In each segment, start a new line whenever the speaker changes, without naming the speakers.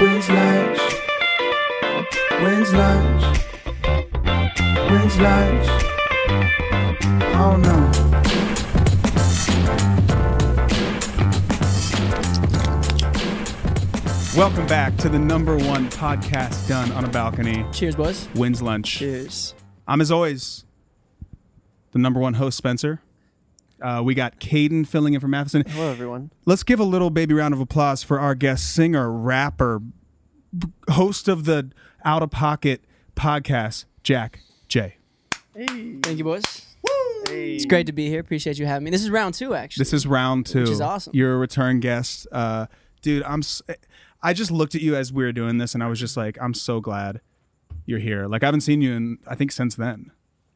When's lunch? When's lunch? When's lunch? I don't know.
Welcome back to the number one podcast done on a balcony.
Cheers, boys.
Wins lunch.
Cheers.
I'm as always the number one host, Spencer. Uh, we got Caden filling in for Matheson.
Hello, everyone.
Let's give a little baby round of applause for our guest singer, rapper, b- host of the Out of Pocket podcast, Jack J.
Thank you, boys. It's great to be here. Appreciate you having me. This is round two, actually.
This is round two. Which
is awesome.
You're a return guest, uh, dude. I'm. s- I just looked at you as we were doing this, and I was just like, I'm so glad you're here. Like I haven't seen you in I think since then.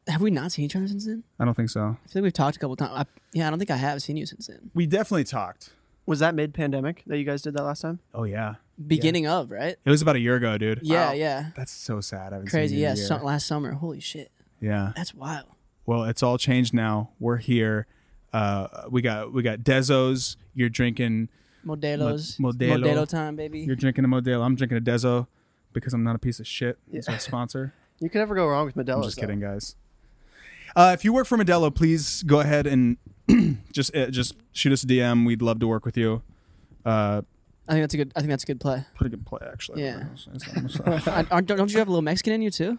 have we not seen each other since then?
I don't think so.
I think we've talked a couple times. I, yeah, I don't think I have seen you since then.
We definitely talked.
Was that mid pandemic that you guys did that last time?
Oh yeah.
Beginning of, right?
It was about a year ago, dude.
Yeah, yeah.
That's so sad. I haven't
Crazy.
Seen you in
Yeah,
a year.
some, last summer. Holy shit.
yeah.
That's wild.
Well, it's all changed now. We're here. Uh, we got we got Dezo's. You're drinking.
Modelos.
Mo- Modelo.
Modelo time, baby.
You're drinking a Modelo. I'm drinking a Dezo because I'm not a piece of shit. It's our sponsor.
You can never go wrong with Modelo.
Oh,
I'm just kidding, guys. Uh, if you work for Modelo, please go ahead and just uh, just shoot us a DM. We'd love to work with you. Uh,
I think that's a good. I think that's a good play.
pretty good play, actually.
Yeah. I, aren't- don't you have a little Mexican in you too?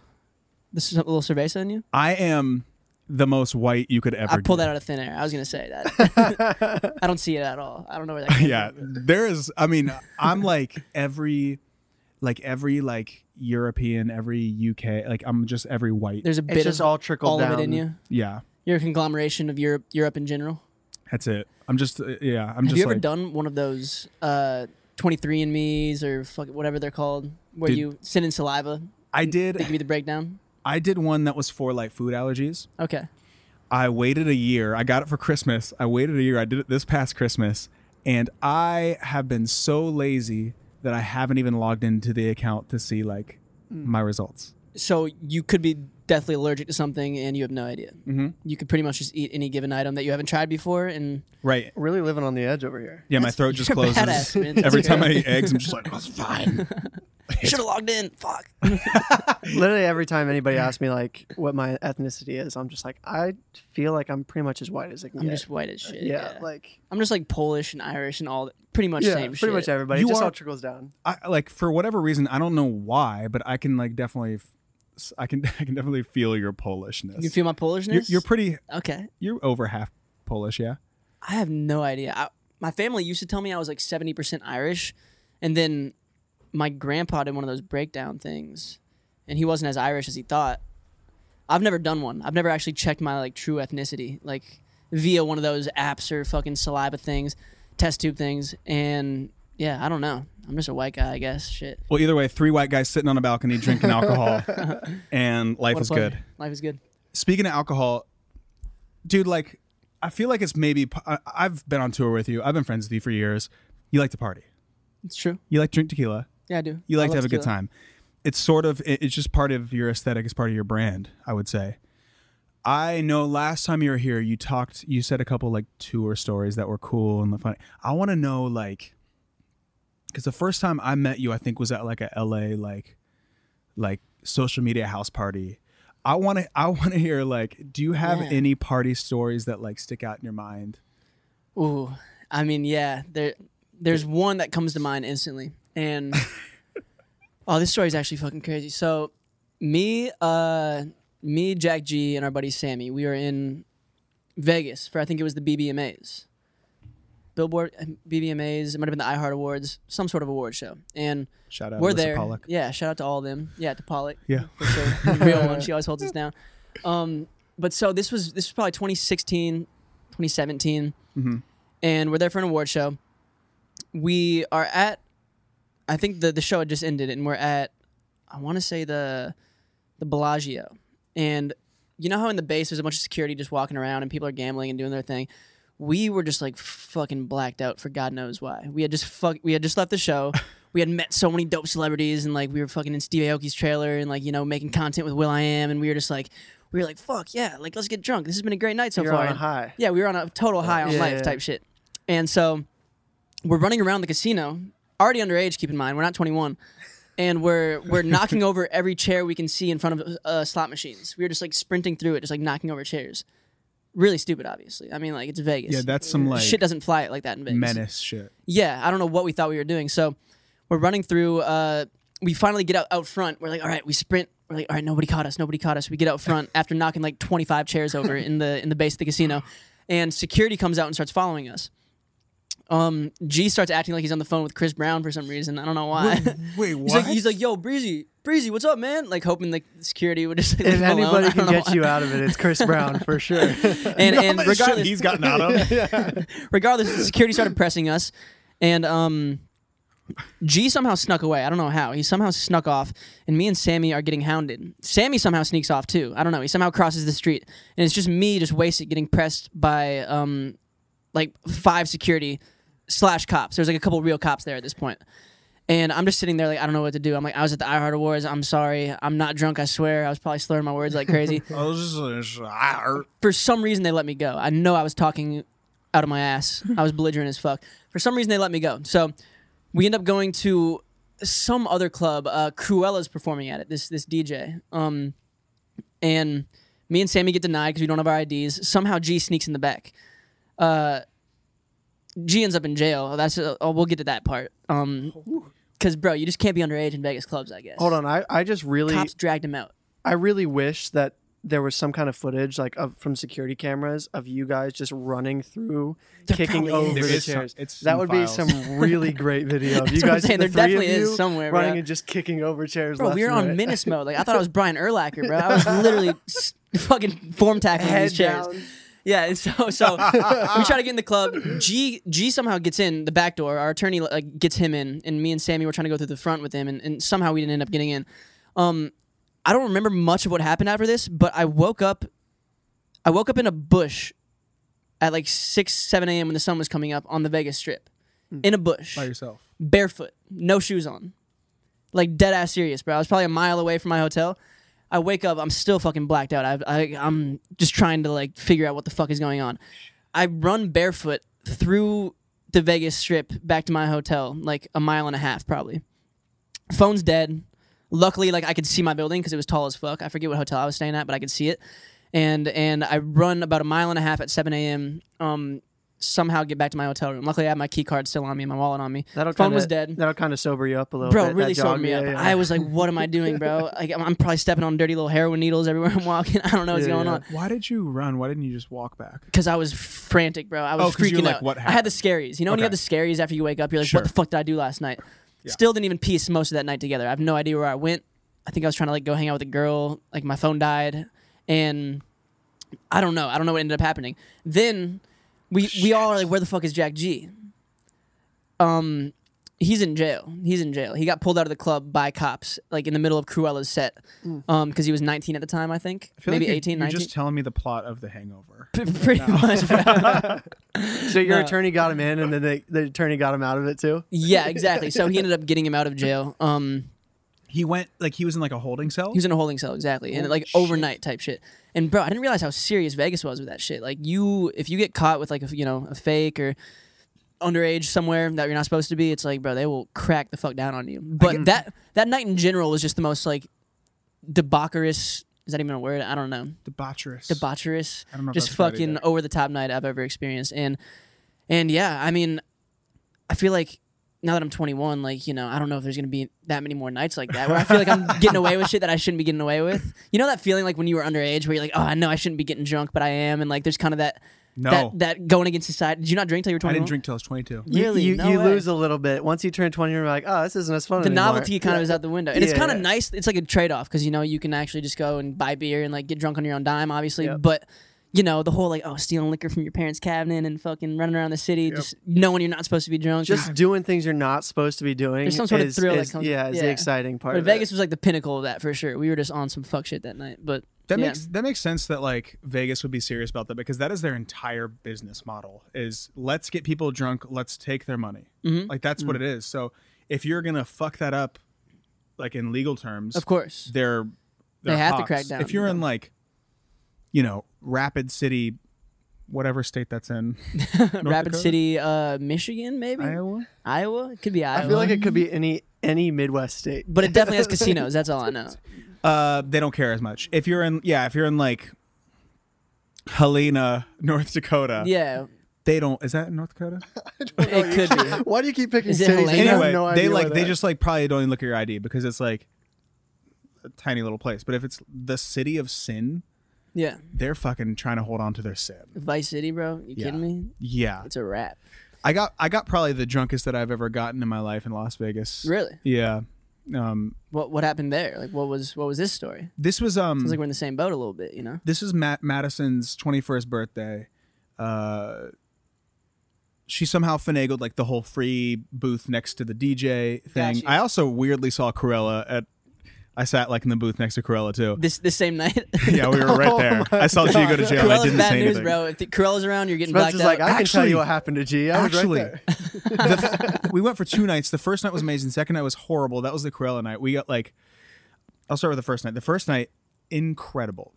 This is a little cerveza in you.
I am the most white you could ever.
I pulled
be.
that out of thin air. I was gonna say that. I don't see it at all. I don't know where that. Came
yeah there is i mean i'm like every like every like european every uk like i'm just every white
There's a bit
It's just
of
all trickled
all
down.
of it in you.
yeah
You're a conglomeration of Europe, Europe in general.
that's it i'm just uh, yeah i'm
Have
just
you ever
like
done one of those uh, 23andMe's or fuck, whatever they're called, where
Dude.
you send in saliva?
i
They give
did
you the breakdown.
i did one that was for like food allergies
Okay.
i waited a year i got it for christmas i waited a year i did it this past christmas and i have been so lazy that i haven't even logged into the account to see like
Hmm.
my results
So you could be deathly allergic to something and you have no idea. Mm-hmm. You could pretty much just eat any given item that you haven't tried before, and
right
Really living on the edge over here.
yeah my
That's-
throat just
you're a
closes
badass, man. That's
every time i
great.
eat eggs i'm just like that's fine
should have logged in. Fuck.
Literally every time anybody asks me like what my ethnicity is, I'm just like, I feel like I'm pretty much as white as I can
I'm
get.
just white as shit.
yeah,
Yeah.
like
I'm just like Polish and Irish and all. Pretty much
yeah,
same.
pretty
shit.
much everybody. It
You
just
are-
all trickles down.
I like for whatever reason I don't know why, but I can like definitely, f- s- I can I can definitely feel your Polishness.
You feel my Polishness?
you're, you're pretty.
okay.
You're over half Polish, yeah.
I have no idea. I, my family used to tell me I was like 70% Irish. And then my grandpa did one of those breakdown things. And he wasn't as Irish as he thought. I've never done one. I've never actually checked my like true ethnicity, like via one of those apps or fucking saliva things, test tube things. And yeah, I don't know. I'm just a white guy, I guess. Shit.
Well, either way, three white guys sitting on a balcony drinking alcohol, and life
What a
is
pleasure.
good.
Life is good.
Speaking of alcohol, dude, like I feel like it's maybe p- I, have been on tour with you. I've been friends with you for years. You like to party.
It's true.
You like to drink tequila.
Yeah, I do.
You like
I
to
love
have a good
tequila.
time. It's sort of it- it's just part of your aesthetic. It's part of your brand, I would say. I know last time you were here, you talked, you said a couple like tour stories that were cool and funny. I want to know like, because the first time I met you, I think was at like a LA like, like social media house party. I want to, I want to hear like, do you have
Yeah.
any party stories that like stick out in your mind?
Ooh, I mean, yeah. There, there's one that comes to mind instantly, and oh, this story's actually fucking crazy. So, me, uh, me, Jack G, and our buddy Sammy, we were in Vegas for I think it was the BBMAs, Billboard uh, BBMAs. It might have been the iHeart Awards, some sort of award show, and
Shout out,
we're
Alyssa
there.
Pollock.
Yeah, shout out to all of them. Yeah, to Pollock.
Yeah.
for sure. The real one. She always holds us down. Um, but so this was this was probably 2016, 2017,
Mm-hmm.
and we're there for an award show. We are at, I think the the show had just ended, and we're at, I want to say the, the Bellagio, and you know how in the base there's a bunch of security just walking around and people are gambling and doing their thing. We were just like fucking blacked out for God knows why. We had just fuck. We had just left the show. We had met so many dope celebrities and like we were fucking in Steve Aoki's trailer and like you know making content with Will I Am and we were just like we were like fuck yeah like let's get drunk. This has been a great night so
You're
far.
on a
And-
high.
yeah, we were on a total high on
Yeah,
life
yeah.
type shit. And so we're running around the casino already underage. Keep in mind, we're not 21, and we're we're knocking over every chair we can see in front of uh, slot machines. We were just like sprinting through it, just like knocking over chairs. Really stupid, obviously. I mean, like it's Vegas.
Yeah, that's some like
shit doesn't fly like that in Vegas.
menace shit.
Yeah, I don't know what we thought we were doing. So we're running through. Uh, we finally get out, out front. We're like, all right, we sprint. We're like, all right, nobody caught us. Nobody caught us. We get out front after knocking like 25 chairs over in the in the base of the casino, and security comes out and starts following us. Um, G starts acting like he's on the phone with Chris Brown for some reason. I don't know why.
Wait,
he's like, he's like, yo, Breezy, Breezy, what's up, man? Like hoping like the security would just like, leave
If
him alone. I
anybody
don't
can
know
get
why.
you out of it, it's Chris Brown for sure.
and and
How much shit
regardless,
he's gotten out of.
regardless, the security started pressing us, and um, G somehow snuck away. I don't know how. He somehow snuck off, and me and Sammy are getting hounded. Sammy somehow sneaks off too. I don't know. He somehow crosses the street, and it's just me just wasted getting pressed by um, like five security slash cops. There's like a couple real cops there at this point. And I'm just sitting there like I don't know what to do. I'm like I was at the iHeart Awards. I'm sorry. I'm not drunk. I swear. I was probably slurring my words like crazy.
I was just, uh,
for some reason they let me go. I know I was talking out of my ass. I was belligerent as fuck. For some reason they let me go. So we end up going to some other club. Uh, Cruella's performing at it. This this DJ. Um, and me and Sammy get denied because we don't have our IDs. Somehow G sneaks in the back. Uh, G ends up in jail. That's uh, oh, we'll get to that part. Um, because bro, you just can't be underage in Vegas clubs. I guess.
Hold on, I, I just really
Cops dragged him out.
I really wish that there was some kind of footage like of, from security cameras of you guys just running through, kicking
probably
over
is. There
the
is some-
chairs.
it's
that
some
would
files.
be some really great video of you
That's what I'm
guys.
saying.
the
There
three of
definitely is
you
somewhere, bro.
running and just kicking over chairs.
Bro,
left
we were
and
on
right.
menace mode. Like I thought I was Brian Urlacher, bro. I was literally s- fucking form tackling
Head
these chairs.
down.
Yeah, and so so we try to get in the club. G G somehow gets in the back door. Our attorney like gets him in, and me and Sammy were trying to go through the front with him, and, and somehow we didn't end up getting in. Um, I don't remember much of what happened after this, but I woke up, I woke up in a bush, at like six seven a.m. when the sun was coming up on the Vegas Strip,
Hmm.
in a bush
by yourself.
barefoot, no shoes on. Like dead ass serious, bro. I was probably a mile away from my hotel. I wake up, I'm still fucking blacked out. I, I, I'm just trying to like figure out what the fuck is going on. I run barefoot through the Vegas Strip back to my hotel, like a mile and a half probably. Phone's dead. Luckily, like I could see my building because it was tall as fuck. I forget what hotel I was staying at, but I could see it. And and I run about a mile and a half at 7 a.m. Um, somehow get back to my hotel room. Luckily, I had my key card still on me, and my wallet on me.
That'll
Phone
kinda,
was dead
That'll kind of sober you up a little
bro,
bit.
it
that
really
jog,
sobered me
yeah,
up.
yeah.
I was like, "What am I doing, bro? Like, I'm, I'm probably stepping on dirty little heroin needles everywhere I'm walking. I don't know what's
Yeah,
going
yeah.
on."
Why did you run? Why didn't you just walk back?
Because I was frantic, bro. I was
Oh, 'cause
freaking
you're like,
out.
"What
I had the
happened?"
scaries. You know, when you
Okay.
have the scaries after you wake up, you're like,
Sure.
"What the fuck did I do last night?" Still didn't even piece most of that night together. I have no idea where I went. I think I was trying to like go hang out with a girl. Like my phone died, and I don't know. I don't know what ended up happening. Then we we all are like, "Where the fuck is Jack G?" Um, he's in jail. He's in jail. He got pulled out of the club by cops, like in the middle of Cruella's set, um, because he was 19 at the time, I think,
I feel
maybe
like you're,
18,
you're
19.
just telling me the plot of The Hangover.
Pretty much.
So your
No.
attorney got him in, and then they, the attorney got him out of it too.
yeah, exactly. So he ended up getting him out of jail. Um,
He went like he was in like a holding cell.
he was in a holding cell, exactly, and like overnight type shit. And bro, I didn't realize how serious Vegas was with that shit. Like you, if you get caught with like a you know a fake or underage somewhere that you're not supposed to be, it's like bro, they will crack the fuck down on you. But that that night in general was just the most like debaucherous. Is that even a word? I don't know.
debaucherous.
debaucherous,
I don't know if
just
that's right
fucking
either.
over the top night I've ever experienced. And and yeah, I mean, I feel like now that I'm 21, like you know, I don't know if there's gonna be that many more nights like that where I feel like I'm getting away with shit that I shouldn't be getting away with. You know that feeling like when you were underage, where you're like, oh, I know I shouldn't be getting drunk, but I am, and like there's kind of that
no,
that that going against society. Did you not drink till you were 21?
I didn't drink till I was 22.
You-
Really?
You,
No
you
way.
lose a little bit once you turn twenty. You're like, oh, this isn't as fun
the
anymore.
novelty kind of is out the window, and it's
Yeah,
kind of
yeah.
nice. It's like a trade off because you know you can actually just go and buy beer and like get drunk on your own dime, obviously.
Yep.
But you know the whole like oh stealing liquor from your parents' cabinet and fucking running around the city, just knowing you're not supposed to be drunk.
just doing things you're not supposed to be doing.
There's some sort of
is,
thrill that
is-
comes-
Yeah, is
yeah.
the exciting part.
but
of
Vegas
it.
was like the pinnacle of that for sure. We were just on some fuck shit that night, but
That
yeah.
makes that makes sense that like Vegas would be serious about that because that is their entire business model is let's get people drunk, let's take their money.
Mm-hmm.
Like that's what it is. So if you're gonna fuck that up, like in legal terms,
of course
they're,
They
they're
have to
hawks.
crack down,
If you're in
yeah.
like, you know, Rapid City, whatever state that's in.
Rapid
Dakota?
City, uh, Michigan, maybe
Iowa.
Iowa? It could be Iowa.
I feel like it could be any any Midwest state.
but it definitely has casinos. That's all I know.
Uh, they don't care as much. If you're in, yeah, if you're in like Helena, North Dakota,
Yeah,
they don't. Is that in North Dakota?
it could be.
Why do Uh, you keep picking
Is it
cities? and
Helena?
you have
anyway,
no
they
idea
like
where
they
they're
just like probably don't even look at your ID because it's like a tiny little place. But if it's the city of sin,
Yeah,
they're fucking trying to hold on to their sin.
Vice City, bro. You
Yeah.
kidding me?
Yeah,
It's a wrap.
I got I got probably the drunkest that I've ever gotten in my life in Las Vegas.
Really?
Yeah. Um,
What what happened there? Like, what was what was this story?
this was um
Sounds like we're in the same boat a little bit, you know?
this is Matt Madison's 21st birthday. Uh, she somehow finagled like the whole free booth next to the DJ thing.
Gotcha.
I also weirdly saw Corella at. I sat like in the booth next to Corella too.
This this same night.
Yeah, we were right
Oh
there.
my
I saw G go to jail. I
Corella's
didn't
bad
say
news,
anything.
bro. If the Corella's around, you're getting
Spencer's
blacked
like,
out.
I can tell
Actually-
you what happened to G. I was right
Actually,
there.
the f- we went for two nights. The first night was amazing. The second night was horrible. That was the Corella night. We got like, I'll start with the first night. The first night, incredible.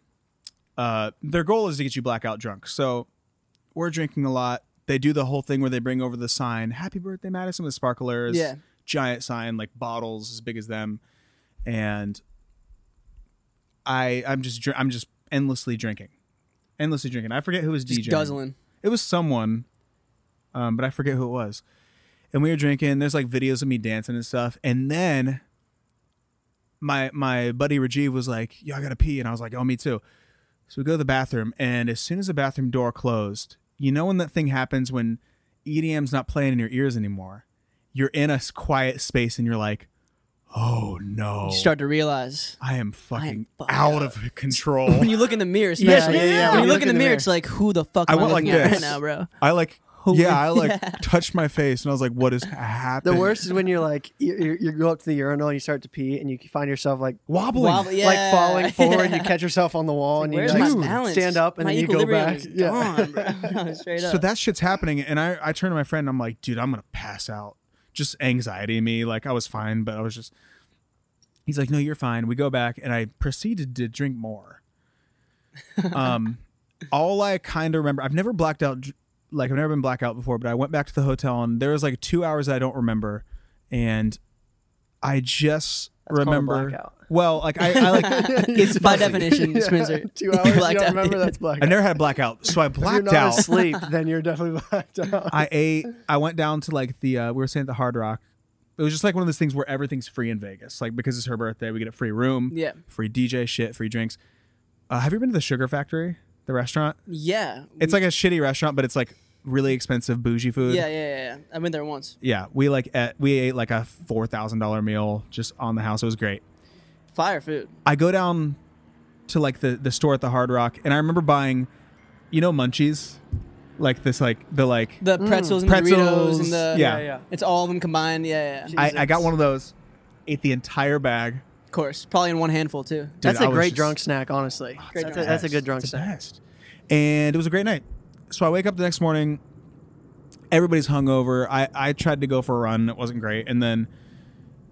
Uh, their goal is to get you blackout drunk. So we're drinking a lot. They do the whole thing where they bring over the sign, "Happy Birthday, Madison," with sparklers,
Yeah.
giant sign, like bottles as big as them, and I, I'm just, dr- I'm just endlessly drinking, endlessly drinking. I forget who was
Just
DJing.
guzzling.
It was someone, um, but I forget who it was. And we were drinking. There's like videos of me dancing and stuff. And then my my buddy Rajiv was like, "Yo, I gotta pee," and I was like, "Oh, me too." So we go to the bathroom, and as soon as the bathroom door closed, you know when that thing happens when EDM's not playing in your ears anymore. You're in a s- quiet space, and you're like, "Oh no,
You start to realize.
I am fucking
fucked
out
up."
of control."
When you look in the mirror,
Yeah,
especially.
yeah, yeah.
When you look in the mirror, it's like, who the fuck
I
am I
went like
looking at right
this.
now, bro?
I like, yeah, I like
Yeah.
touched my face, and I was like, "What is happening?"
The worst is when you're like you, you, you go up to the urinal and you start to pee and you find yourself like
wobbling.
Wobble- yeah.
like falling forward. and You
Yeah.
catch yourself on the wall and you
Where's
like
my balance?
stand up and
my
then you go
equilibrium
back.
Is
Yeah.
gone, bro. No, straight up.
So that shit's happening, and I I turn to my friend, and I'm like, dude, I'm gonna pass out. Just anxiety in me. Like I was fine, but I was just. He's like, no, you're fine. We go back, and I proceeded to drink more. Um, all I kind of remember, I've never blacked out, dr- like I've never been blackout before, but I went back to the hotel, and there was like two hours I don't remember, and I just
That's called a
remember.
blackout.
Well, like I, I like
it's by
fuzzy.
definition,
Yeah,
Spencer.
Two hours. You
blacked out,
don't remember
dude.
that's black.
I never had a blackout, so I
If you're
blacked
not
out.
asleep, then you're definitely blacked out.
I ate. I went down to like the uh, we were staying at the Hard Rock. It was just like one of those things where everything's free in Vegas. Like because it's her birthday, we get a free room,
Yeah.
free DJ shit, free drinks. Uh, have you been to the Sugar Factory, the restaurant?
Mm-hmm. Yeah.
It's like a shitty restaurant, but it's like really expensive bougie food.
Yeah, yeah, yeah, yeah. I went there once.
Yeah, we like at, we ate like a four thousand dollar meal just on the house. It was great.
Fire food.
I go down to like the the store at the Hard Rock, and I remember buying, you know, munchies, like this like the like
The pretzels and
pretzels.
the Doritos and the
yeah.
It's all of them combined. Yeah, yeah. yeah.
I, I got one of those, ate the entire bag.
Of course, probably in one handful too.
Dude,
That's
I
a
was
great
just-
drunk snack, honestly.
Great
that's,
drunk
a, that's a
Best.
good drunk
It's the
snack.
best. And it was a great night. So I wake up the next morning. Everybody's hungover. I I tried to go for a run. It wasn't great. And then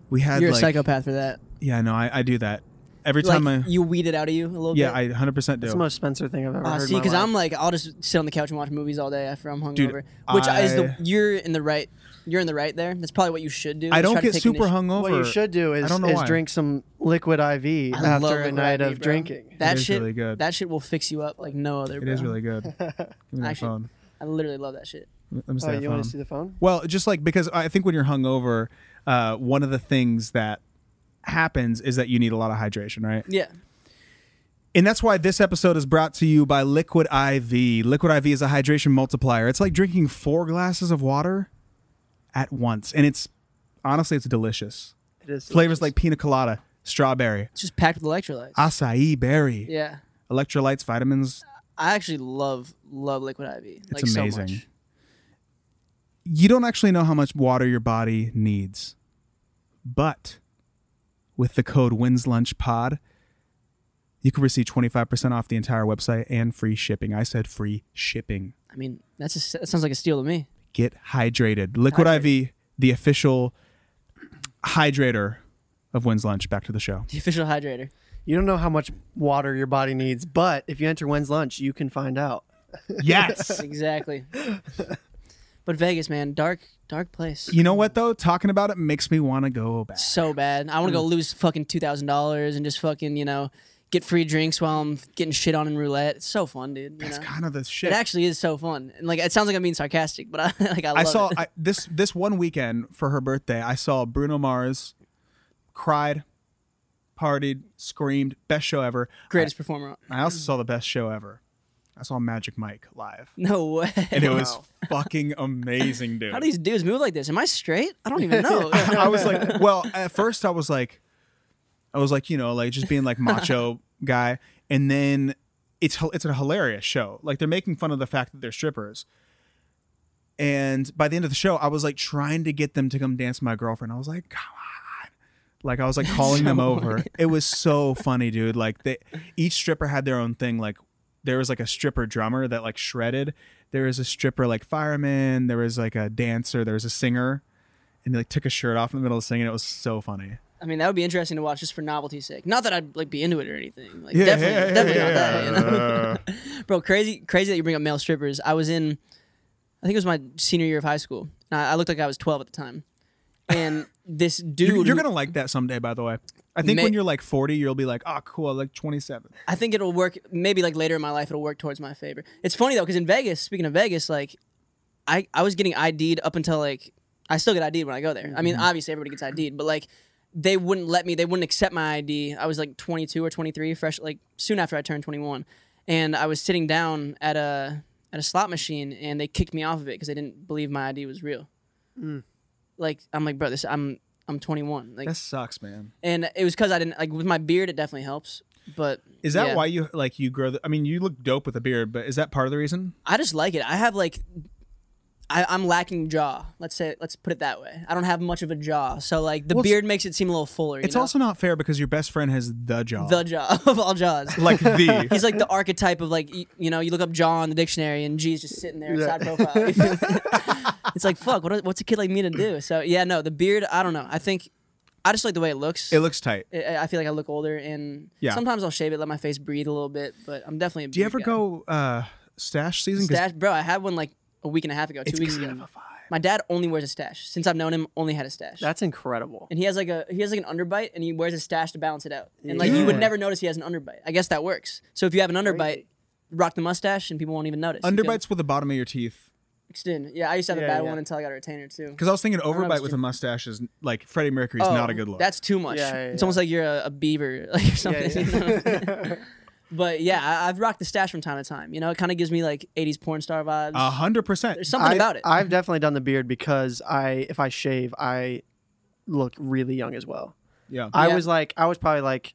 we had
You're
like
a psychopath for that.
yeah no I, I do that every
Like
time I
you weed it out of you a little
yeah
bit.
I hundred percent do
That's the most Spencer thing I've ever
Uh,
heard.
see,
because
because I'm like, I'll just sit on the couch and watch movies all day after I'm
Dude,
hungover. Which is the
I-
you're in the right. You're in the right there. That's probably what you should do.
I
is
don't
try to
get
take
super
initi-
hungover.
What you should do is,
don't know
is
why.
drink some liquid IV
I love
after a
liquid
night
IV,
of
bro.
drinking.
That
It is
shit.
really good.
That shit will fix you up like no other.
It is
bro.
really good. Give me my
Actually-
phone.
I literally love that shit.
Let me see
Oh,
that
you
phone.
want to see the phone?
Well, just like because I think when you're hungover, uh, one of the things that happens is that you need a lot of hydration, right?
Yeah.
And that's why this episode is brought to you by Liquid IV. Liquid IV is a hydration multiplier. It's like drinking four glasses of water at once, and it's honestly it's delicious.
It is
Flavors like pina colada, strawberry,
It's just packed with electrolytes.
acai berry,
yeah.
electrolytes, vitamins.
I actually love love liquid IV. Like
It's
so
amazing.
much.
you don't actually know how much water your body needs. But with the code WinsLunchPod, you can receive 25% off the entire website and free shipping. I said free shipping.
I mean, that's a, that sounds like a steal to me.
Get hydrated. Liquid IV, the official hydrator of Wins Lunch. Back to the show.
The official hydrator.
You don't know how much water your body needs, but if you enter when's lunch, you can find out.
Yes.
exactly. But Vegas, man, dark, dark place.
you know what though? Talking about it makes me want to go back.
So bad. I want
Mm.
to go lose fucking two thousand dollars and just fucking you know get free drinks while I'm getting shit on in roulette. It's so fun, dude. you
That's
know?
kind of the shit.
It actually is so fun. And like it sounds like I'm being sarcastic, but I like
I
I, love
saw
it.
I, this this one weekend for her birthday. I saw Bruno Mars, cried, partied, screamed, best show ever.
greatest performer.
I also saw the best show ever. I saw Magic Mike live,
No way.
and it was fucking amazing, dude.
How do these dudes move like this? Am I straight? I don't even know.
I was like, well, at first I was like, I was like, you know, like just being like macho guy, and then it's hi- it's a hilarious show. Like they're making fun of the fact that they're strippers. And by the end of the show, I was like trying to get them to come dance with my girlfriend. I was like, come on. Like I was like calling them over. It was so funny, dude. Like they each stripper had their own thing. Like there was like a stripper drummer that like shredded. There was a stripper like fireman. There was like a dancer. There was a singer and he like took a shirt off in the middle of singing. It was so funny.
I mean, that would be interesting to watch just for novelty's sake. Not that I'd like be into it or anything. Like
Yeah,
definitely,
yeah, yeah,
definitely
yeah,
not that. You know? Bro, crazy, crazy that you bring up male strippers. I was in, I think it was my senior year of high school. And I, I looked like I was 12 at the time, and this dude,
You're, you're
who-
gonna like that someday, by the way. I think
Ma-
when you're like 40, you'll be like, oh, cool, I like 27.
I think it'll work. Maybe like later in my life, it'll work towards my favor. It's funny though, because in Vegas, speaking of Vegas, like I I was getting ID'd up until like I still get ID'd when I go there. I
Mm-hmm.
mean, obviously everybody gets ID'd, but like they wouldn't let me. They wouldn't accept my ID. I was like 22 or 23, fresh like soon after I turned 21, and I was sitting down at a at a slot machine, and they kicked me off of it because they didn't believe my ID was real.
Mm.
Like I'm like, bro, this I'm I'm 21. Like,
That sucks, man.
and it was because I didn't like with my beard. It definitely helps. But
Is that
yeah.
why you like you grow? The, I mean, you look dope with a beard, but is that part of the reason?
I just like it. I have like, I, I'm lacking jaw. Let's say, let's put it that way. I don't have much of a jaw, so like the
Well, it's-
beard makes it seem a little fuller. You
It's
know?
also not fair because your best friend has the jaw,
the jaw of all jaws.
like the.
He's like the archetype of like you, you know you look up jaw in the dictionary and G's just sitting there side profile. it's like fuck. What, what's a kid like me to do? So yeah, no, the beard. I don't know. I think I just like the way it looks.
it looks tight.
I I feel like I look older, and
Yeah.
sometimes I'll shave it, let my face breathe a little bit, but I'm definitely. A
Do you ever go uh stash season? 'Cause
stash, bro? I had one like a week and a half ago, two
It's
weeks
kind
ago.
of a vibe.
My dad only wears a stash. Since I've known him, only had a stash.
That's incredible.
and he has like a he has like an underbite and he wears a stash to balance it out. And like you
Yeah.
would never notice he has an underbite. I guess that works. So if you have an underbite, rock the mustache and people won't even notice. You can
Underbites with the bottom of your teeth.
extend. Yeah, I used to have a
Yeah,
bad
yeah.
one until I got a retainer too.
Because I was thinking
know,
overbite
it's
with a
just-
mustache is like Freddie Mercury's
Oh,
not a good look.
That's too much.
Yeah, yeah,
It's
yeah.
almost like you're a, a beaver like, or something. you know? but yeah, I, I've rocked the stash from time to time. You know, it kind of gives me like '80s porn star vibes.
a hundred percent.
There's something
I-
about it.
I've definitely done the beard because I, if I shave, I look really young as well.
Yeah.
I
Yeah.
was like, I was probably like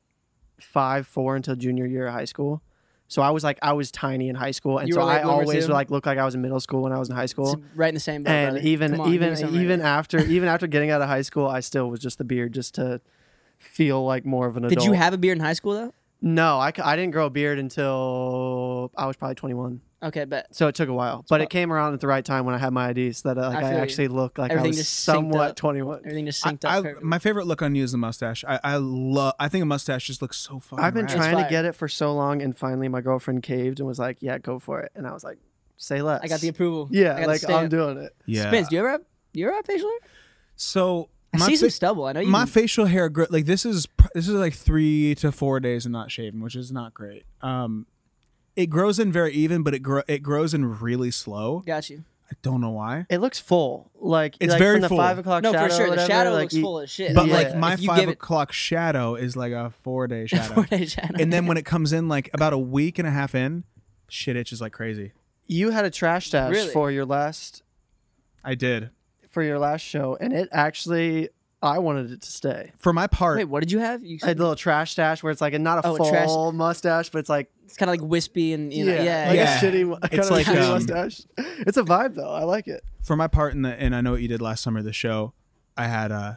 five, four until junior year of high school. So I was like, I was tiny in high school, and
You
so
were a late
I
bloomer,
always
too?
like looked like I was in middle school when I was in high
It's
school.
right in the same. boat,
And
brother.
even
Come on, give me
even
something right
even
there.
after even after getting out of high school, I still was just the beard just to feel like more of an adult.
Did you have a beard in high school though?
No, I, c- I didn't grow a beard until I was probably 21.
Okay, bet.
So it took a while, but it came around at the right time when I had my ID, so that uh, like,
I
I,
feel you.
actually looked like I
Everything
was
just synced
somewhat
up.
21.
Everything just
I,
synced up.
I-
perfectly.
my favorite look on you is the mustache. I, I love. I think a mustache just looks so fucking.
I've been
rad.
trying
fire.
to get it for so long, and finally my girlfriend caved and was like, "Yeah, go for it." And I was like, "Say less."
I got the approval. I got
yeah,
the
like I'm
stamp.
doing it.
Yeah.
Spence, do you ever have you ever have facial hair?
So
I
my
see some
fa-
stubble. I know you.
my facial hair gro- like this is pr- this is like three to four days of not shaving, which is not great. Um, it grows in very even, but it gro- it grows in really slow.
got you.
I don't know why.
It looks full, like
It's
like
very
from the
full.
five o'clock
No,
shadow.
for sure.
or
the
whatever,
shadow
like,
looks
you-
full as shit.
But
Yeah.
like my
if you
five
give it-
o'clock shadow is like a four day shadow,
four-day shadow.
and then when it comes in like about a week and a half in, shit itches like crazy.
You had a trash stash
Really?
for your last
I did
for your last show, and it actually I wanted it to stay.
for my part.
wait, what did you have? You,
A little trash stash where it's like not a
Oh, a
full
trash-
mustache, but it's like
it's kind of like wispy and you know, yeah, yeah.
like
Yeah.
a shitty, kind
It's
of
like,
a shitty
um,
mustache. It's a vibe though. I like it.
for my part in the and I know what you did last summer the show I had uh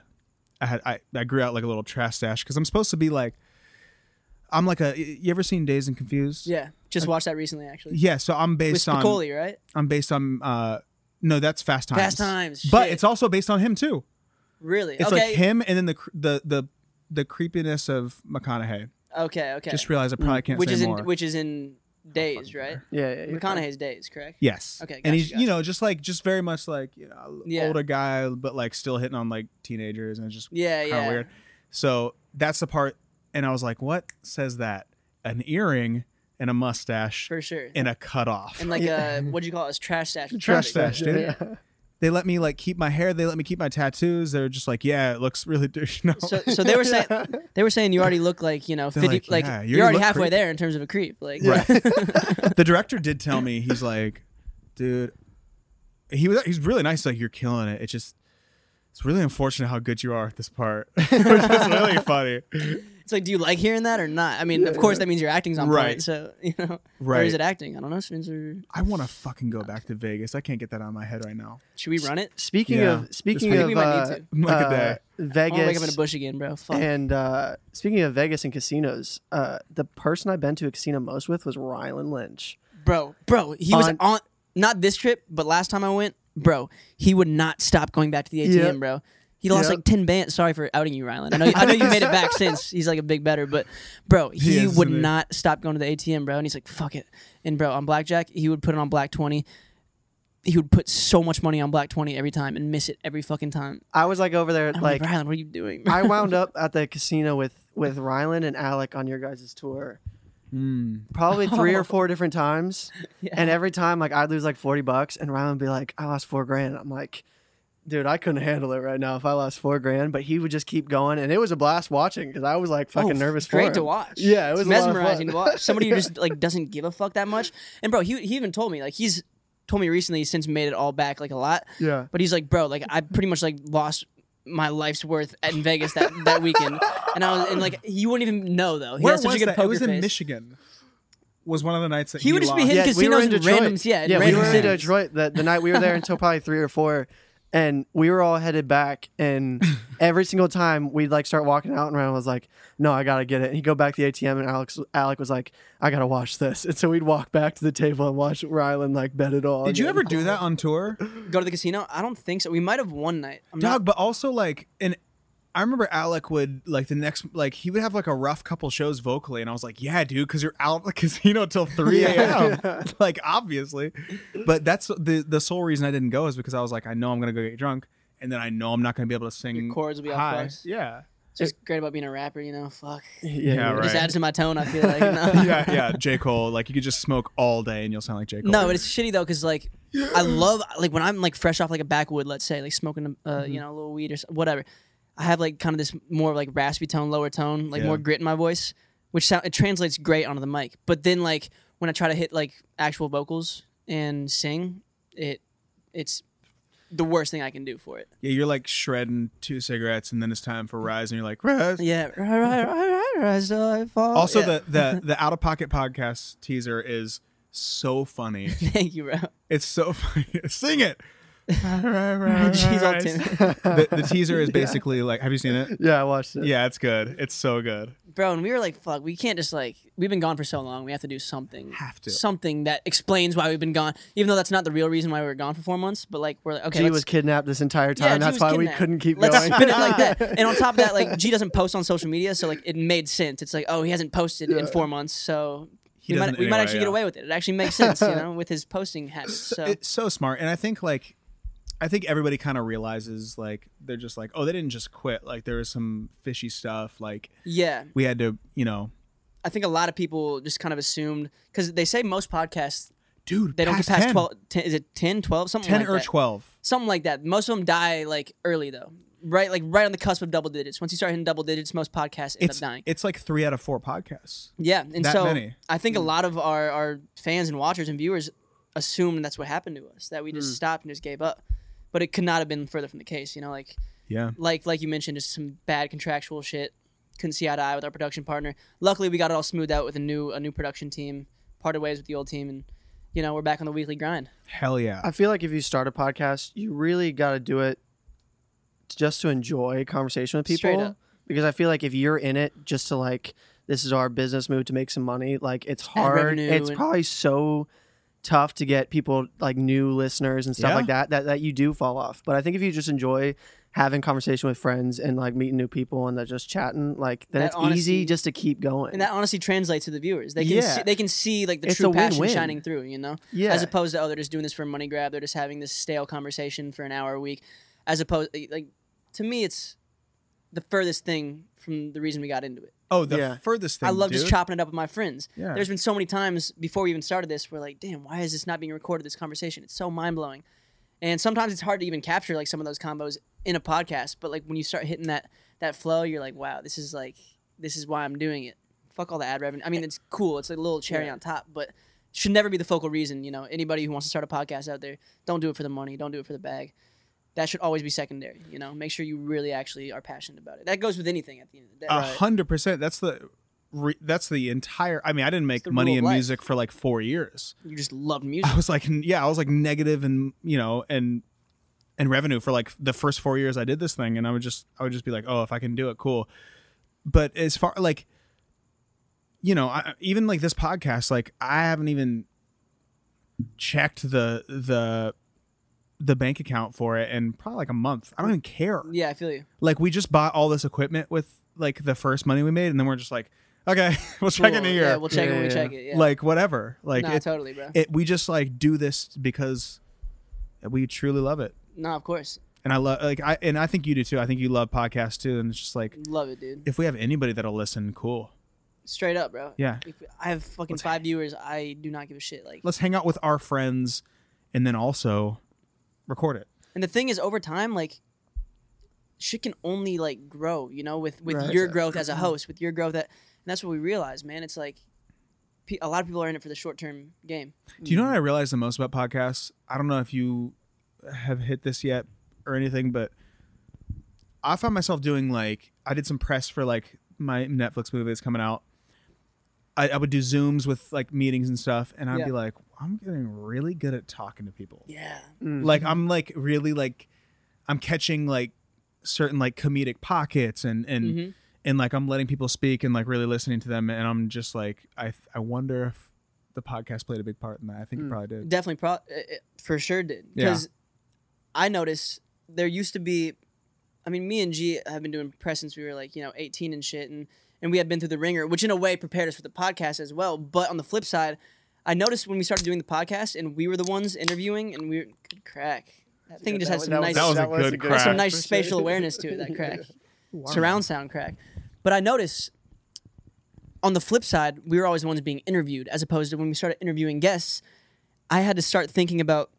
I had I, I grew out like a little trash stash because I'm supposed to be like I'm like a you ever seen Days and Confused
Yeah. Just watched that recently, actually.
yeah so I'm
With
based on
Spicoli, right?
I'm based on uh no that's Fast Times
Fast Times,
but
shit.
it's also based on him too
Really?
it's
okay.
like him and then the cr- the the the creepiness of McConaughey
Okay. Okay.
just realized I probably can't
which
say
is in
more
which is in days, right?
Yeah, yeah. you're fine.
McConaughey's days, correct?
Yes.
Okay,
and
gotcha,
he's
gotcha.
you know just like just very much like you know,
Yeah.
older guy, but like still hitting on like teenagers, and it's just
Yeah,
kind of
yeah.
weird. So that's the part, and I was like, what says that? An earring and a mustache
For sure.
and a cutoff.
And like
Yeah.
a what do you call it? It's trash stash.
Trash stash, dude.
Yeah.
they let me like keep my hair. They let me keep my tattoos. They're just like, yeah, it looks really douche. No.
So, so they were saying they were saying you already look like you know
They're
fifty
like,
like,
yeah, you
you're,
already
already
look
halfway
creepy.
there in terms of a creep like
Right. the director did tell me he's like, dude, he was he's really nice. Like you're killing it. It's just it's really unfortunate how good you are at this part, which is really funny.
it's like do you like hearing that or not? I mean, of course that means your acting's on
Right.
point. So you know, or
Right.
is it acting? I don't know. Spencer.
I want to fucking go back to Vegas. I can't get that out of my head right now.
Should we run it?
Speaking
Yeah.
of speaking
I
think
of
we
uh,
might need
Look at
uh,
that.
I want to wake up in a
Vegas
bush again, bro. Fuck.
and uh, speaking of Vegas and casinos, uh, the person I've been to a casino most with was Rylan Lynch.
bro, bro. He was
On-
on not this trip, but last time I went, bro, he would not stop going back to the ATM,
Yeah.
bro. He lost
Yeah.
like ten bands. Sorry for outing you, Rylan. I know, I know you made it back since. He's like a big better, but bro, he,
is,
would
isn't he?
not stop going to the ATM, bro. And he's like, fuck it. And bro, on blackjack, he would put it on black twenty. He would put so much money on black twenty every time and miss it every fucking time.
I was like over there,
I'm
like
like, Rylan, what are you doing?
I wound up at the casino with with Rylan and Alec on your guys' tour.
Hmm.
Probably three or four different times,
Yeah.
and every time like I'd lose like forty bucks, and Rylan would be like, "I lost four grand." I'm like, "Dude, I couldn't handle it right now if I lost four grand." But he would just keep going, and it was a blast watching because I was like fucking nervous. for
Great
him.
Oh, to watch.
Yeah, it
It's
was a lot of
mesmerizing to
fun.
watch. Somebody who just like doesn't give a fuck that much. And bro, he he even told me like he's told me recently he's since made it all back like a lot.
Yeah.
But he's like, bro, like I pretty much like lost my life's worth at- in Vegas that, that weekend. And I was and like you wouldn't even know though. He
Where
has
was
such a good
that?
poker
It was in
face.
Michigan. Was one of the nights that
He would just be
lost.
hitting
Yeah, we were
casinos
in
in
Detroit.
randoms. Yeah, in
yeah, we
random
were in
cities.
Detroit the, the night we were there until probably three or four, and we were all headed back. And every single time we'd like start walking out, and Ryan was like, "No, I gotta get it." And he'd go back to the ATM, and Alex Alec was like, "I gotta watch this." And so we'd walk back to the table and watch Rylan like bet it all.
Did you
again.
ever do that on tour?
Go to the casino? I don't think so. We might have one night. I'm not-
Dog, but also like and I remember Alec would like the next like he would have like a rough couple shows vocally, and I was like, "Yeah, dude, because you're out at the casino till three a.m. like obviously." But that's the the sole reason I didn't go is because I was like, I know I'm gonna go get drunk, and then I know I'm not gonna be able to sing.
Your chords will be all
high.
fucked.
Yeah,
it's just great about being a rapper, you know? Fuck.
Yeah,
Yeah,
yeah.
It just
Right.
adds to my tone, I feel like. No.
yeah, yeah. J Cole, like you could just smoke all day and you'll sound like J Cole.
No, but it's shitty though, because like I love like when I'm like fresh off like a backwood, let's say like smoking a uh, you know a little weed or s- whatever. I have like kind of this more like raspy tone, lower tone, like
Yeah.
more grit in my voice, which sound it translates great onto the mic. But then like when I try to hit like actual vocals and sing, it it's the worst thing I can do for it.
yeah, you're like shredding two cigarettes, and then it's time for rise, and you're like, rise.
Yeah, right, right, right, right, right, so I fall.
Also,
yeah.
the the the out of pocket podcast teaser is so funny.
thank you, bro.
It's so funny. Sing it.
She's all timid.
the, the teaser is basically like, have you seen it?
I watched it.
Yeah, it's good. It's so good.
bro and we were like fuck we can't just like we've been gone for so long we have to do something
Have to.
something that explains why we've been gone even though that's not the real reason why we were gone for four months but like we're like okay
G
let's,
was kidnapped this entire
yeah,
time.
G
That's
was
why we
kidnapped.
couldn't keep
let's
going.
spin it like that and on top of that like G doesn't post on social media so like it made sense it's like oh he hasn't posted in four months so
He
we might,
doesn't
we might
anyway,
actually
yeah.
get away with it it actually makes sense you know with his posting habits so
It's so smart. And I think like, I think everybody kind of realizes like they're just like, oh, they didn't just quit. Like there was some fishy stuff. Like
yeah
we had to, you know,
I think a lot of people just kind of assumed because they say most podcasts
dude,
they don't get past
10,
12 10, is it 10 12 something
10
like
or
that.
twelve.
something like that. Most of them die like early though, right? Like right on the cusp of double digits. Once you start hitting double digits, most podcasts end
It's
up dying.
it's like three out of four podcasts.
yeah, and
that
so
many. Mm.
I think a lot of our our fans and watchers and viewers assumed that's what happened to us, that we
Mm.
just stopped and just gave up. But it could not have been further from the case, you know. Like
Yeah,
like like you mentioned, just some bad contractual shit. Couldn't see eye to eye with our production partner. Luckily, we got it all smoothed out with a new a new production team. Parted ways with the old team, and you know we're back on the weekly grind.
hell yeah.
I feel like if you start a podcast, you really got to do it just to enjoy conversation with
Straight
people.
up.
Because I feel like if you're in it just to like, this is our business move to make some money, like it's
add
hard.
revenue
It's
and-
probably so tough to get people like new listeners and stuff
Yeah.
like that, that that you do fall off. But I think if you just enjoy having conversation with friends and like meeting new people and they're just chatting, like then
That
it's
honesty-
easy just to keep going.
and that honestly translates to the viewers. They can
Yeah.
see, they can see like the
It's
true
a
passion
win-win.
shining through, you know.
Yeah.
As opposed to oh, they're just doing this for a money grab. They're just having this stale conversation for an hour a week. As opposed, like to me, it's the furthest thing from the reason we got into it.
Oh, the
Yeah.
furthest thing.
I love just
dude.
chopping it up with my friends.
Yeah.
There's been so many times before we even started this where like, damn, why is this not being recorded? This conversation, it's so mind blowing. And sometimes it's hard to even capture like some of those combos in a podcast. But like when you start hitting that that flow, you're like, wow, this is like this is why I'm doing it. Fuck all the ad revenue. I
Eh.
mean, it's cool. It's like a little cherry on top, but should never be the focal reason. You know, anybody who wants to start a podcast out there, don't do it for the money. Don't do it for the bag. That should always be secondary. You know, make sure you really actually are passionate about it. That goes with anything at the end of the day.
A hundred percent. That's the. Re, that's the entire. I mean, I didn't make
the
money
rule of
in
life.
music for like four years.
You just love music.
I was like, n- yeah, I was like negative and you know and and revenue for like the first four years I did this thing, and I would just I would just be like, oh, if I can do it, cool. But as far like, you know, I, even like this podcast, like I haven't even checked the the the bank account for it in probably like a month. I don't even care.
Yeah, I feel you.
Like we just bought all this equipment with like the first money we made, and then we're just like, okay, we'll check in a
Cool.
year,
Yeah, we'll check it when we
Yeah,
check it. Yeah.
like whatever. Like
nah,
it,
totally, bro.
it we just like do this because we truly love it
nah, of course.
and i love like i and i think you do too i think you love podcasts too and it's just like
Love it, dude.
if we have anybody that'll listen cool
Straight up, bro.
yeah
If I have fucking five viewers. I do not give a shit. Like,
let's hang out with our friends and then also record it
and the thing is, over time, like, shit can only like grow. You know, with with
Right.
your growth as a host, with your growth that, and that's what we realize, man. It's like, pe- a lot of people are in it for the short term game.
do you know
Hmm.
what i realize the most about podcasts i don't know if you have hit this yet or anything but i found myself doing like i did some press for like my netflix movie that's coming out I, I would do zooms with like meetings and stuff and i'd
Yeah.
be like i'm getting really good at talking to people
Yeah.
Mm.
Mm-hmm.
like i'm like really like i'm catching like certain like comedic pockets and and
Mhm.
and like i'm letting people speak and like really listening to them and i'm just like i i wonder if the podcast played a big part in that i
Mm.
think it probably did
Definitely, pro- it- it for sure did.
Yeah.
Because I noticed there used to be, I mean, me and G have been doing press since we were like you know 18 and shit, and and we had been through the ringer, which in a way prepared us for the podcast as well. But on the flip side, I noticed when we started doing the podcast and we were the ones interviewing, and we were good crack. That thing just has some nice,
that was a good crack.
some nice spatial awareness to it. That crack, surround sound crack. But I noticed on the flip side, we were always the ones being interviewed, as opposed to when we started interviewing guests, I had to start thinking about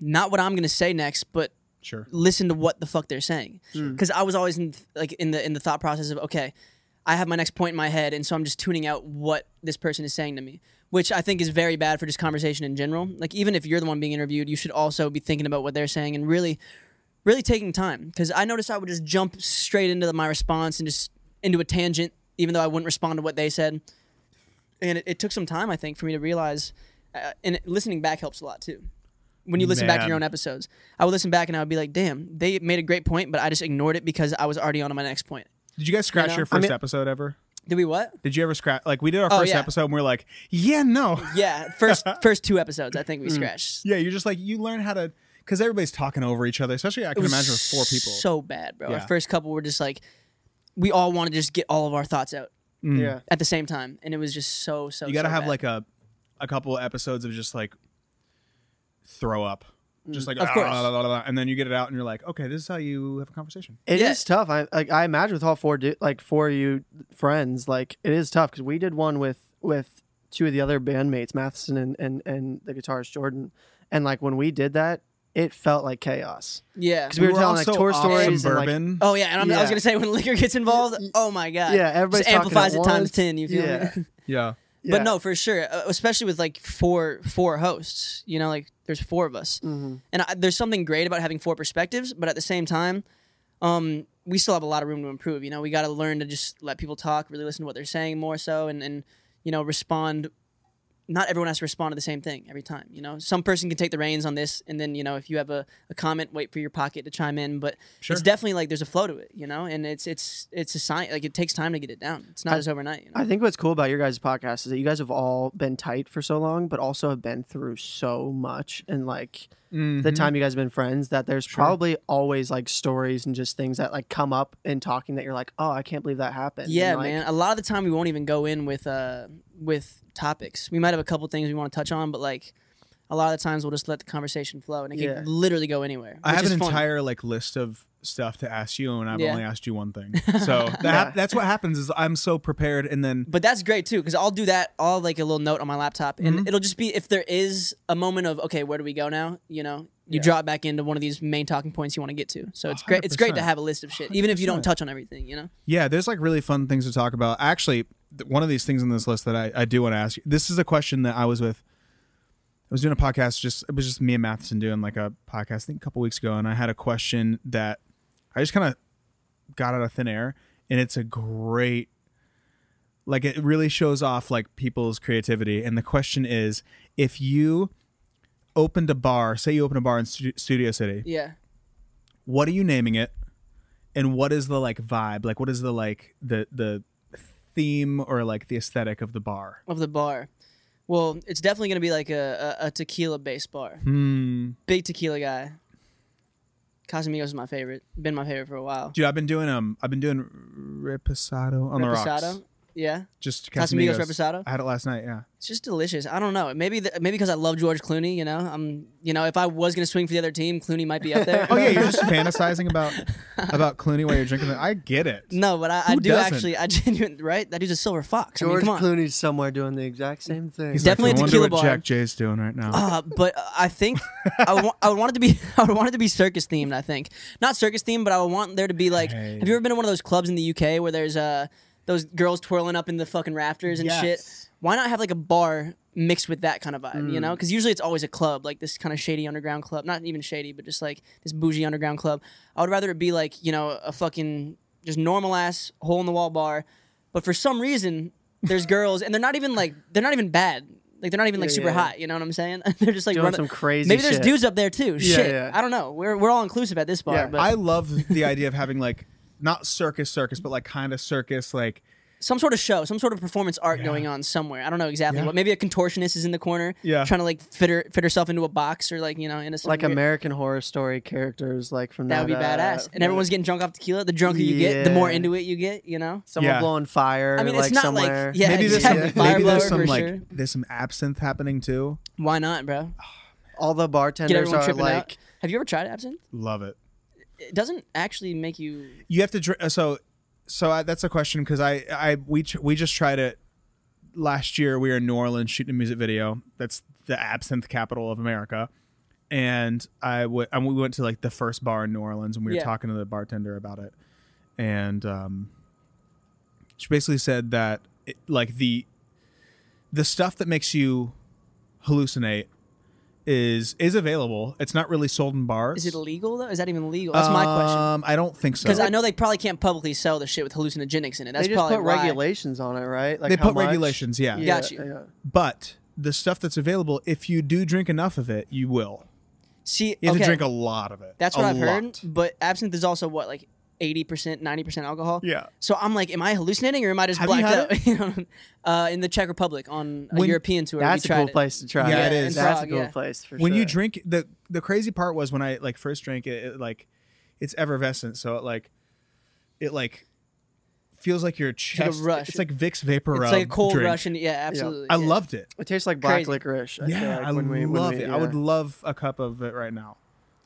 not what I'm going to say next, but
sure
listen to what the fuck they're saying. Because I was always in like in the in the thought process of okay, I have my next point in my head, and so I'm just tuning out what this person is saying to me, which I think is very bad for just conversation in general. Like even if you're the one being interviewed, you should also be thinking about what they're saying and really, really taking time. Because I noticed I would just jump straight into the, my response and just into a tangent, even though I wouldn't respond to what they said. And it, it took some time, I think, for me to realize. Uh, and it- listening back helps a lot too when you listen back to
Man.
your own episodes. I would listen back and I would be like, damn, they made a great point, but I just ignored it because I was already on to my next point.
did you guys scratch
know?
your first
mean-
episode ever
Did we what?
did you ever scratch like we did our
Oh,
first
yeah.
episode and we are like yeah no
Yeah, first first two episodes, I
Mm.
think we scratched.
yeah you're just like you learn how to because everybody's talking over each other especially i can
was
imagine with four people
So bad, bro.
Yeah.
Our first couple were just like, we all wanted to just get all of our thoughts out
Yeah.
at the same time, and it was just so so.
you gotta
so
have
bad.
like a a couple episodes of just like throw up just like
Mm, Of
ah,
course.
blah, blah, blah, blah, and then you get it out and you're like okay this is how you have a conversation
It is
Yeah.
tough. I like I imagine with all four du- like four of you friends, like it is tough because we did one with with two of the other bandmates, Matheson and and and the guitarist Jordan, and like when we did that, it felt like chaos
yeah.
because we, were, telling like
also
tour
off some
stories and like
bourbon
Oh yeah, and I'm, I was
Yeah.
gonna say when liquor gets involved, oh my god,
yeah, everybody's
just amplifies it
talking at
times
once.
ten. You feel
Yeah.
me?
yeah
Yeah.
But no, for sure, uh, especially with like four four hosts. You know, like there's four of us, and I, there's something great about having four perspectives. But at the same time, um, we still have a lot of room to improve. You know, we got to learn to just let people talk, really listen to what they're saying more so, and and you know respond not everyone has to respond to the same thing every time. You know, some person can take the reins on this, and then you know, if you have a, a comment, wait for your pocket to chime in. But
Sure.
it's definitely like there's a flow to it, you know, and it's it's it's a sign. Like it takes time to get it down. It's not just overnight. You know?
I think what's cool about your guys' podcast is that you guys have all been tight for so long, but also have been through so much and like
Mm.
Mm-hmm.
the time you guys have been friends that there's probably always like stories and just things that like come up in talking that you're like, oh, I can't believe that happened.
yeah,
And, like,
man. A lot of the time we won't even go in with uh with topics. We might have a couple things we want to touch on, but like a lot of the times we'll just let the conversation flow, and it
Yeah.
can literally go anywhere.
I
which
have
is
an
fun.
entire like list of stuff to ask you, and I've
Yeah.
only asked you one thing. So that hap- that's what happens. Is I'm so prepared, and then
but that's great too because I'll do that. I'll like a little note on my laptop, and
Mm-hmm.
it'll just be if there is a moment of okay, where do we go now? You know, you drop back into one of these main talking points you want to get to. So it's great. It's great to
100%.
have a list of shit, even if you don't touch on everything. You know,
yeah, there's like really fun things to talk about. Actually, th- one of these things in this list that I, I do want to ask you. This is a question that I was with. I was doing a podcast. Just it was just me and Matheson doing like a podcast. I think a couple weeks ago, and I had a question that I just kind of got out of thin air, and it's a great like it really shows off like people's creativity and the question is if you opened a bar say you open a bar in Stu- studio city
yeah,
what are you naming it and what is the like vibe like what is the like the the theme or like the aesthetic of the bar
of the bar. Well, it's definitely gonna be like a a, a tequila based bar.
hmm
Big tequila guy. Casamigos is my favorite. Been my favorite for a while.
dude i've been doing um i've been doing reposado on the rocks
Reposado. Yeah,
just
Casamigos Reposado?
i had it last night yeah
it's just delicious. I don't know. Maybe the, maybe because I love George Clooney. You know, I'm you know if I was gonna swing for the other team, Clooney might be up there.
oh yeah you're just fantasizing about about clooney while you're drinking it. i get it
No, but I, I
Who
do
doesn't?
actually. I genuinely right. That dude's a silver fox.
George
I mean, come on.
Clooney's somewhere doing the exact same thing.
He's
Definitely
like, I
a
wonder
tequila
what
bar.
jack jay's doing right now
Uh, but uh, I think I would wa- I would want it to be I would want it to be circus themed. I think not circus themed, but I would want there to be like.
Hey.
Have you ever been to one of those clubs in the UK where there's uh those girls twirling up in the fucking rafters and shit?
Yes.
Why not have like a bar mixed with that kind of vibe? You
Mm.
know, because usually it's always a club like this kind of shady underground club. Not even shady, but just like this bougie underground club. I would rather it be like you know a fucking just normal ass hole in the wall bar, but for some reason there's girls and they're not even like they're not even bad. Like they're not even like
Yeah,
super
yeah.
hot, you know what I'm saying? they're just like
Doing
running-
some crazy
Maybe there's
shit.
dudes up there too. Shit,
yeah.
I don't know. We're we're all inclusive at this bar,
Yeah.
but
I love the idea of having like not circus circus, but like kind of circus like
some sort of show, some sort of performance art going on somewhere. I don't know exactly
Yeah.
what. Maybe a contortionist is in the corner,
Yeah.
trying to like fit her fit herself into a box or like you know in a
like
weird-
American Horror Story characters, like from uh,
That would be badass. and everyone's getting drunk off tequila. The drunker you get, the more
Yeah.
into it you get. You know.
someone
Yeah.
blowing fire.
I mean,
like
it's not like-
somewhere.
yeah.
maybe there's
exactly.
some, maybe
Fire blower
there's some
for
like
sure.
there's some absinthe happening too.
Why not, bro?
all the
Get
bartenders
everyone
are
tripping
like
out. Have you ever tried absinthe?
Love it.
It doesn't actually make you.
You have to dr- uh, so so I, that's a question because I I we tr- we just tried it last year. We were in New Orleans shooting a music video. That's the absinthe capital of America. And I w- and we went to like the first bar in New Orleans, and we were
Yeah.
talking to the bartender about it, and um, she basically said that it, like the the stuff that makes you hallucinate is is available. It's not really sold in bars.
Is it illegal though? Is that even legal? That's my
Uh,
question.
Um, I don't think so.
Because I know they probably can't publicly sell the shit with hallucinogenics in it. That's
they just
probably
put
why.
regulations on it, right? Like
they
how
put
much?
regulations, yeah.
Yeah. Got you.
But the stuff that's available, if you do drink enough of it, you will.
See,
You have
okay,
to drink a lot of it.
that's what
i
I've heard. But absinthe is also what like eighty percent, ninety percent alcohol.
Yeah.
So I'm like, am I hallucinating or am I just
Have you had
blacked out? You know what I mean? uh, in the Czech Republic on a
When-
European tour,
That's
we
a
tried
cool
it.
place to try.
Yeah, it
it
is.
That's
Prague,
a cool
yeah.
place for
When you
sure.
drink the the crazy part was when I like first drank it, it like it's effervescent, so it like it like feels like your chest
rush.
It's like Vicks vapor
It's
rub.
like a cold
drink.
Russian. Yeah, absolutely.
I
yeah.
loved it.
It tastes like black
Crazy.
licorice. I feel
yeah,
like,
I
when we, when
love
we-
it.
yeah.
I would love a cup of it right now.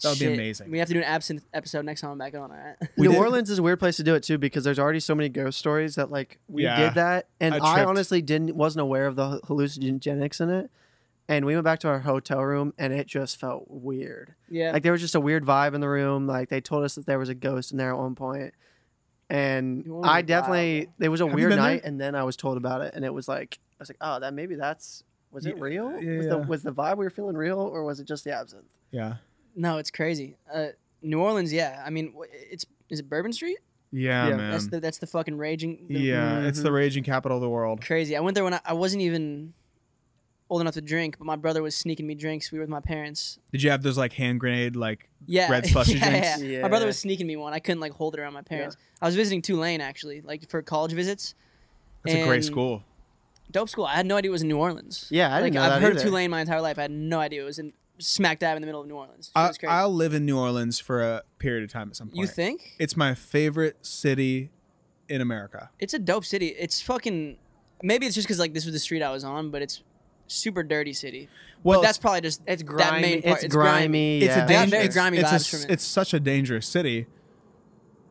That would be
Shit.
amazing.
We have to do an absinthe episode next time I'm back on. All right?
We
New
did-
Orleans is a weird place to do it too because there's already so many ghost stories that like we
Yeah.
did that, and
I
I,
tripped.
honestly didn't wasn't aware of the hallucinogenics in it. And we went back to our hotel room, and it just felt weird.
yeah.
Like there was just a weird vibe in the room. Like they told us that there was a ghost in there at one point, and
New Orleans
I
is wild,
definitely
man.
it was a
Have you
weird
been there?
night. And then I was told about it, and it was like I was like, oh, that maybe that's was it
Yeah,
real?
yeah,
was, the,
yeah.
was the vibe we were feeling real, or was it just the absinthe?
yeah.
no, it's crazy. Uh, New Orleans. Yeah. I mean, wh- it's is it Bourbon Street?
yeah,
Yeah.
man.
That's the that's the fucking raging. the- mm-hmm.
yeah, it's the raging capital of the world.
crazy. I went there when I, I wasn't even. old enough to drink, but my brother was sneaking me drinks. We were with my parents.
Did you have those like hand grenade like
Yeah,
Red slushy
yeah,
drinks?
yeah. My brother
Yeah.
was sneaking me one. I couldn't like hold it around my parents. I was visiting Tulane actually, like for college visits.
that's a great
And
school.
Dope school. I had no idea it was in New Orleans.
Yeah, I
like,
didn't know
I've
that
heard
either.
Tulane my entire life. I had no idea it was in smack dab in the middle of New Orleans. It
I,
was crazy.
I'll live in New Orleans for a period of time at some point.
you think
it's my favorite city in America.
it's a dope city? It's fucking. Maybe it's just because like this was the street I was on, but it's super dirty city.
Well,
But that's probably just it's grimy. That main part.
It's grimy.
it's
yeah.
a
I got
danger-
very grimy
it's,
vibes
a,
from it.
it's such a dangerous city.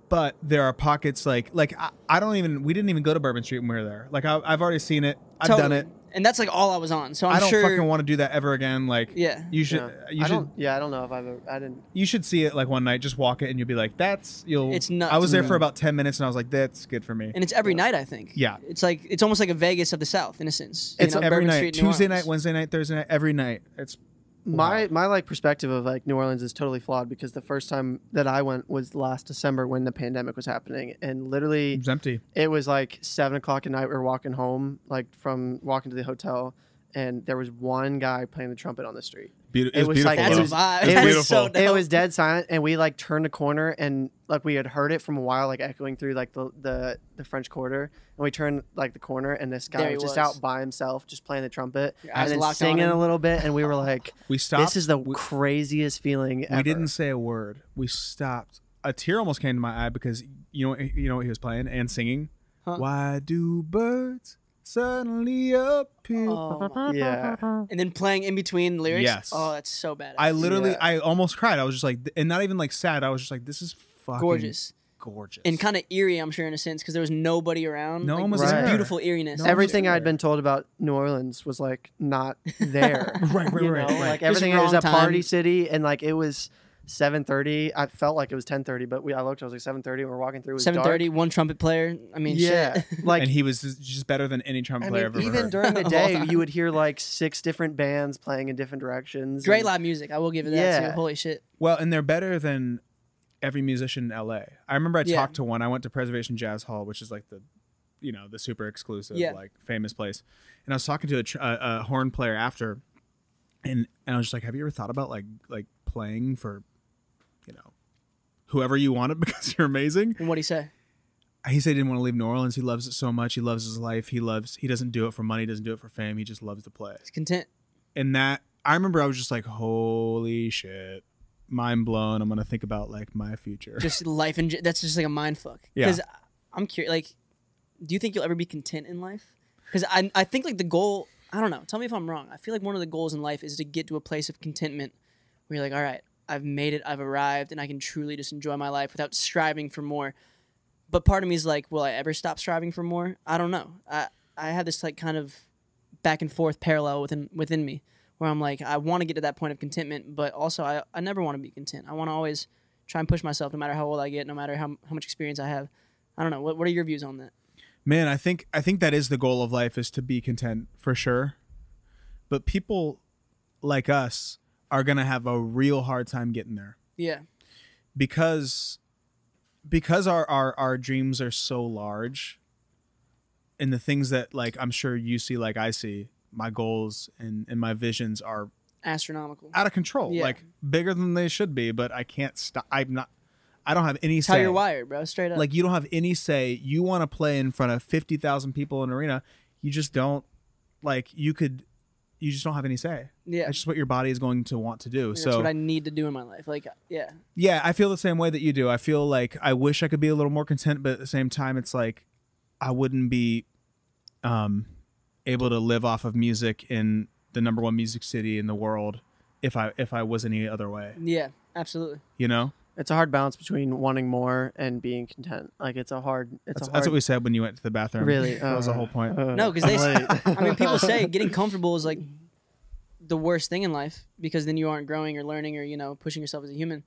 But there are pockets like like I, I don't even we didn't even go to Bourbon Street when we were there. Like I, I've already seen it. I've done
Totally.
it.
and that's like all I was on. So I'm
I do not
sure.
fucking want to do that ever again. Like
Yeah.
you should
Yeah.
you
I
should
don't, yeah, I don't know if I've ever, I didn't.
you should see it like one night. Just walk it and you'll be like that's you'll.
It's nuts.
I was there
Yeah.
for about ten minutes and I was like that's good for me.
and it's every night, I think.
Yeah.
It's like it's almost like a Vegas of the South, in a sense. You
It's
know,
every
Bourbon
night.
Street, New
Tuesday
Orleans.
night, Wednesday night, Thursday night, every night. It's
My my like perspective of like New Orleans is totally flawed because the first time that I went was last December when the pandemic was happening, and literally
it's empty.
it was like seven o'clock at night. We were walking home, like from walking to the hotel, and there was one guy playing the trumpet on the street.
Beautiful.
It was like
That's
though.
a vibe.
It was
That is
beautiful.
so
It
dope.
It was dead silent, and we like turned a corner, and like we had heard it from a while, like echoing through like the the, the French Quarter. And we turned like the corner, and this guy
There he
was, just
was.
out by himself, just playing the trumpet,
Your eyes
and then
locked on
singing
him.
a little bit. And we were like,
we stopped.
"This is the
we,
craziest feeling."
we didn't say a word. We stopped. A tear almost came to my eye because you know you know what he was playing and singing.
Huh.
Why do birds suddenly appear?
Oh my-
Yeah,
And then playing in between lyrics.
Yes.
Oh, that's so bad.
I literally,
Yeah.
I almost cried. I was just like, and not even like sad. I was just like, this is fucking
gorgeous
gorgeous.
and kind of eerie. I'm sure in a sense because there was nobody around.
No
like,
one was
this
there.
Beautiful eeriness.
No one was
everything
there.
I'd been told about New Orleans was like not there.
right, right,
you
right,
know?
right.
Like
Just
everything it was
wrong
a party
time.
city, and like it was. 7:30. I felt like it was 10:30, but we I looked. I was like 7:30. and we We're walking through. It was dark.
Seven thirty. One trumpet player. I mean,
Yeah,
shit.
like
and he was just- just better than any trumpet
I
player
mean,
I've ever
even
heard.
during the
Of all
day,
time.
you would hear like six different bands playing in different directions.
Great
and-
live music. I will give it that.
Yeah.
Too. Holy shit.
well, and they're better than every musician in LA. I remember I
Yeah.
talked to one. I went to Preservation Jazz Hall, which is like the, you know, the super exclusive,
Yeah.
like famous place. And I was talking to a, tr- a, a horn player after, and and I was just like, have you ever thought about like like playing for, you know, whoever you wanted because you're amazing?
And what he say?
he said he didn't want to leave New Orleans. He loves it so much. He loves his life. He loves. He doesn't do it for money. Doesn't do it for fame. He just loves to play.
He's content.
And that I remember, I was just like, "Holy shit, mind blown." I'm gonna think about like my future.
Just life and that's just like a mind fuck.
Yeah.
Because I'm curious. Like, do you think you'll ever be content in life? Because I I think like the goal. I don't know. Tell me if I'm wrong. I feel like one of the goals in life is to get to a place of contentment where you're like, all right, I've made it, I've arrived, and I can truly just enjoy my life without striving for more. But part of me is like, will I ever stop striving for more? I don't know. I I had this like kind of back and forth parallel within within me where I'm like, I want to get to that point of contentment, but also I, I never want to be content. I want to always try and push myself no matter how old I get, no matter how, how much experience I have. I don't know. What, what are your views on that?
Man, I think I think that is the goal of life is to be content for sure. But people like us are gonna have a real hard time getting there.
Yeah.
because because our our our dreams are so large and the things that like i'm sure you see like i see my goals and and my visions are
Astronomical.
out of control
Yeah.
like bigger than they should be but i can't stop i'm not i don't have any
That's how
say
you're wired, bro. Straight up.
like you don't have any say you want to play in front of 50,000 people in an arena you just don't like you could you just don't have any say
yeah.
that's just what your body is going to want to do
That's
so
what I need to do in my life. Like, yeah.
yeah, I feel the same way that you do. I feel like I wish I could be a little more content, but at the same time, it's like I wouldn't be um, able to live off of music in the number one music city in the world if I if I was any other way.
Yeah. Absolutely.
You know,
It's a hard balance between wanting more and being content. Like it's a hard. It's
that's,
a hard.
that's what we said when you went to the bathroom.
Really, uh,
that was the whole point.
No, because they.
Wait.
I mean, people say getting comfortable is like the worst thing in life because then you aren't growing or learning or you know pushing yourself as a human.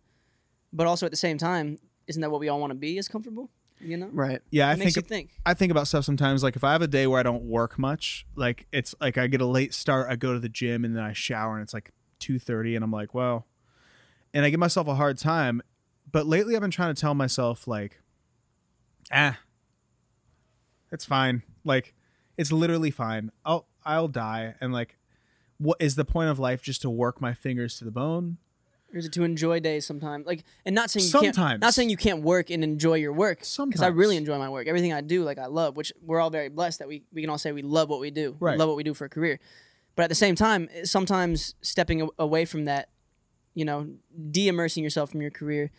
But also at the same time, isn't that what we all want to be? Is comfortable? You know,
right.
yeah, I
it makes
think
you think.
I think about stuff sometimes. Like if I have a day where I don't work much, like it's like I get a late start, I go to the gym, and then I shower, and it's like two thirty, and I'm like, well, and I give myself a hard time. But lately, I've been trying to tell myself like, ah, it's fine. Like it's literally fine. I'll I'll die, and like what is the point of life just to work my fingers to the bone?
Or is it to enjoy days sometimes? Like, and not saying you
Sometimes.
can't, not saying you can't work and enjoy your work. because I
Sometimes.
really enjoy my work. Everything I do, like I love, which we're all very blessed that we we can all say we love what we do. We
Right.
love what we do for a career. But at the same time, eh, sometimes stepping a- away from that, you know, de-immersing yourself from your career,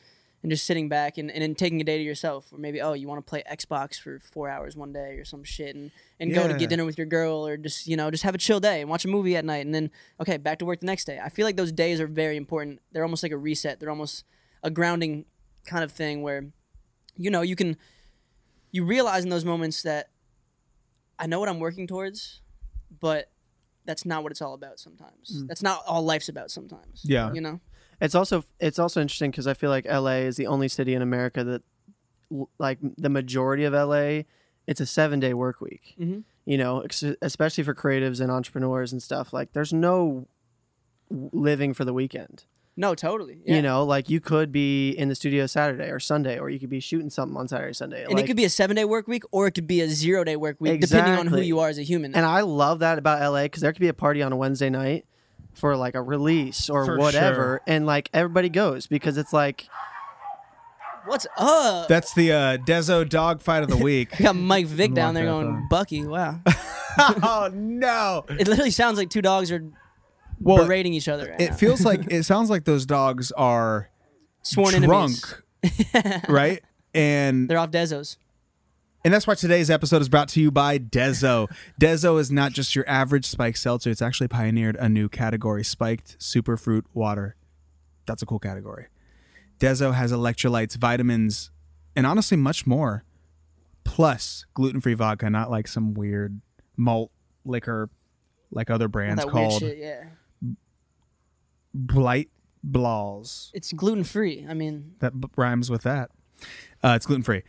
and just sitting back and, and then taking a day to yourself, or maybe oh you want to play Xbox for four hours one day or some shit, and and go to
Yeah.
get dinner with your girl, or just you know just have a chill day and watch a movie at night, and then okay back to work the next day. I feel like those days are very important. They're almost like a reset. They're almost a grounding kind of thing where you know you can you realize in those moments that I know what I'm working towards, but that's not what it's all about sometimes. That's not all life's about sometimes.
Mm. Yeah.
You know?
It's also it's also interesting because I feel like LA is the only city in America that, l- like the majority of LA, it's a seven day work week.
Mhm.
You know, ex- especially for creatives and entrepreneurs and stuff. Like, there's no w- living for the weekend.
No, totally. Yeah.
You know, like you could be in the studio Saturday or Sunday, or you could be shooting something on Saturday, Sunday.
And it could be a seven day work week or it could be a zero day work week, depending on who
Exactly.
you are as a human.
And I love that about LA because there could be a party on a Wednesday night for like a release or
For
whatever, and like everybody goes because it's like
What's up?
That's the uh, Dezo dogfight of the week.
we got Mike Vick down there
Unlock that
going,
phone.
Bucky, wow.
oh no!
it literally sounds like two dogs are
Well,
berating each other. Right
it
now.
feels like it sounds like those dogs are
Sworn
drunk,
enemies.
right? And
They're off Dezos.
And that's why today's episode is brought to you by Dezo. Dezo is not just your average spiked seltzer, it's actually pioneered a new category spiked superfruit water. That's a cool category. Dezo has electrolytes, vitamins, and honestly, much more. Plus gluten free vodka, not like some weird malt liquor like other brands
that
called
weird shit, yeah.
Blight Blaws.
It's gluten free. I mean,
That b- rhymes with that. Uh, it's gluten free.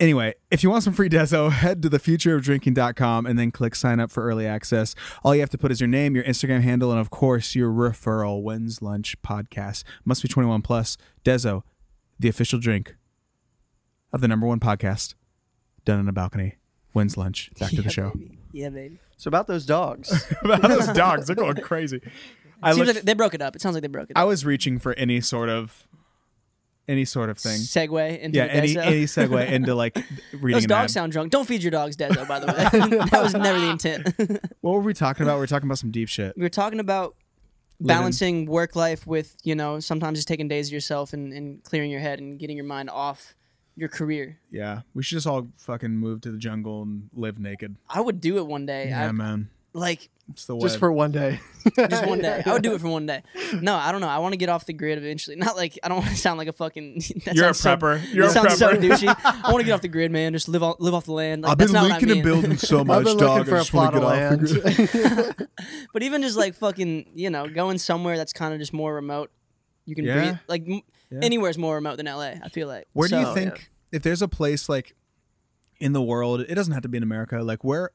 Anyway, if you want some free Dezo, head to thefutureofdrinking.com and then click sign up for early access. All you have to put is your name, your Instagram handle, and of course your referral. When's lunch podcast must be 21 plus. Dezo, the official drink of the number one podcast, done on a balcony. When's lunch? Back to
yeah,
the show.
baby. Yeah, baby.
so about those dogs.
Those dogs, they're going crazy. I,
Seems
looked-
like they broke it up. It sounds like they broke it
I
up.
was reaching for any sort of any sort of thing.
Segway into
yeah,
the
any
Dezo.
any segue into like reading
Those
an
dogs
ad.
sound drunk. Don't feed your dogs Dezo, by the way. that was never the intent.
What were we talking about? We were talking about some deep shit.
we were talking about balancing work life with, you know, sometimes just taking days of yourself and, and clearing your head and getting your mind off your career.
Yeah, we should just all fucking move to the jungle and live naked.
I would do it one day.
Yeah,
I,
man,
like
it's the way.
just for one day.
just one day. I would do it for one day. No, I don't know. I want to get off the grid eventually. Not like I don't want to sound like a fucking. that
You're a
sounds so-
prepper. You're
that
a
sounds so
prepper.
douchey. I want to get off the grid, man. Just live on, live off the land. Like,
I've been
that's not
leaking
what I mean.
and building so much,
I've been
dog.
looking for
I
a
just want
plot
to
of
get off. the
land.
grid.
But even just like fucking, you know, going somewhere that's kind of just more remote, you can
Yeah.
breathe. Like m- anywhere's more remote than LA. I feel like.
Where do
So-
you think if there's a place like in the world, it doesn't have to be in America. Like where,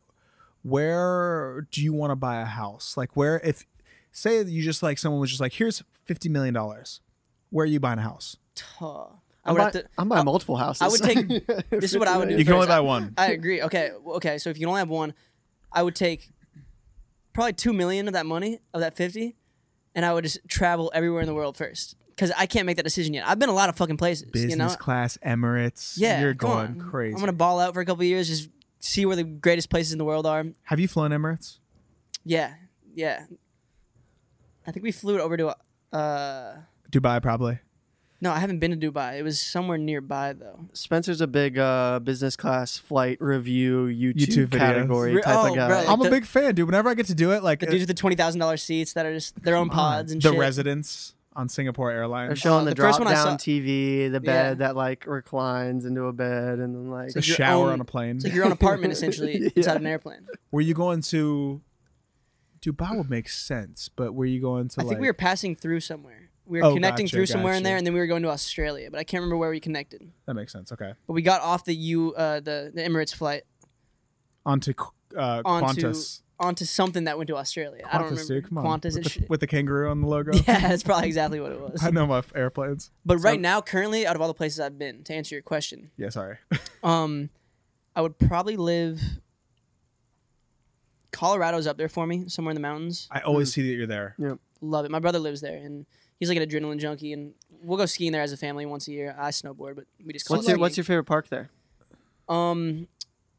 where do you want to buy a house? Like where if say you just like someone was just like here's fifty million dollars, where are you buying a house?
Huh. I
I'm
would
by,
have to.
I'm by multiple houses.
I would take. this is what I would do.
You can only
first.
buy one.
I agree. Okay. well, Okay. So if you can only have one, I would take probably two million of that money of that fifty, and I would just travel everywhere in the world first because I can't make that decision yet. I've been a lot of fucking places.
Business
you know.
class, Emirates.
Yeah.
you're
come
going
on.
crazy.
I'm gonna ball out for a couple of years, just see where the greatest places in the world are.
Have you flown Emirates?
Yeah. Yeah. I think we flew it over to. Uh,
Dubai, probably.
no, I haven't been to Dubai. It was somewhere nearby though.
Spencer's a big uh, business class flight review YouTube,
YouTube videos.
category
Re-
type
oh,
of guy.
bro, like
I'm a
the-
big fan, dude. Whenever I get to do it, like
The
uh,
dudes with the twenty thousand dollars seats that are just their own pods and
the
shit.
residents on Singapore
They're
Airlines.
showing
Oh,
the,
the first
drop
one I
down
saw-
TV, the bed
Yeah.
that like reclines into a bed, and then like
The
your
shower
own-
on a plane.
It's like your own apartment essentially
Yeah.
inside an airplane.
were you going to Dubai would make sense, but were you going to
I
like
think we were passing through somewhere. We were
Oh,
connecting
gotcha,
through somewhere in
gotcha.
there, and then we were going to Australia, but I can't remember where we connected.
that makes sense, okay.
But we got off the U, uh, the the Emirates flight
Onto Qu- uh
Onto-
Qantas.
onto something that went to Australia. I don't
Qantas,
remember
dude, come on.
Qantas
with,
and
the,
shit.
with the kangaroo on the logo.
Yeah, that's probably exactly what it was.
I know my f- airplanes.
But right
So-
now, currently, out of all the places I've been, to answer your question,
Yeah, sorry.
um, I would probably live Colorado's up there for me, somewhere in the mountains.
I always see that you're there.
Love it. My brother lives there, and he's like an adrenaline junkie. And we'll go skiing there as a family once a year. I snowboard, but we just.
What's your What's your favorite park there?
your um?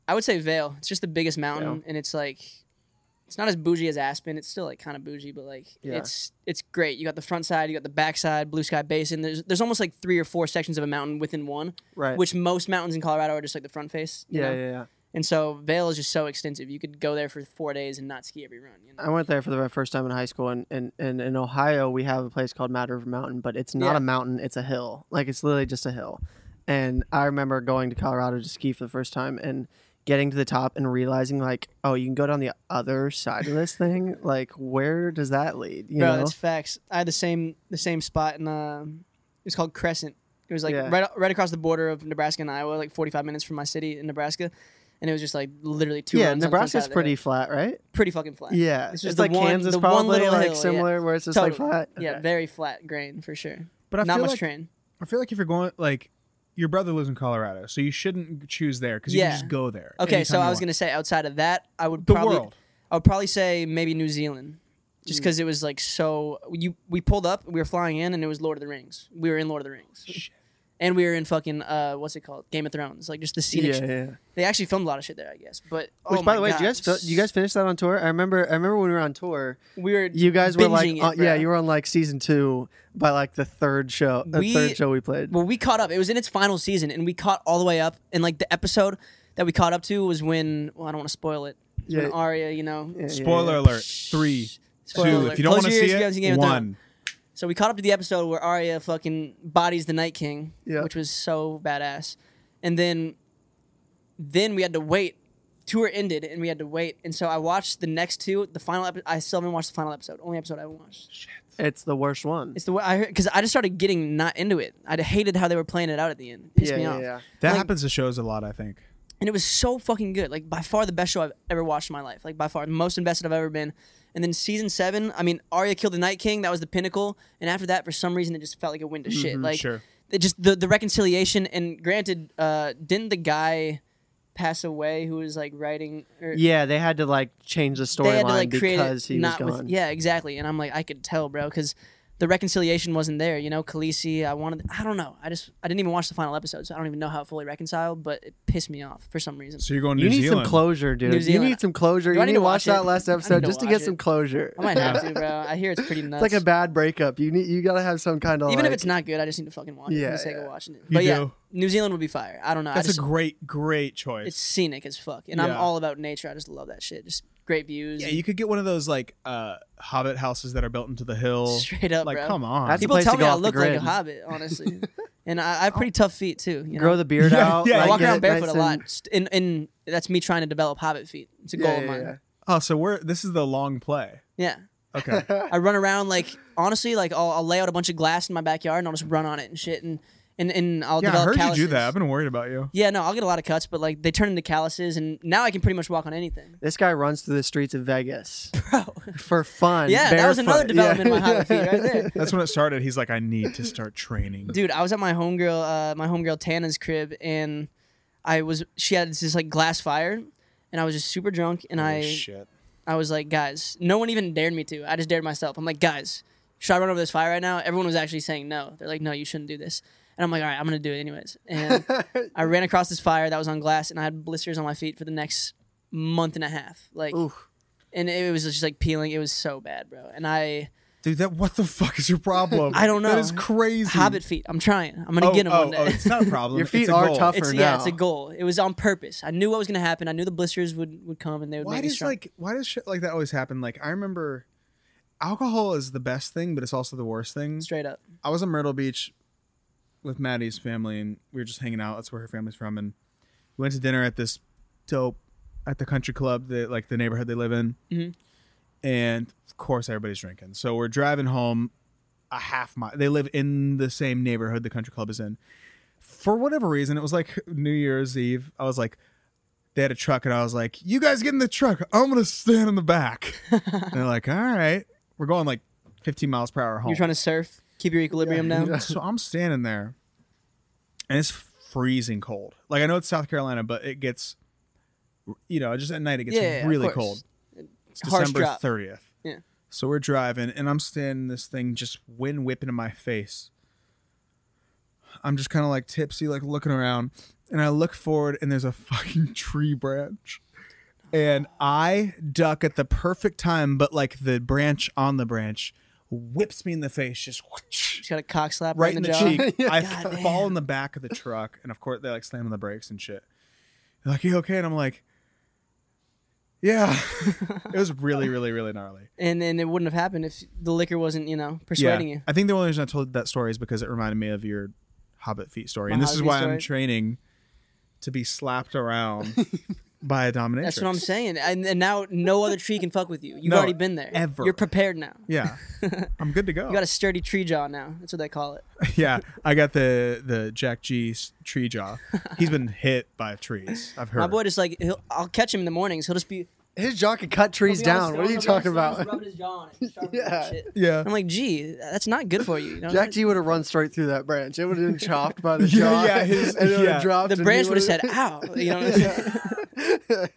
I would say Vale. It's just the biggest mountain,
Vale.
and it's like. It's not as bougie as Aspen. It's still like kind of bougie, but like
Yeah.
it's it's great. You got the front side, you got the back side, blue sky basin. There's there's almost like three or four sections of a mountain within one,
Right.
which most mountains in Colorado are just like the front face. you
yeah,
know?
yeah, yeah.
And so Vale is just so extensive. You could go there for four days and not ski every run. You know?
I went there for the very first time in high school, and, and, and in Ohio we have a place called Mad River Mountain, but it's not
Yeah.
a mountain; it's a hill. Like it's literally just a hill. And I remember going to Colorado to ski for the first time and getting to the top and realizing like, oh, you can go down the other side of this thing. Like, where does that lead? You
Bro,
know?
that's facts. I had the same the same spot in uh, it was called Crescent. It was like
Yeah.
right right across the border of Nebraska and Iowa, like 45 minutes from my city in Nebraska, and it was just like literally two.
yeah,
runs on the front
Nebraska's
side of the
pretty
hill.
flat, right?
pretty fucking flat.
Yeah,
It's
it's
just
just
the
like
one-
Kansas,
the one
probably
little
like
hill, yeah.
similar, where it's just like
Totally.
flat.
Yeah,
Okay.
very flat grain for sure.
But I
Not
feel
much
like
terrain.
I feel like if you're going like your brother lives in Colorado, so you shouldn't choose there because you
Yeah.
can just go there.
Okay, so I was
anytime
gonna say outside of that, I
you
would
want. the
probably
world.
I would probably say maybe New Zealand,
Mm.
just because it was like so. You we pulled up, we were flying in, and it was Lord of the Rings. We were in Lord of the Rings, and we were in fucking uh, what's it called, Game of Thrones. Like just the scenic.
yeah,
shit.
yeah.
They actually filmed a lot of shit there, I guess. But
Which,
oh
by
my
the way,
God,
do you guys fil- you guys finish that on tour? I remember I remember when we were on tour.
we were
You guys were like,
binging it,
on-
bro.
yeah, you were on like season two by like the third show. The
We-
third show we played.
Well, we caught up. It was in its final season, and we caught all the way up. And like the episode that we caught up to was when well, I don't want to spoil it. It's
Yeah.
When Arya, you know,
Yeah, yeah,
Spoiler
yeah.
alert: three,
Spoiler
two.
alert.
If you don't
Close
want to
your
see
ears if you haven't seen Game
it,
of Thrones.
one.
So we caught up to the episode where Arya fucking bodies the Night King,
Yeah.
which was so badass. And then, then we had to wait. Tour ended, and we had to wait. And so I watched the next two. The final episode. I still haven't watched the final episode. Only episode I haven't watched.
It's the worst one.
It's the way I because I just started getting not into it. I hated how they were playing it out at the end. It pissed
yeah,
me
yeah,
off.
yeah.
That
Like-
happens to shows a lot, I think.
and it was so fucking good. Like by far the best show I've ever watched in my life. Like by far the most invested I've ever been. And then season seven, I mean, Arya killed the Night King. That was the pinnacle. And after that, for some reason, it just felt like it went to
Mm-hmm,
shit. Like
sure.
it just the the reconciliation. And granted, uh, didn't the guy pass away who was like writing? Or,
Yeah, they had to like change the
they had to
storyline
like create
because
it
he was
not with
gone.
yeah exactly and i'm like i could tell bro because the reconciliation wasn't there you know Khaleesi, i wanted i don't know i just i didn't even watch the final episode so i don't even know how it fully reconciled but it pissed me off for some reason
So you're going to
You
New
need
Zealand.
some closure, dude.
New
You
Zealand.
need some closure.
Do
you
I
need to watch that last
I need
episode
to
just to
watch
get
it.
some closure.
i might have to bro i hear it's pretty nuts
it's like a bad breakup. You need you gotta have some kind of
even
like,
if it's not good i just need to fucking watch it
Yeah,
for the sake
yeah.
of watching it
You
but yeah
do.
new zealand would be fire i don't know I
That's
just,
a great, great choice.
it's scenic as fuck and i'm
Yeah.
all about nature i just love that shit just great views
yeah, you could get one of those like uh Hobbit houses that are built into the hill.
straight up
like,
bro.
come on.
That's- It's a
people
place
tell
to
me
go
I
off the
look like a
grid.
hobbit, honestly, and I, I have pretty tough feet too. You know?
grow the beard
Yeah,
out.
yeah.
I
like,
walk
get
around
it nice
barefoot a lot, st- and and that's me trying to develop hobbit feet. It's a
and-
goal
yeah,
of
yeah,
mine.
yeah.
oh, so we're this is the long play.
Yeah.
Okay.
I run around like honestly, like I'll, I'll lay out a bunch of glass in my backyard and I'll just run on it and shit, and and and I'll
yeah, I
develop
heard
calluses.
you do that. I've been worried about you.
yeah, no, I'll get a lot of cuts, but like they turn into calluses, and now I can pretty much walk on anything.
This guy runs through the streets of Vegas for fun.
Yeah, that was another
barefoot.
development
Yeah.
in my hobbit feet right there.
That's when it started. He's like, I need to start training.
dude i was at my homegirl uh, my homegirl tana's crib and i was she had this like glass fire and i was just super drunk and i
Shit.
i was like guys no one even dared me to i just dared myself i'm like guys should i run over this fire right now everyone was actually saying no they're like no you shouldn't do this and i'm like all right i'm gonna do it anyways and i ran across this fire that was on glass and i had blisters on my feet for the next month and a half like
Oof.
and it was just like peeling it was so bad bro and i
Dude, that what the fuck is your problem?
I don't
That
know.
is crazy.
hobbit feet i'm trying i'm gonna
Hmm. Oh,
get them
oh,
one day
oh, it's not a problem.
Your
It's
feet
a
are
goal.
tough.
It's
for
yeah,
now.
it's a goal. It was on purpose. I knew what was gonna happen. I knew the blisters would would come and they would
why
make me
does
strong.
like why does shit like that always happen? Like I remember alcohol is the best thing, but it's also the worst thing.
straight up.
I was in Myrtle Beach with Maddie's family, and we were just hanging out. That's where her family's from, and we went to dinner at this dope at the country club, that like the neighborhood they live in.
Mhm.
And of course, everybody's drinking. So we're driving home a half mile. They live in the same neighborhood the country club is in. For whatever reason, it was like New Year's Eve. I was like, they had a truck, and I was like, "You guys get in the truck. I'm gonna stand in the back." and they're like, "All right, we're going like 15 miles per hour home."
You're trying to surf, keep your equilibrium down.
so I'm standing there, and it's freezing cold. Like I know it's South Carolina, but it gets, you know, just at night it gets
Yeah, yeah, of
really
course.
cold. It's
Harsh
December
drop.
30th.
Yeah.
So we're driving, and I'm standing this thing just wind whipping in my face. I'm just kind of like tipsy, like looking around, and I look forward, and there's a fucking tree branch. And I duck at the perfect time, but like the branch on the branch whips me in the face, just
Just got a cock slap
right in the,
jaw.
cheek. I
God
f-
damn.
fall in the back of the truck, and of course they like slam on the brakes and shit. They're like, "You okay?" And I'm like, "Yeah." it was really, really, really gnarly.
And then it wouldn't have happened if the liquor wasn't, you know, persuading you.
I think the only reason I told that story is because it reminded me of your Hobbit feet story,
My
and this is
Hobbit feet
why I'm
story.
training to be slapped around by a dominatrix.
That's what I'm saying. And, and now no other tree can fuck with you. You've
No,
already been there.
ever.
You're prepared now.
Yeah, I'm good to go.
You got a sturdy tree jaw now. That's what they call it.
yeah, I got the the Jack G s- tree jaw. He's been hit by trees. I've heard.
My boy just like he'll, I'll catch him in the mornings. He'll just be
His jaw could cut trees down. What are you talking about? Yeah.
yeah.
yeah.
I'm like, gee, that's not good for you. you know?
Jack G would have run straight through that branch. It would have been chopped by the jaw.
yeah, his-
and it would
yeah.
have dropped.
the
and he
branch would have said,
would've-
"Ow," you know. What I'm saying?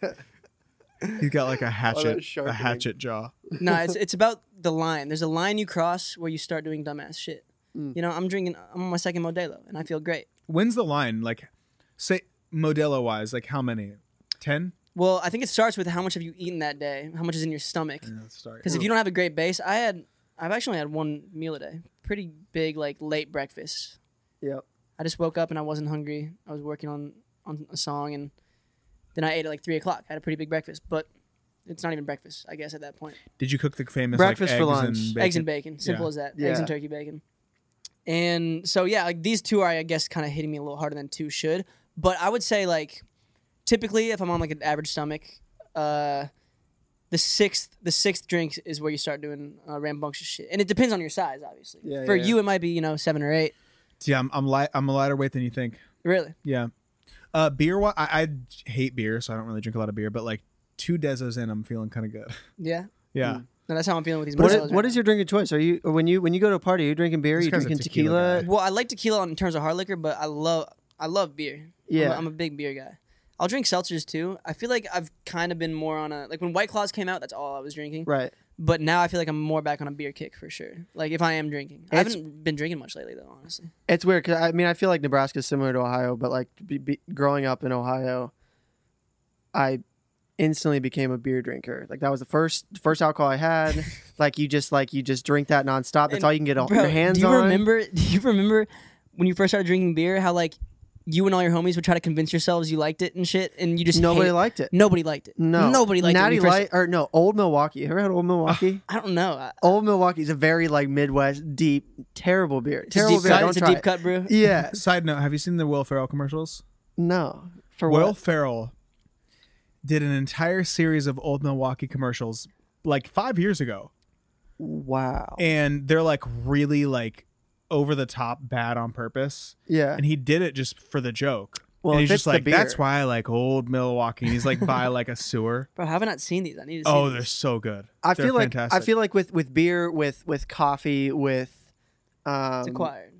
He's got like a hatchet, a
sharpening.
hatchet jaw.
no, it's it's about the line. There's a line you cross where you start doing dumbass shit.
Mm.
You know, I'm drinking. I'm on my second Modelo, and I feel great.
When's the line? Like, say Modelo wise, like how many? Ten.
Well, I think it starts with how much have you eaten that day, how much is in your stomach.
Let's start.
Because if you don't have a great base, I had, I've actually had one meal a day. Pretty big, like late breakfast.
Yep.
I just woke up and I wasn't hungry. I was working on on a song, and then I ate at like three o'clock. I had a pretty big breakfast, but it's not even breakfast, I guess, at that point.
Did you cook the famous
Breakfast for
like, eggs
lunch.
And
Eggs and
bacon?
bacon, simple
Yeah.
as that.
Yeah.
Eggs and turkey bacon. And so yeah, like these two are, I guess, kind of hitting me a little harder than two should. But I would say like, typically, if I'm on like an average stomach, uh, the sixth the sixth drink is where you start doing uh, rambunctious shit, and it depends on your size, obviously.
Yeah,
For
yeah,
you, it might be you know seven or eight.
Yeah, I'm I'm, light, I'm a lighter weight than you think.
Really,
Yeah. Uh, beer. Wa- I, I hate beer, so I don't really drink a lot of beer. But like two Desos in, I'm feeling kind of good.
yeah.
Yeah.
No, that's how I'm feeling with these.
What
Modelo's
is,
right
what
now.
is your drinking choice? Are you when you when you go to a party? Are you drinking beer? Are
This
you
guy's a
drinking
tequila
tequila?
guy.
Well, I like tequila in terms of hard liquor, but I love I love beer. I'm a-
Yeah.
I'm, a big beer guy. I'll drink seltzers too. I feel like I've kind of been more on a like when White Claws came out, that's all I was drinking.
Right.
But now I feel like I'm more back on a beer kick for sure. Like if I am drinking, I
It's-
haven't been drinking much lately though, honestly.
It's weird 'cause I mean I feel like Nebraska is similar to Ohio, but like be, be, growing up in Ohio, I instantly became a beer drinker. Like that was the first first alcohol I had. like you just like you just drink that nonstop. That's
And,
all you can get all,
Bro,
Oh, your hands
do you
on.
remember? Do you remember when you first started drinking beer? How like you and all your homies would try to convince yourselves you liked it and shit, and you just
Nobody
hate-
liked it.
Nobody liked it.
No,
nobody liked
Natty
it. when you first-
Light or no Old Milwaukee. Ever had Old Milwaukee?
I don't know. I-
Old Milwaukee's a very like Midwest deep terrible beer.
It's a
Terrible
deep
beer.
cut.
Don't
It's a
try
deep
it.
cut brew.
Yeah.
Side note: Have you seen the Will Ferrell commercials?
No. For
Will
what?
Ferrell did an entire series of old Milwaukee commercials like five years ago,
Wow.
and they're like really like over the top bad on purpose.
Yeah.
and he did it just for the joke.
Well,
and he's
if it's
just
the
like,
beer-
that's why I like old Milwaukee. And he's like by like a sewer.
Bro, how have I not seen these? I need to see
Oh,
these.
they're so good.
I
They're
feel like
fantastic.
I feel like with with beer, with with coffee, with um,
It's acquired.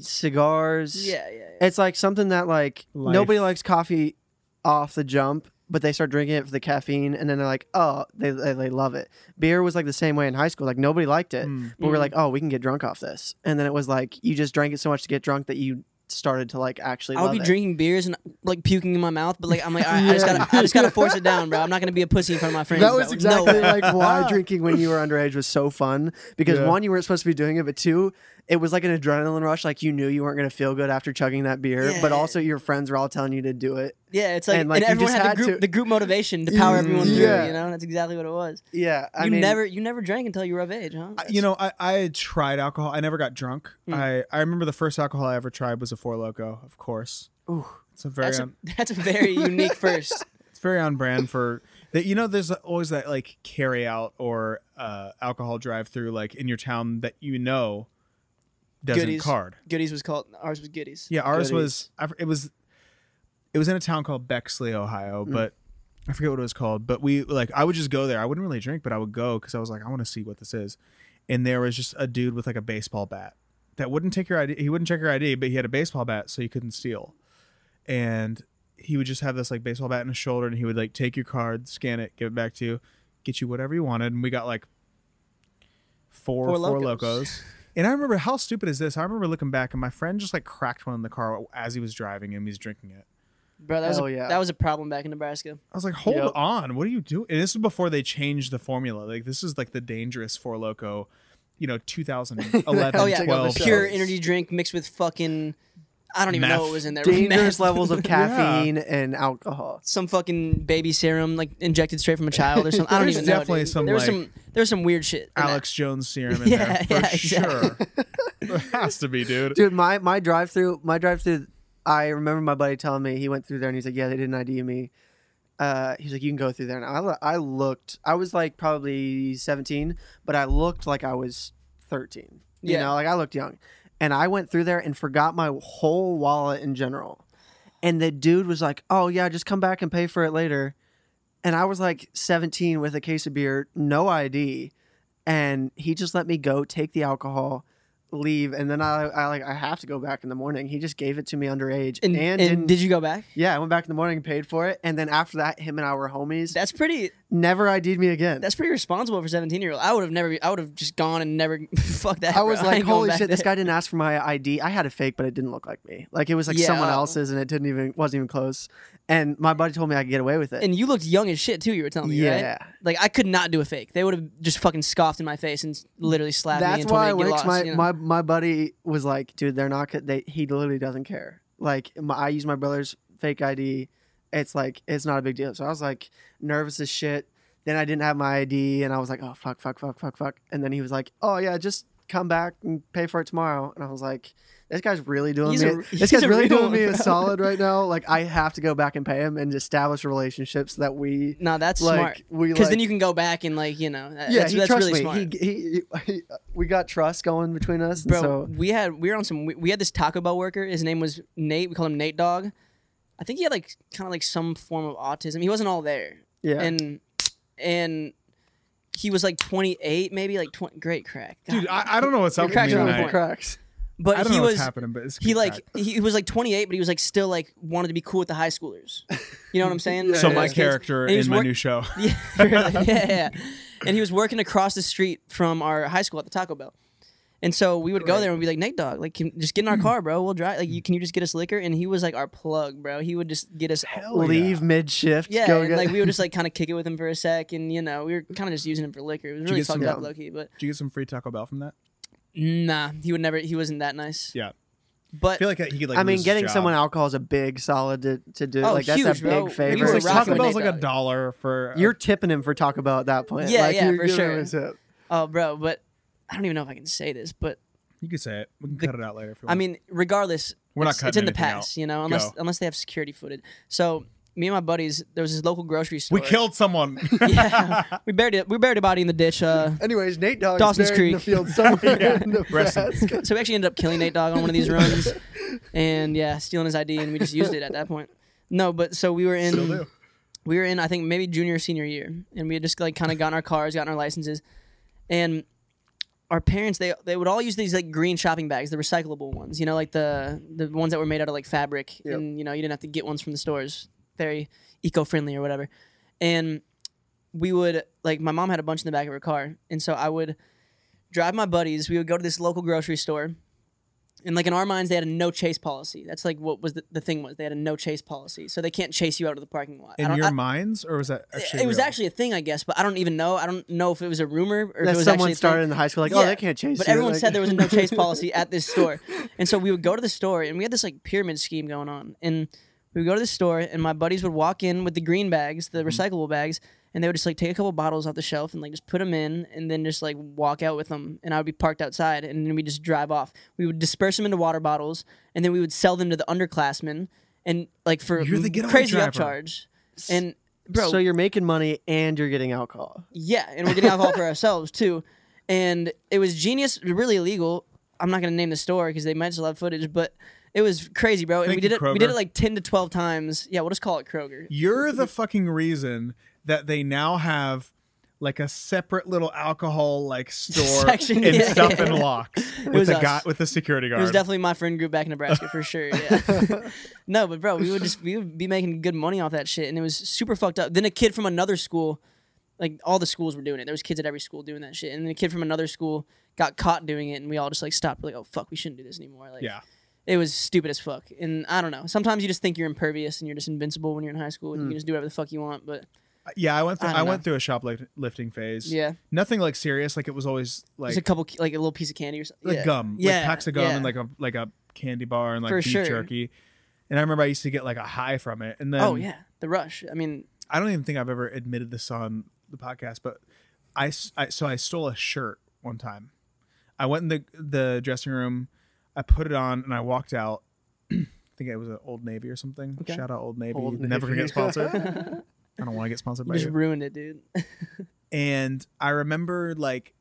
cigars.
Yeah, yeah, yeah.
It's like something that like
Life.
nobody likes coffee off the jump, but they start drinking it for the caffeine, and then they're like, oh, they they, they love it. Beer was like the same way in high school. Like nobody liked it,
Mm.
but we're
Mm.
like, oh, we can get drunk off this, and then it was like you just drank it so much to get drunk that you started to like actually.
I would
love
be
it.
drinking beers and like puking in my mouth, but like I'm like, all right, I just gotta, I just gotta force it down, bro. I'm not gonna be a pussy in front of my friends.
That
bro.
was
No
exactly
way.
like why drinking when you were underage was so fun because
Yeah.
one, you weren't supposed to be doing it, but two, it was like an adrenaline rush. Like you knew you weren't going to feel good after chugging that beer, but
Yeah.
also your friends were all telling you to do it.
yeah, it's like,
And,
and,
like, you
everyone
just
had,
had
the group,
to-
the group motivation to power everyone through.
Yeah.
You know, that's exactly what it was.
Yeah, I
you
mean,
never, you never drank until you were of age, huh?
I- you know, I, I tried alcohol. I never got drunk.
Mm.
I, I remember the first alcohol I ever tried was a Four Loco, of course.
Ooh.
It's a very
that's a,
on,
that's a very unique first.
it's very on brand for that. You know, there's always that like carry out or uh, alcohol drive through like in your town that you know doesn't
Goodies.
card.
Goodies was called ours was goodies.
Yeah, ours
Goodies.
was I f- it was it was in a town called Bexley, Ohio, but I forget what it was called. But we like I would just go there. I wouldn't really drink, but I would go because I was like, I want to see what this is. And there was just a dude with like a baseball bat that wouldn't take your ID. He wouldn't check your ID, but he had a baseball bat, so you couldn't steal. And he would just have this like baseball bat in his shoulder, and he would like take your card, scan it, give it back to you, get you whatever you wanted, and we got like four
Four
four, locos.
Locos.
And I remember how stupid is this? I remember looking back, and my friend just like cracked one in the car as he was driving, and he was drinking it.
Bro, that was,
Hell
a,
yeah.
that was a problem back in Nebraska.
I was like, hold
Yep.
on, what are you doing? And this is before they changed the formula. Like this is like the dangerous four loco, you know, 2011,
Oh yeah,
12.
show.
pure energy drink mixed with fucking I don't even know
Meth.
what was in there.
Dangerous
Meth.
levels of
Yeah.
caffeine and alcohol.
Some fucking baby serum like injected straight from a child or something. I don't
There's
even know.
definitely
dude.
some,
there was
like,
some there was some weird shit. in that.
Alex Jones serum in
Yeah,
there for
yeah,
sure. it has to be, dude.
Dude, my my drive through, my drive through. I remember my buddy telling me he went through there and he's like, yeah, they didn't ID me. Uh, he's like, you can go through there. And I, lo- I looked, I was like probably 17, but I looked like I was 13. You
Yeah.
know, like I looked young. And I went through there and forgot my whole wallet in general. And the dude was like, oh, yeah, just come back and pay for it later. And I was like 17 with a case of beer, no ID. And he just let me go take the alcohol, leave. And then I, I like, I have to go back in the morning. He just gave it to me underage.
And,
And,
and,
didn't-
did you go back?
yeah, I went back in the morning and paid for it. And then after that, him and I were homies.
That's pretty.
Never ID'd me again.
That's pretty responsible for seventeen year old. I would have never. I would have just gone and never. fuck that.
I
bro.
was
ain't
like,
going
holy
back
shit, this
there.
guy didn't ask for my ID. I had a fake, but it didn't look like me. Like it was like
Yeah.
someone else's and it didn't even wasn't even close. And my buddy told me I could get away with it.
And you looked young as shit too. You were telling me, right?
Yeah.
Like I could not do a fake. They would have just fucking scoffed in my face and s- literally slapped me
That's
and told
why
me to get
Wix,
lost.
my,
you know?
my my buddy was like, dude, they're not co- they he literally doesn't care. Like my, I use my brother's fake ID. It's like it's not a big deal. So I was like nervous as shit. Then I didn't have my ID and I was like, oh fuck, fuck, fuck, fuck, fuck. And then he was like, oh yeah, just come back and pay for it tomorrow. And I was like, this guy's really doing
He's
me.
a-
this
he's
guy's
a
really
real
doing me
one,
a
bro.
solid right now. Like I have to go back and pay him and establish a relationship so that we
no, that's
like
smart.
we
Because
like,
then you can go back and like you know. that-
yeah,
Uh, that's,
he
that's
trusts
really smart.
me. He, he, he, uh, we got trust going between us. and
Bro,
so
we had we were on some. We, we had this Taco Bell worker. His name was Nate. We called him Nate Dog. I think he had like kind of like some form of autism. He wasn't all there,
yeah,
and and he was like 28, maybe like 20. Great crack, God.
Dude, I, I don't know what's up with me
cracking up with
Cracks on
Midnight.
the
tonight.
cracks.
but
I don't
he
know
was
what's happening, but it's
he
good
like
crack.
he, he was like 28, but he was like still like wanted to be cool with the high schoolers. You know what I'm saying?
Yeah,
so
yeah,
my
yeah.
character
And he was
in my
work-
new show.
yeah, yeah, yeah. And he was working across the street from our high school at the Taco Bell. And so we would go there and we'd be like, Nate Dog, like, can, just get in our
Hmm.
car, bro. We'll drive. Like, you, can you just get us liquor? And he was like our plug, bro. He would just get us.
Oh,
Leave mid shift.
yeah,
go
and,
get
like we would just like kind of kick it with him for a sec, and you know we were kind of just using him for liquor. It was really
get some-
fucked up,
Yeah.
low key. But
Did you get some free Taco Bell from that?
nah, he would never. He wasn't that nice.
Yeah. I
But
feel like he could like.
I mean,
lose his
getting
job.
someone alcohol is a big solid to, to do.
Oh,
like that's
huge,
a
bro.
big
We
It
favor.
were
was like
rocking
Taco Bell's
with Nate
like a
Dogg.
dollar for. uh, a-
You're tipping him for Taco Bell at that point.
Yeah,
like,
yeah,
you're
for
giving
sure.
him a tip.
oh, bro, but I don't even know if I can say this. But
you could say it. We can
The-
cut it out later. If you
I
want.
mean, regardless,
We're not
it's, it's
cutting
in the
anything out.
past, you know, unless
Go.
unless they have security footage. So me and my buddies, there was this local grocery store.
we killed someone.
yeah, we buried it. We buried a body in the ditch. Uh,
Anyways, Nate Dogg
Dawson's
is buried in the
Creek.
field somewhere
Yeah.
in the
Rest in
basket.
so we actually ended up killing Nate Dogg on one of these runs, and yeah, stealing his ID, and we just used it at that point. No, but so we were in.
Still do.
we were in I think maybe junior or senior year, and we had just like kind of gotten our cars, gotten our licenses, and our parents they they would all use these like green shopping bags, the recyclable ones, you know, like the the ones that were made out of like fabric,
Yep.
and you know you didn't have to get ones from the stores, very eco friendly or whatever, and we would like my mom had a bunch in the back of her car, and so I would drive my buddies. We would go to this local grocery store. And like in our minds, they had a no chase policy. That's like what was the, the thing was. They had a no chase policy, so they can't chase you out of the parking lot. I
in
don't-
your
I-
minds, or was that actually?
it was
real?
actually a thing, I guess, but I don't even know. I don't know if it was a rumor or if it
That
was actually
someone
a
started
thing.
in the high school, like, oh,
Yeah,
they can't chase
But
you.
everyone
like-
said there was a no chase policy at this store, and so we would go to the store, and we had this like pyramid scheme going on, and we would go to the store, and my buddies would walk in with the green bags,
Mm-hmm.
the recyclable bags, and they would just like take a couple bottles off the shelf and like just put them in, and then just like walk out with them, and I would be parked outside, and then we just drive off. We would disperse them into water bottles, and then we would sell them to the underclassmen, and like for
You're the getaway
crazy
driver.
upcharge, and. Bro,
So you're making money and you're getting alcohol.
yeah, and we're getting alcohol for ourselves too. And it was genius, really illegal. I'm not gonna name the store because they might still have footage, but it was crazy, bro. And
Thank
we did
you,
it. We did it
Kroger.
like ten to twelve times. Yeah, we'll just call it Kroger.
You're the fucking reason that they now have like a separate little alcohol like store
Section,
and
yeah,
stuff
yeah.
and locks
was
with the
us.
guy with the security guard.
It was definitely my friend group back in Nebraska for sure. Yeah. no, but bro, we would just we would be making good money off that shit, and it was super fucked up. Then a kid from another school, like all the schools were doing it. There was kids at every school doing that shit, and then a kid from another school got caught doing it, and we all just like stopped. We're like, oh fuck, we shouldn't do this anymore. Like,
Yeah.
it was stupid as fuck. And I don't know. Sometimes you just think you're impervious and you're just invincible when you're in high school.
Hmm.
and You can just do whatever the fuck you want. But
Yeah, I went through,
I
I,
don't
went through a shoplifting phase.
yeah,
Nothing like serious. Like it was always like
just a couple like a little piece of candy or something.
like
yeah.
gum, like
Yeah,
packs of gum
yeah.
and like a like a candy bar and like
For
beef
sure.
jerky. And I remember I used to get like a high from it. And then
Oh yeah, the rush. I mean,
I don't even think I've ever admitted this on the podcast, but I, s- I- so I stole a shirt one time. I went in the the dressing room, I put it on, and I walked out. I think it was an Old Navy or something.
Okay.
Shout out Old Navy.
Old
Never gonna
Navy.
get sponsored. I don't want to get sponsored
you
by
just
you.
ruined it, dude.
and I remember like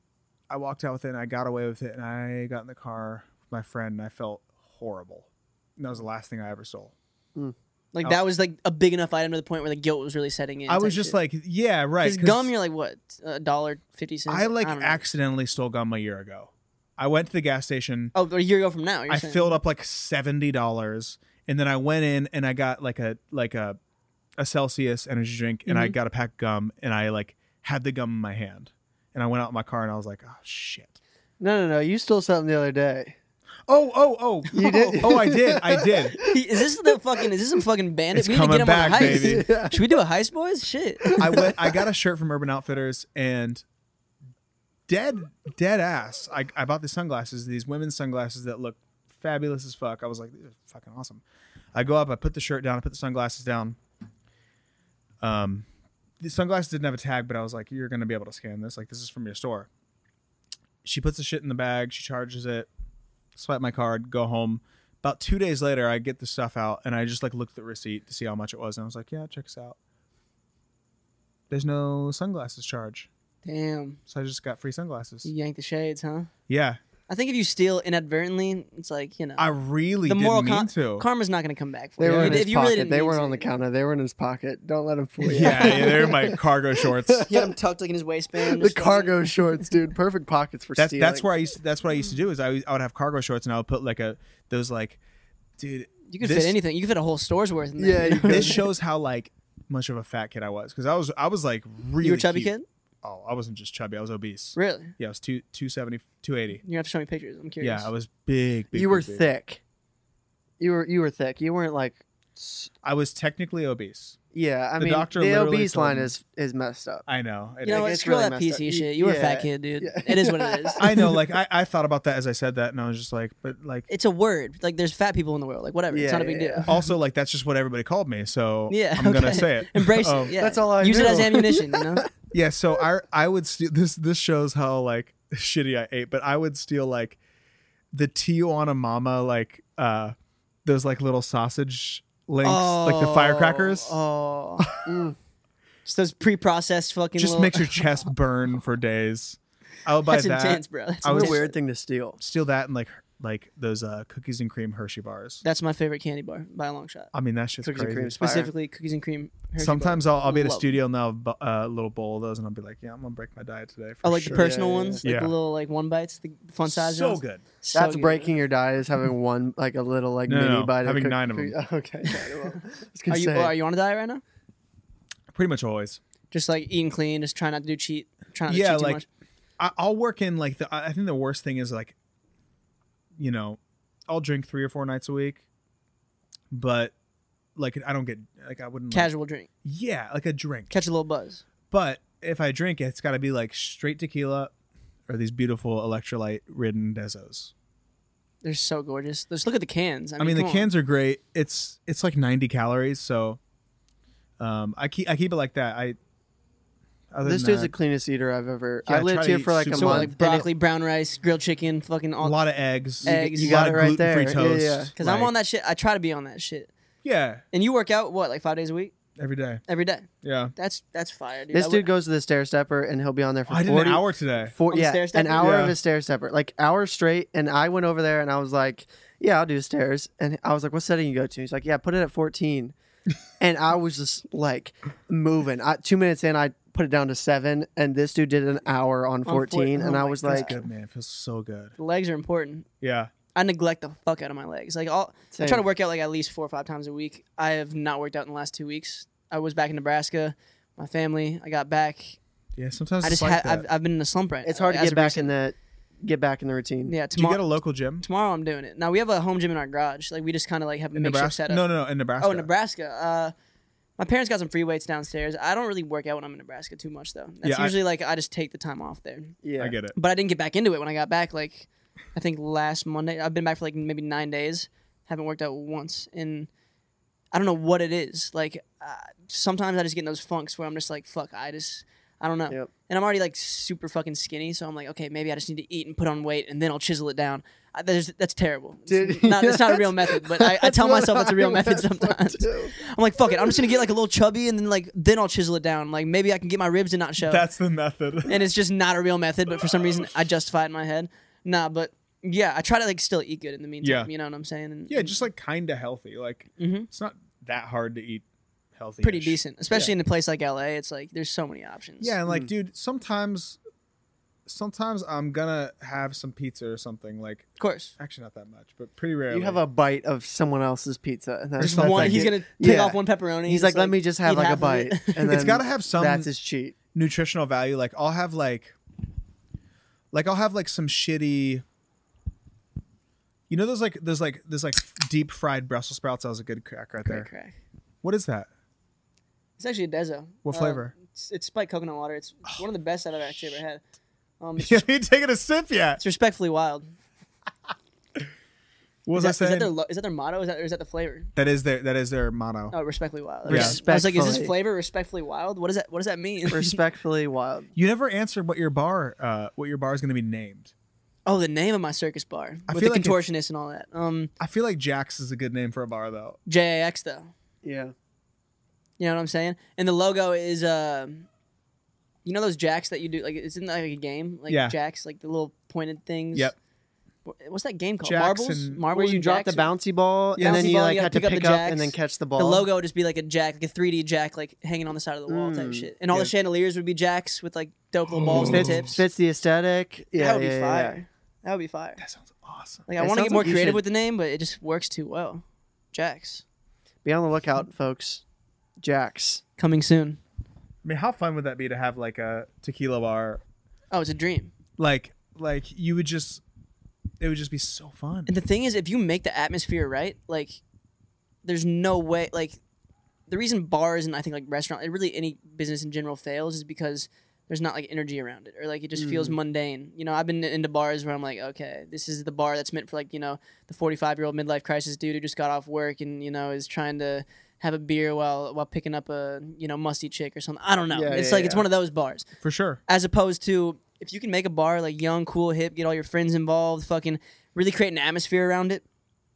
I walked out with it and I got away with it and I got in the car with my friend and I felt horrible. And that was the last thing I ever stole.
like
Oh.
that was like a big enough item to the point where the guilt was really setting in.
I
type
was just
shit.
like, yeah, right.
Because
'cause
gum, you're like what a dollar fifty cents.
I like
don't know.
accidentally stole gum a year ago. I went to the gas station.
Oh, a year ago from now. You're
I
saying.
filled up like seventy dollars, and then I went in and I got like a like a a Celsius energy drink, and I
Mm-hmm.
got a pack of gum, and I like had the gum in my hand, and I went out in my car, and I was like, oh shit.
No, no, no. You stole something the other day.
Oh, oh, oh!
You did?
Oh, I did, I did.
is this the fucking? Is this some fucking bandit?
It's
we need to
coming
get him on a
back,
heist.
baby.
Yeah.
Should we do a heist, boys? Shit.
I went. I got a shirt from Urban Outfitters and dead, dead ass. I, I bought these sunglasses, these women's sunglasses that look fabulous as fuck. I was like, these are fucking awesome. I go up, I put the shirt down, I put the sunglasses down. Um, the sunglasses didn't have a tag, but I was like, you're gonna be able to scan this. Like, this is from your store. She puts the shit in the bag. She charges it. Swipe my card. Go home. About two days later, I get the stuff out and I just like looked at the receipt to see how much it was, and I was like, yeah, check this out there's no sunglasses charge.
Damn,
So I just got free sunglasses.
you yanked the shades, huh?
Yeah.
I think if you steal inadvertently, it's like you know
I really
the
didn't
moral
mean
con-
to.
karma's not gonna come back for
They
you.
were in
if
his
you
pocket.
really didn't
they
mean
weren't
to.
on the counter. They were in his pocket. Don't let him fool you.
yeah, yeah, they're my cargo shorts.
He had him tucked like in his waistband.
the
just fucking-
cargo shorts, dude. Perfect pockets for
That's
stealing.
that's where I used that's what I used to do is I, was- I would have cargo shorts and I would put like a those like dude
You could
this-
fit anything. You could fit a whole store's worth in there.
Yeah,
you,
you
know?
this shows how like much of a fat kid I was because I was I was like really
you were a chubby
huge.
kid.
Oh, I wasn't just chubby. I was obese.
Really?
Yeah, I was two two seventy two eighty.
You have to show me pictures. I'm curious.
Yeah, I was big. big
you were
big, big.
thick. You were you were thick. You weren't like. s-
I was technically obese.
Yeah, I
The
mean
doctor
the
literally
obese
told
line
me-
is is messed up.
I know. It
You know
Like,
what?
it's
Screw
really
that
messed up.
PC
You-
shit. You were a fat
yeah.
kid, dude.
Yeah.
It is what it is.
I know. Like I, I thought about that as I said that, and I was just like, but like
it's a word. Like there's fat people in the world. Like whatever. it's
Yeah,
not a big
yeah, yeah.
deal.
also like that's just what everybody called me so
Yeah.
i'm gonna
okay.
say it
Embrace
Um,
it. Yeah.
That's all I
Use it as
knew.
ammunition. You know.
yeah so i i would steal this this shows how like shitty i ate but i would steal like the tijuana mama like uh those like little sausage links like the
Oh,
firecrackers
Oh.
Mm,
Just those pre-processed fucking.
just
little,
makes your chest burn for days i would buy
That's
that
intense, bro. That's
I
It's
was-
a weird thing to steal.
steal that and like like those uh cookies and cream hershey bars
That's my favorite candy bar by a long shot.
i mean that's just
Cookies and
crazy
creams. Fire.
Specifically, cookies and cream. Hershey
sometimes I'll, I'll be at a
Love.
studio and they'll have a little bowl of those and i'll be like yeah i'm gonna break my diet today for
Bar. Oh, like
sure.
the personal
Yeah, yeah,
ones, like
yeah.
the little like one bites, the fun size
so
ones.
good
So
That's
good.
breaking your diet is having one like a little like
No, no,
mini
no.
bite.
Having
of cook-
nine of
cookie-
them.
Oh, okay. nine of them. I was gonna
Are you
say,
are you on a diet right now?
pretty much always
Just like eating clean, just trying not to do cheat, trying not to
yeah
cheat too
like
much.
I, i'll work in like the i I think the worst thing is like you know i'll drink three or four nights a week but like i don't get like i wouldn't like-
Casual drink,
yeah like a drink
catch a little buzz.
but if i drink it's got to be like straight tequila or these beautiful electrolyte ridden desos
They're so gorgeous. Just look at the cans. I
i
mean,
mean the
come on.
cans are great it's it's like 90 calories so um i keep i keep it like that i other
This
than
dude's the
that,
cleanest eater I've ever.
Yeah,
I
I
lived
try to
here
eat
for like a
super
So what,
clean.
month.
like broccoli, brown rice, grilled chicken, fucking
a
all.
lot of eggs
Eggs.
a
You
lot
got
of
it right
gluten-free
there. Yeah,
toast
yeah.
Because I'm
like-
on that shit. I try to be on that shit.
yeah
And you work out what, like five days a week,
every day
every day.
yeah
That's that's fire, dude.
This
I
dude
would-
goes to the stair stepper and he'll be on there for
I did
40,
an hour today.
four-
On the
yeah,
stair
an
stepper?
hour
Yeah.
of a stair stepper, like hour straight. And I went over there and I was like, "Yeah, I'll do stairs." And I was like, "What setting you go to?" He's like, "Yeah, put it at 14. and I was just like moving. I, two minutes in, I put it down to seven, and this dude did an hour on
four-
fourteen,
oh
and
my
I was
God.
like,
good, man. It feels so good.
the legs are important.
Yeah.
I neglect the fuck out of my legs. Like all, I try
Same.
to work out like at least four or five times a week. I have not worked out in the last two weeks. I was back in Nebraska, my family. I got back,
Yeah, sometimes
I
it's
just
like
had
that.
I've, I've been in a slump right
It's hard to
as
get
of
back
recent.
in that get back in the
Do
Yeah,
routine.
you get a
tomorrow
local gym
tomorrow I'm doing it. Now we have a home gym in our garage. Like we just kind of like have a
in
makeshift
Nebraska?
setup.
No, no, no, in Nebraska.
Oh, Nebraska. Uh, my parents got some free weights downstairs. I don't really work out when I'm in Nebraska too much though. That's
Yeah, I-
usually like I just take the time off there.
Yeah.
I get it.
But I didn't get back into it when I got back. Like I think last Monday. I've been back for like maybe nine days. Haven't worked out once, and I don't know what it is. Like uh, sometimes I just get in those funks where I'm just like, fuck, I just. I don't know.
Yep.
And I'm already like super fucking skinny, so I'm like, okay, maybe I just need to eat and put on weight, and then I'll chisel it down. I, that is, that's terrible.
Dude,
it's, not, it's not a
yes.
real method, but I, I tell
what
myself it's a real
I
method
was like,
sometimes.
too.
I'm like, fuck it. I'm just gonna get like a little chubby, and then like then I'll chisel it down. Like maybe I can get my ribs to not show.
That's the method.
and it's just not a real method, but for some reason I justify it in my head. Nah, but yeah, I try to like still eat good in the meantime.
Yeah.
You know what I'm saying? And,
yeah, just like kind of healthy. Like
Mhm.
it's not that hard to eat healthy.
pretty decent, Mm. especially in a place like LA. It's like there's so many options.
Yeah, and like, dude, sometimes, sometimes I'm gonna have some pizza or something. Like,
of course.
actually, not that much, but pretty rarely.
You have a bite of someone else's pizza. And that's
There's
that's
one-
like
he's
it.
gonna take
Yeah.
off one pepperoni.
He's like, let me just have
eat
like a
half of
bite.
it."
And then
It's gotta have some-
That's his cheat.
nutritional value. Like, I'll have like, like I'll have like some shitty. You know those like those like those like deep fried Brussels sprouts. That was a good crack right there.
Crack, crack.
What is that?
It's actually a Dezo.
What
Uh,
flavor?
it's, it's spiked coconut water. It's
Oh,
one of the best I've ever actually ever had. Um, it's,
you ain't taking a sip yet.
it's respectfully wild.
What was
is, that,
I
is that
saying?
their lo- is that their motto? Is that or is that the flavor?
that is their that is their motto.
Oh, respectfully wild.
Yeah.
I was like, is this
Respectfully.
flavor respectfully wild? What does that What does that mean?
Respectfully wild.
You never answered what your bar uh what your bar is gonna be named.
oh, the name of my circus bar
I
with
feel
the
like it's-
contortionist and all that. Um,
I feel like Jax is a good name for a bar though.
JAX though.
Yeah.
You know what I'm saying? And the logo is uh, you know those jacks that you do like it's in like a game like
Yeah.
jacks like the little pointed things.
Yep.
Wh- What's that game called?
Jacks
Marbles.
and-
Marbles.
Where you
and
drop the
jacks?
bouncy ball
Bouncy
and then you
ball,
like
you
had
gotta
to
pick up
pick
the
up
jacks.
and then catch the ball.
The logo would just be like a jack, like a 3D jack, like hanging on the side of the wall type
Hmm.
Mm.
shit. And all the
Yeah.
chandeliers would be jacks with like dope little balls and
fits,
tips.
fits the aesthetic. Yeah,
that would be
yeah, yeah,
fire.
yeah.
That would be fire.
That sounds awesome.
Like I
It
want to
sounds
get more
like you
creative
should-
with the name, but it just works too well. Jax
Be on the lookout, folks. Jacks.
coming soon.
I mean, how fun would that be to have like a tequila bar?
Oh, it's a dream.
Like like you would just it would just be so fun.
And the thing is, if you make the atmosphere right, like there's no way. Like the reason bars and I think like restaurant, and really any business in general fails is because there's not like energy around it, or like it just feels
Mm.
mundane. You know, I've been into bars where I'm like, okay, this is the bar that's meant for like you know the 45 year old midlife crisis dude who just got off work and you know is trying to have a beer while while picking up a you know musty chick or something. I don't know.
Yeah,
it's
yeah,
like it's
yeah.
one of those bars
For sure.
as opposed to if you can make a bar like young, cool, hip, get all your friends involved, fucking really create an atmosphere around it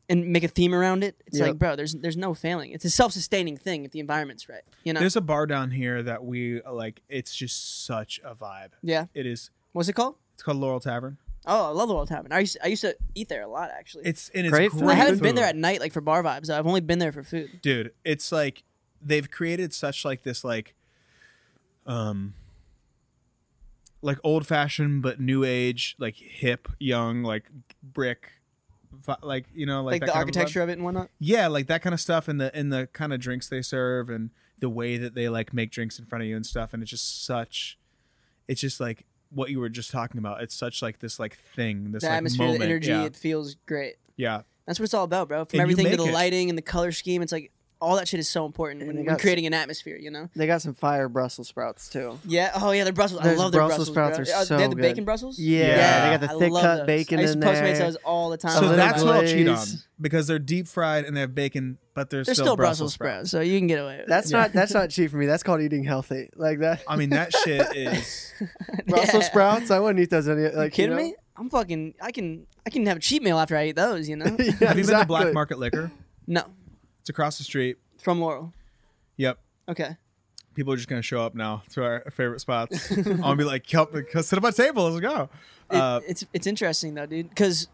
and make a theme around it. It's
Yep.
like, bro, there's there's no failing. It's a self-sustaining thing if the environment's right. You know?
There's a bar down here that we uh, like it's just such a vibe.
yeah.
It is
What's it called?
it's called Laurel Tavern.
Oh, I love the World Tavern. I used I used to eat there a lot actually.
It's and it's
Great
great.
food.
I haven't been
food.
there at night like for bar vibes. I've only been there for food.
dude it's like they've created such like this like um like old fashioned but new age like hip young like brick vi- like you know like,
Like,
that
the
kind of vibe.
architecture of, it and whatnot.
yeah like that kind of stuff and the and the kind of drinks they serve and the way that they like make drinks in front of you and stuff and it's just such it's just like what you were just talking about it's such like this like thing this
The
like
atmosphere,
moment
the energy,
yeah,
it feels great.
yeah.
That's what it's all about, bro.
And
From
you
everything to
make
the
it.
lighting and the color scheme, it's like all that shit is so important
And
when,
it
when
got s-
creating an atmosphere, you know?
They got some fire Brussels sprouts too.
Yeah. Oh yeah, their Brussels. I
Those
love their
Brussels
Brussels,
sprouts
bro.
are
they
so
have the
good.
bacon Brussels.
Yeah,
Yeah.
they got
I
the thick
love
cut
those.
bacon
I used
in
to Postmates
there.
those all the time.
A
So
little
that's what I'll cheat on
glaze.
because they're deep fried and they have bacon, but they're,
they're
still, Brussels sprouts.
so you can get away. With
That's not that's not cheap for me. That's called eating healthy. Like that
I mean, that shit is.
it.
Brussels
Yeah.
sprouts. I wouldn't eat those any. Like,
You kidding
know?
me? I'm fucking. I can. I can have a cheat meal after I eat those. You know?
Yeah,
Have you been to Black
exactly.
Market Liquor?
no,
It's across the street.
from Laurel.
Yep.
Okay.
People are just gonna show up now to our favorite spots. I'll be like, "Help me, sit at my table. Let's go."
It,
Uh,
it's it's interesting though, dude, because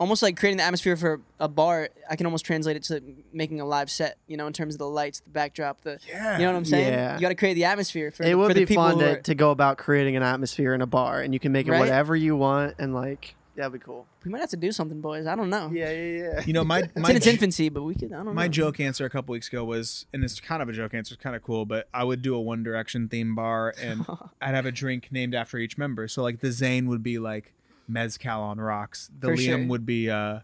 almost like creating the atmosphere for a bar, I can almost translate it to making a live set. You know, in terms of the lights, the backdrop, the.
yeah.
You know what I'm saying?
Yeah.
You got to create the atmosphere for,
It would
for the
be
people
fun
who
to,
are,
to go about creating an atmosphere in a bar, and you can make it
Right?
whatever you want, and like That'd be cool.
We might have to do something, boys. I don't know.
Yeah, yeah, yeah.
You know, my
It's
my
in its
j-
infancy, but we could. I don't know.
my joke answer a couple weeks ago was, and it's kind of a joke answer, it's kind of cool, but I would do a One Direction theme bar, and I'd have a drink named after each member. So like the Zane would be like mezcal on rocks. The
For
Liam
sure.
would be uh,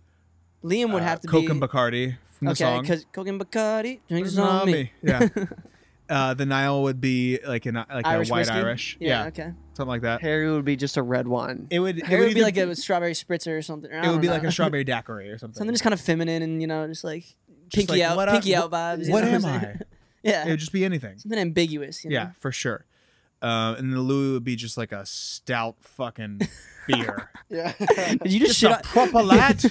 Liam would
uh,
have to
Coke
be
and Bacardi from the
okay,
song.
because Coke and Bacardi drinks on
Zombie.
me.
Yeah. Uh, the Nile would be like an like
Irish
a white
whiskey?
Irish,
Yeah,
yeah,
okay.
something like that.
Harry would be just a red wine.
It would
It would
either
be like a strawberry spritzer or something. or I
it would
don't
be
know.
like a strawberry daiquiri or something.
something just kind of feminine and you know just like
Just like,
pinky out,
what I-
pinky out
what-
vibes. you
What
know
am
I'm
I?
saying? yeah,
It would just be anything.
something ambiguous. You know?
Yeah, for sure. Uh, and the Louis would be just like a stout fucking beer.
Yeah.
Did you
just
just, shit
a
on-
proper lad.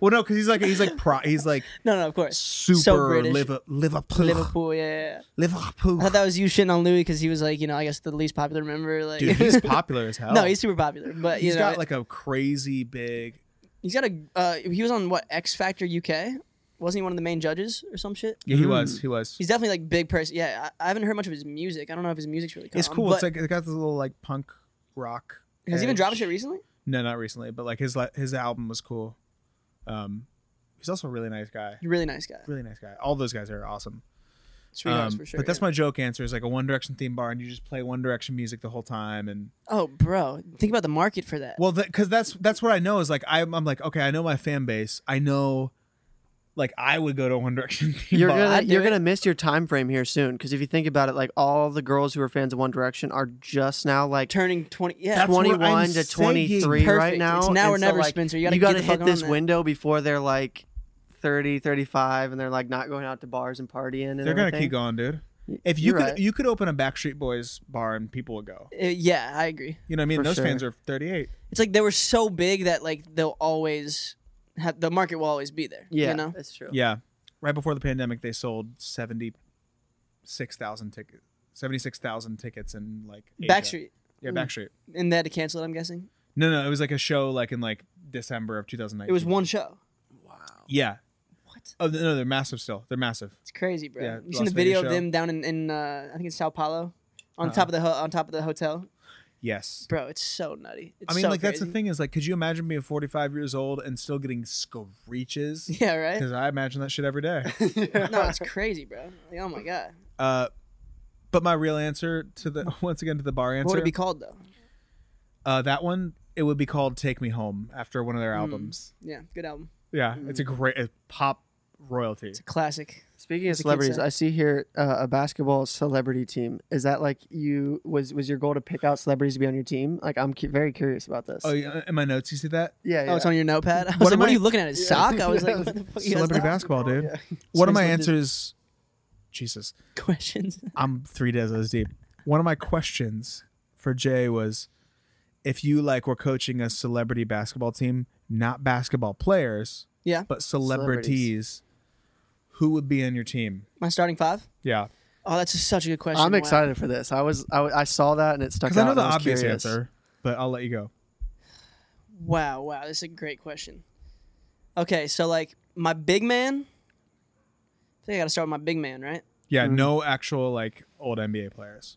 well, no, because he's like he's like pro, he's like
No, no, of course.
super
British.
Liver, Liverpool
Liverpool, yeah, yeah, yeah. I
Liverpool.
thought that was you shitting on Louis because he was like, you know, I guess the least popular member. Like,
Dude, he's popular as hell.
no, he's super popular, but you
he's
know,
got like a crazy big.
he's got a. Uh, he was on what X Factor UK? Wasn't he one of the main judges or some shit?
Yeah, he was. He was.
He's definitely like big person. Yeah, I, I haven't heard much of his music. I don't know if his music's really.
it's
gone,
cool. It's
but-
like it got this little like punk rock.
has he been
edge.
dropping shit recently?
No, not recently, but like his li- his album was cool. Um, he's also a really nice guy.
He's a really nice guy.
Really nice guy. All those guys are awesome.
Sweethearts
Um,
for sure.
but that's
yeah.
my joke answer is like a One Direction theme bar, and you just play One Direction music the whole time. And
Oh, bro, think about the market for that.
well, because that's that's what I know is like I'm, I'm like okay, I know my fan base. I know, like I would go to a One Direction theme
You're
bar.
gonna
I'd do
you're
it.
gonna miss your time frame here soon because if you think about it, like all the girls who are fans of One Direction are just now like
Turning twenty, yeah,
That's what I'm
21 to
saying.
23
Perfect.
right now.
It's now
and
or
so,
never,
like,
Spencer. You gotta get
gotta
the fuck
hit
on
this
that.
window before they're like 30, 35, and they're like not going out to bars and partying. And
They're gonna
everything.
keep going, dude. If you
you're
could
right.
you could open a Backstreet Boys bar and people would go.
Uh, yeah, I agree.
You know what I mean?
For
Those
sure.
fans are 38.
It's like they were so big that like they'll always have the market will always be there.
Yeah,
you know,
that's true.
Yeah. Right before the pandemic, they sold 76,000 tickets. 76,000 tickets in like Asia.
Backstreet, Mm.
Yeah, Backstreet.
and they had to cancel it. I'm guessing
No, no, it was like a show like in like December of 2019.
it was one show.
Yeah.
What?
Oh, no, they're massive still. They're massive.
It's crazy, bro.
Yeah,
Have you
Las
seen the
Vegas
video
show. Uh-huh.
of them down in, in uh, I think it's Sao Paulo, on top of the ho- on top of the hotel,
Yes.
bro. It's so nutty. It's
I mean,
so
like, that's the
crazy.
thing is like, could you imagine being 45 years old and still getting screeches?
Yeah, right.
Because I imagine that shit every day.
No, it's crazy, bro. Like, oh my god,
uh, but my real answer to the, once again, to the bar answer.
what would it be called though?
Uh, that one, it would be called "Take Me Home" after one of
Hmm.
their albums.
Yeah, good album,
Yeah, it's a
Hmm.
great a pop royalty.
classic.
Speaking of
the kids
celebrities,
say.
I see here uh, a basketball celebrity team. Is that like you was was your goal to pick out celebrities to be on your team? Like I'm cu- very curious about this.
Oh, yeah, in my notes, you see that
yeah, yeah.
Oh, it's on your notepad. I was
What
like,
am
what are
I-
you looking at? His sock? I was like, what the fuck? you guys
celebrity
laughing
basketball, dude. One of my
Spencer did-
answers, Jesus,
at? questions.
I'm three days deep. One of my questions for Jay was, if you like were coaching a celebrity basketball team, not basketball players,
Yeah,
but celebrities, who would be on your team?
my starting five.
Yeah,
Oh, that's such a good question.
I'm
Wow.
excited for this. I was I, I saw that and it stuck out.
because I know
and
the
was
obvious
curious.
answer, but I'll let you go.
Wow, wow, this is a great question. Okay, so like my big man. I think I got to start with my big man, right?
Yeah, no actual like old NBA players.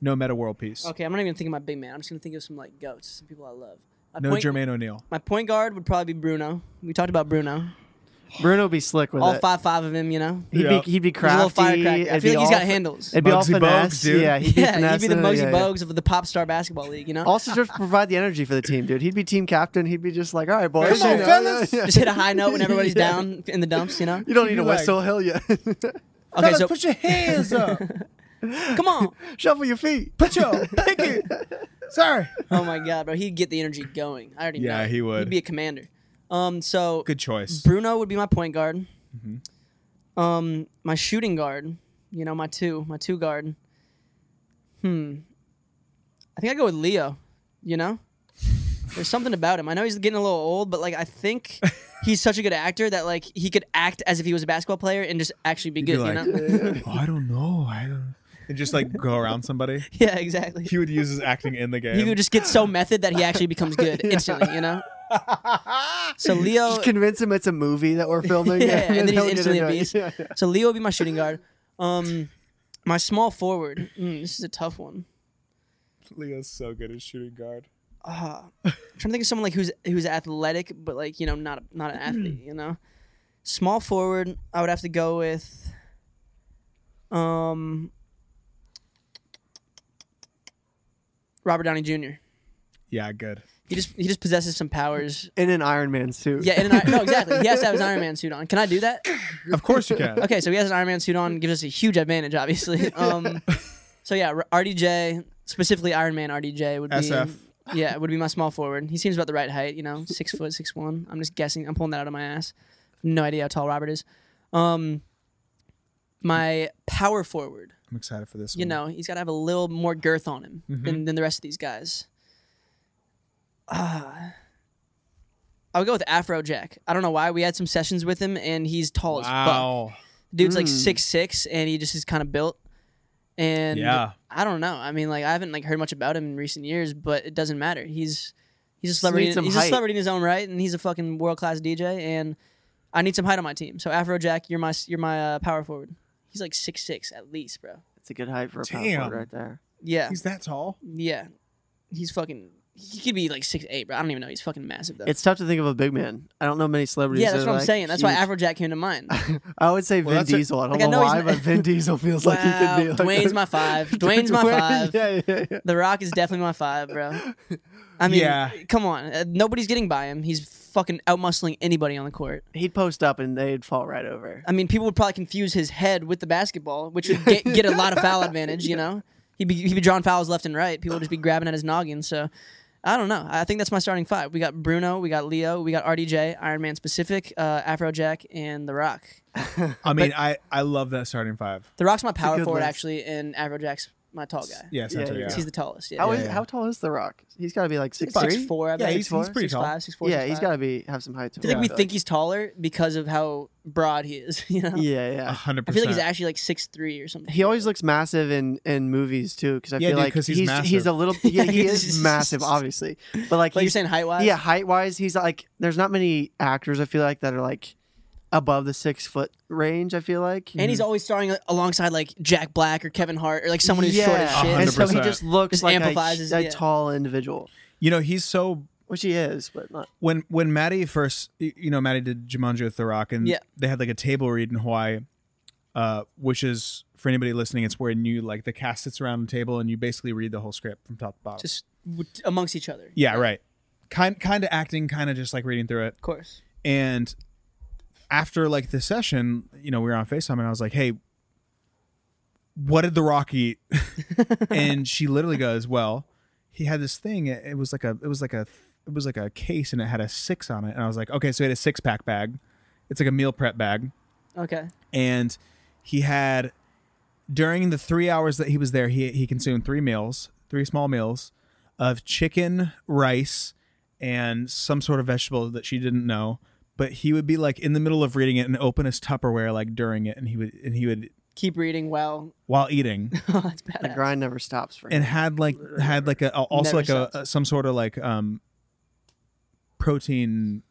No meta world peace.
Okay, I'm not even thinking my big man. I'm just gonna think of some like goats, some people I love. My
No
point,
Jermaine O'Neal.
My point guard would probably be Bruno. We talked about Bruno.
Bruno would be slick with
All
it.
five, five of him, you know.
He'd
Yeah.
be he'd be
He's a little
crafty.
firecracker. I
it'd
feel
be
like he's
all
got
fin-
handles.
It'd be all
Muggsy Bogues,
finesse.
dude.
Yeah, he'd be
yeah,
finesse.
he'd be the Mosey
yeah, yeah.
Bogues of the pop star basketball league, you know.
Also, just provide the energy for the team, dude. He'd be team captain. He'd be just like, all right, boys.
on,
you know,
fellas.
yeah, yeah.
just hit a high note when everybody's
Yeah.
down in the dumps, you know.
You don't need
be
a
like-
whistle. Hell yeah.
Okay, so
put your hands up.
come on.
Shuffle your feet.
Put your pinky. Sorry.
Oh my god, bro, he'd get the energy going. I already know.
Yeah, he would.
He'd be a commander. Um, so
Good choice.
Bruno would be my point guard.
Mm-hmm.
Um, my shooting guard, you know, my two, my two guard. Hmm. I think I go with Leo. You know, there's something about him. I know he's getting a little old, but like I think he's such a good actor that like he could act as if he was a basketball player and just actually be
He'd be
good.
like,
you know?
"Oh, I don't know. I don't. And just like go around somebody.
yeah, exactly.
He would use his acting in the game.
He could just get so method that he actually becomes good instantly. You know. So Leo,
Just convince him it's a movie that we're filming.
Oh. yeah, and then
he'll
he's
get
instantly a
into it.
beast.
Yeah, yeah.
So Leo would be my shooting guard. Um, Hmm, my small forward. Mm, this is a tough one.
Leo's so good at shooting guard.
uh, I'm trying to think of someone like who's who's athletic, but like you know, not a, not an athlete. You know, small forward. I would have to go with. Um. Robert Downey Jr.
Yeah, good.
He just he just possesses some powers.
in an Iron Man suit.
Yeah, and an, Iron- no, exactly. He has to have his Iron Man suit on. Can I do that?
Of course you can.
Okay, so he has an Iron Man suit on, gives us a huge advantage, obviously. Um, so yeah, R- RDJ specifically Iron Man RDJ would be
SF.
Yeah, would be my small forward. He seems about the right height, you know, six foot, six one. I'm just guessing. I'm pulling that out of my ass. No idea how tall Robert is. Um, my power forward.
I'm excited for this.
You
one.
know, he's got to have a little more girth on him than, than the rest of these guys. Uh, I would go with Afrojack. I don't know why. We had some sessions with him, and he's tall as fuck
Wow.
dude's
Hmm.
like six six and he just is kind of built and
Yeah.
i don't know i mean like i haven't like heard much about him in recent years but it doesn't matter he's he's a celebrity
need some
he's a
height.
celebrity in his own right and he's a fucking world-class dj and i need some height on my team so afrojack you're my you're my uh, power forward he's like six six at least bro
It's a good height for a power
Damn.
forward right there.
yeah
He's that tall.
yeah he's fucking he could be like six eight bro i don't even know he's fucking massive though
It's tough to think of a big man. I don't know many celebrities.
yeah that's
that
what
are,
I'm
like,
saying. That's
huge.
why Afrojack came to mind.
I would say Vin
that's a-
Diesel. I don't
Like, I
know
know he's
why,
not-
but Vin Diesel feels like he could be.
Wow,
Like
Dwayne's
a-
my five. Dwayne's my
Dwayne-
five.
Yeah, yeah, yeah.
The Rock is definitely my five, bro. I mean,
Yeah.
come on. Uh, nobody's getting by him. He's fucking outmuscling anybody on the court.
He'd post up and they'd fall right over.
I mean, people would probably confuse his head with the basketball, which would get, get a lot of foul advantage, you know? He'd be, he'd be drawing fouls left and right. People would just be grabbing at his noggin. So I don't know. I think that's my starting five. We got Bruno, we got Leo, we got RDJ, Iron Man specific, uh, Afrojack, and The Rock.
I mean, I I love that starting five.
The Rock's my power
good
forward,
list.
actually, and Afrojack's my tall guy.
Yeah, essentially.
yeah.
Yeah,
He's the tallest. Yeah.
How is
yeah.
how tall is The Rock? He's got to be like six,
Six
three?
four, I
Yeah,
bet.
he's- he's pretty
Six
tall.
five, six four,
yeah,
six
he's
five.
got to be have some height to
I feel like
him.
we think he's taller because of how broad he is. You know,
Yeah, yeah.
hundred
I
percent.
feel like he's actually like six three or something.
He always looks massive in in movies too, because I
Yeah,
feel
dude,
like
'cause he's
he's he's a little yeah, he is massive, obviously, but like
like you're
he's
saying height wise.
yeah, height wise, he's like there's not many actors I feel like that are like above the six foot range. I feel like
and he's always starring alongside like Jack Black or Kevin Hart or like someone who's short as
Yeah.
shit.
and so he
100%.
just looks
Just
like
amplifies
a,
his-
a
yeah.
tall individual,
you know, he's so
which he is, but not.
when when Maddie first, y- you know, Maddie did Jumanji with The Rock, and
Yeah.
they had like a table read in Hawaii, uh, which is for anybody listening, it's where you like the cast sits around the table and you basically read the whole script from top to bottom.
just w- amongst each other.
yeah, right. Kind kind of acting, kind of just like reading through it.
Of course.
And after like the session, you know, we were on FaceTime and I was like, hey, what did The Rock eat? and she literally goes, well, he had this thing. It, it was like a, it was like a, it was like a case and it had a six on it. And I was like, okay, so he had a six pack bag. It's like a meal prep bag.
Okay.
And he had, during the three hours that he was there, he, he consumed three meals, three small meals of chicken, rice, and some sort of vegetable that she didn't know. But he would be like in the middle of reading it and open his Tupperware like during it, and he would and he would
Keep reading. Wow,
while eating
that's
The
bad.
grind never stops for him.
and had like had like a also
Never
like a,
stops.
a- some sort of like um protein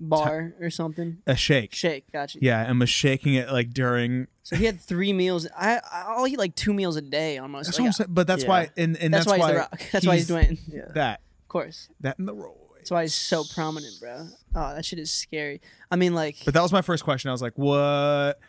Bar or something.
a shake
Shake. Gotcha.
yeah and was shaking it like during
So he had three meals. I I- I'll eat like two meals a day almost.
that's
Like,
what I'm saying, but that's
yeah.
why and, and
that's,
that's,
why he's the rock. That's why he's Dwayne.
Yeah.
that
Of course.
that in the role
That's why he's so prominent, bro. Oh, that shit is scary. I mean, like
but that was my first question I was like what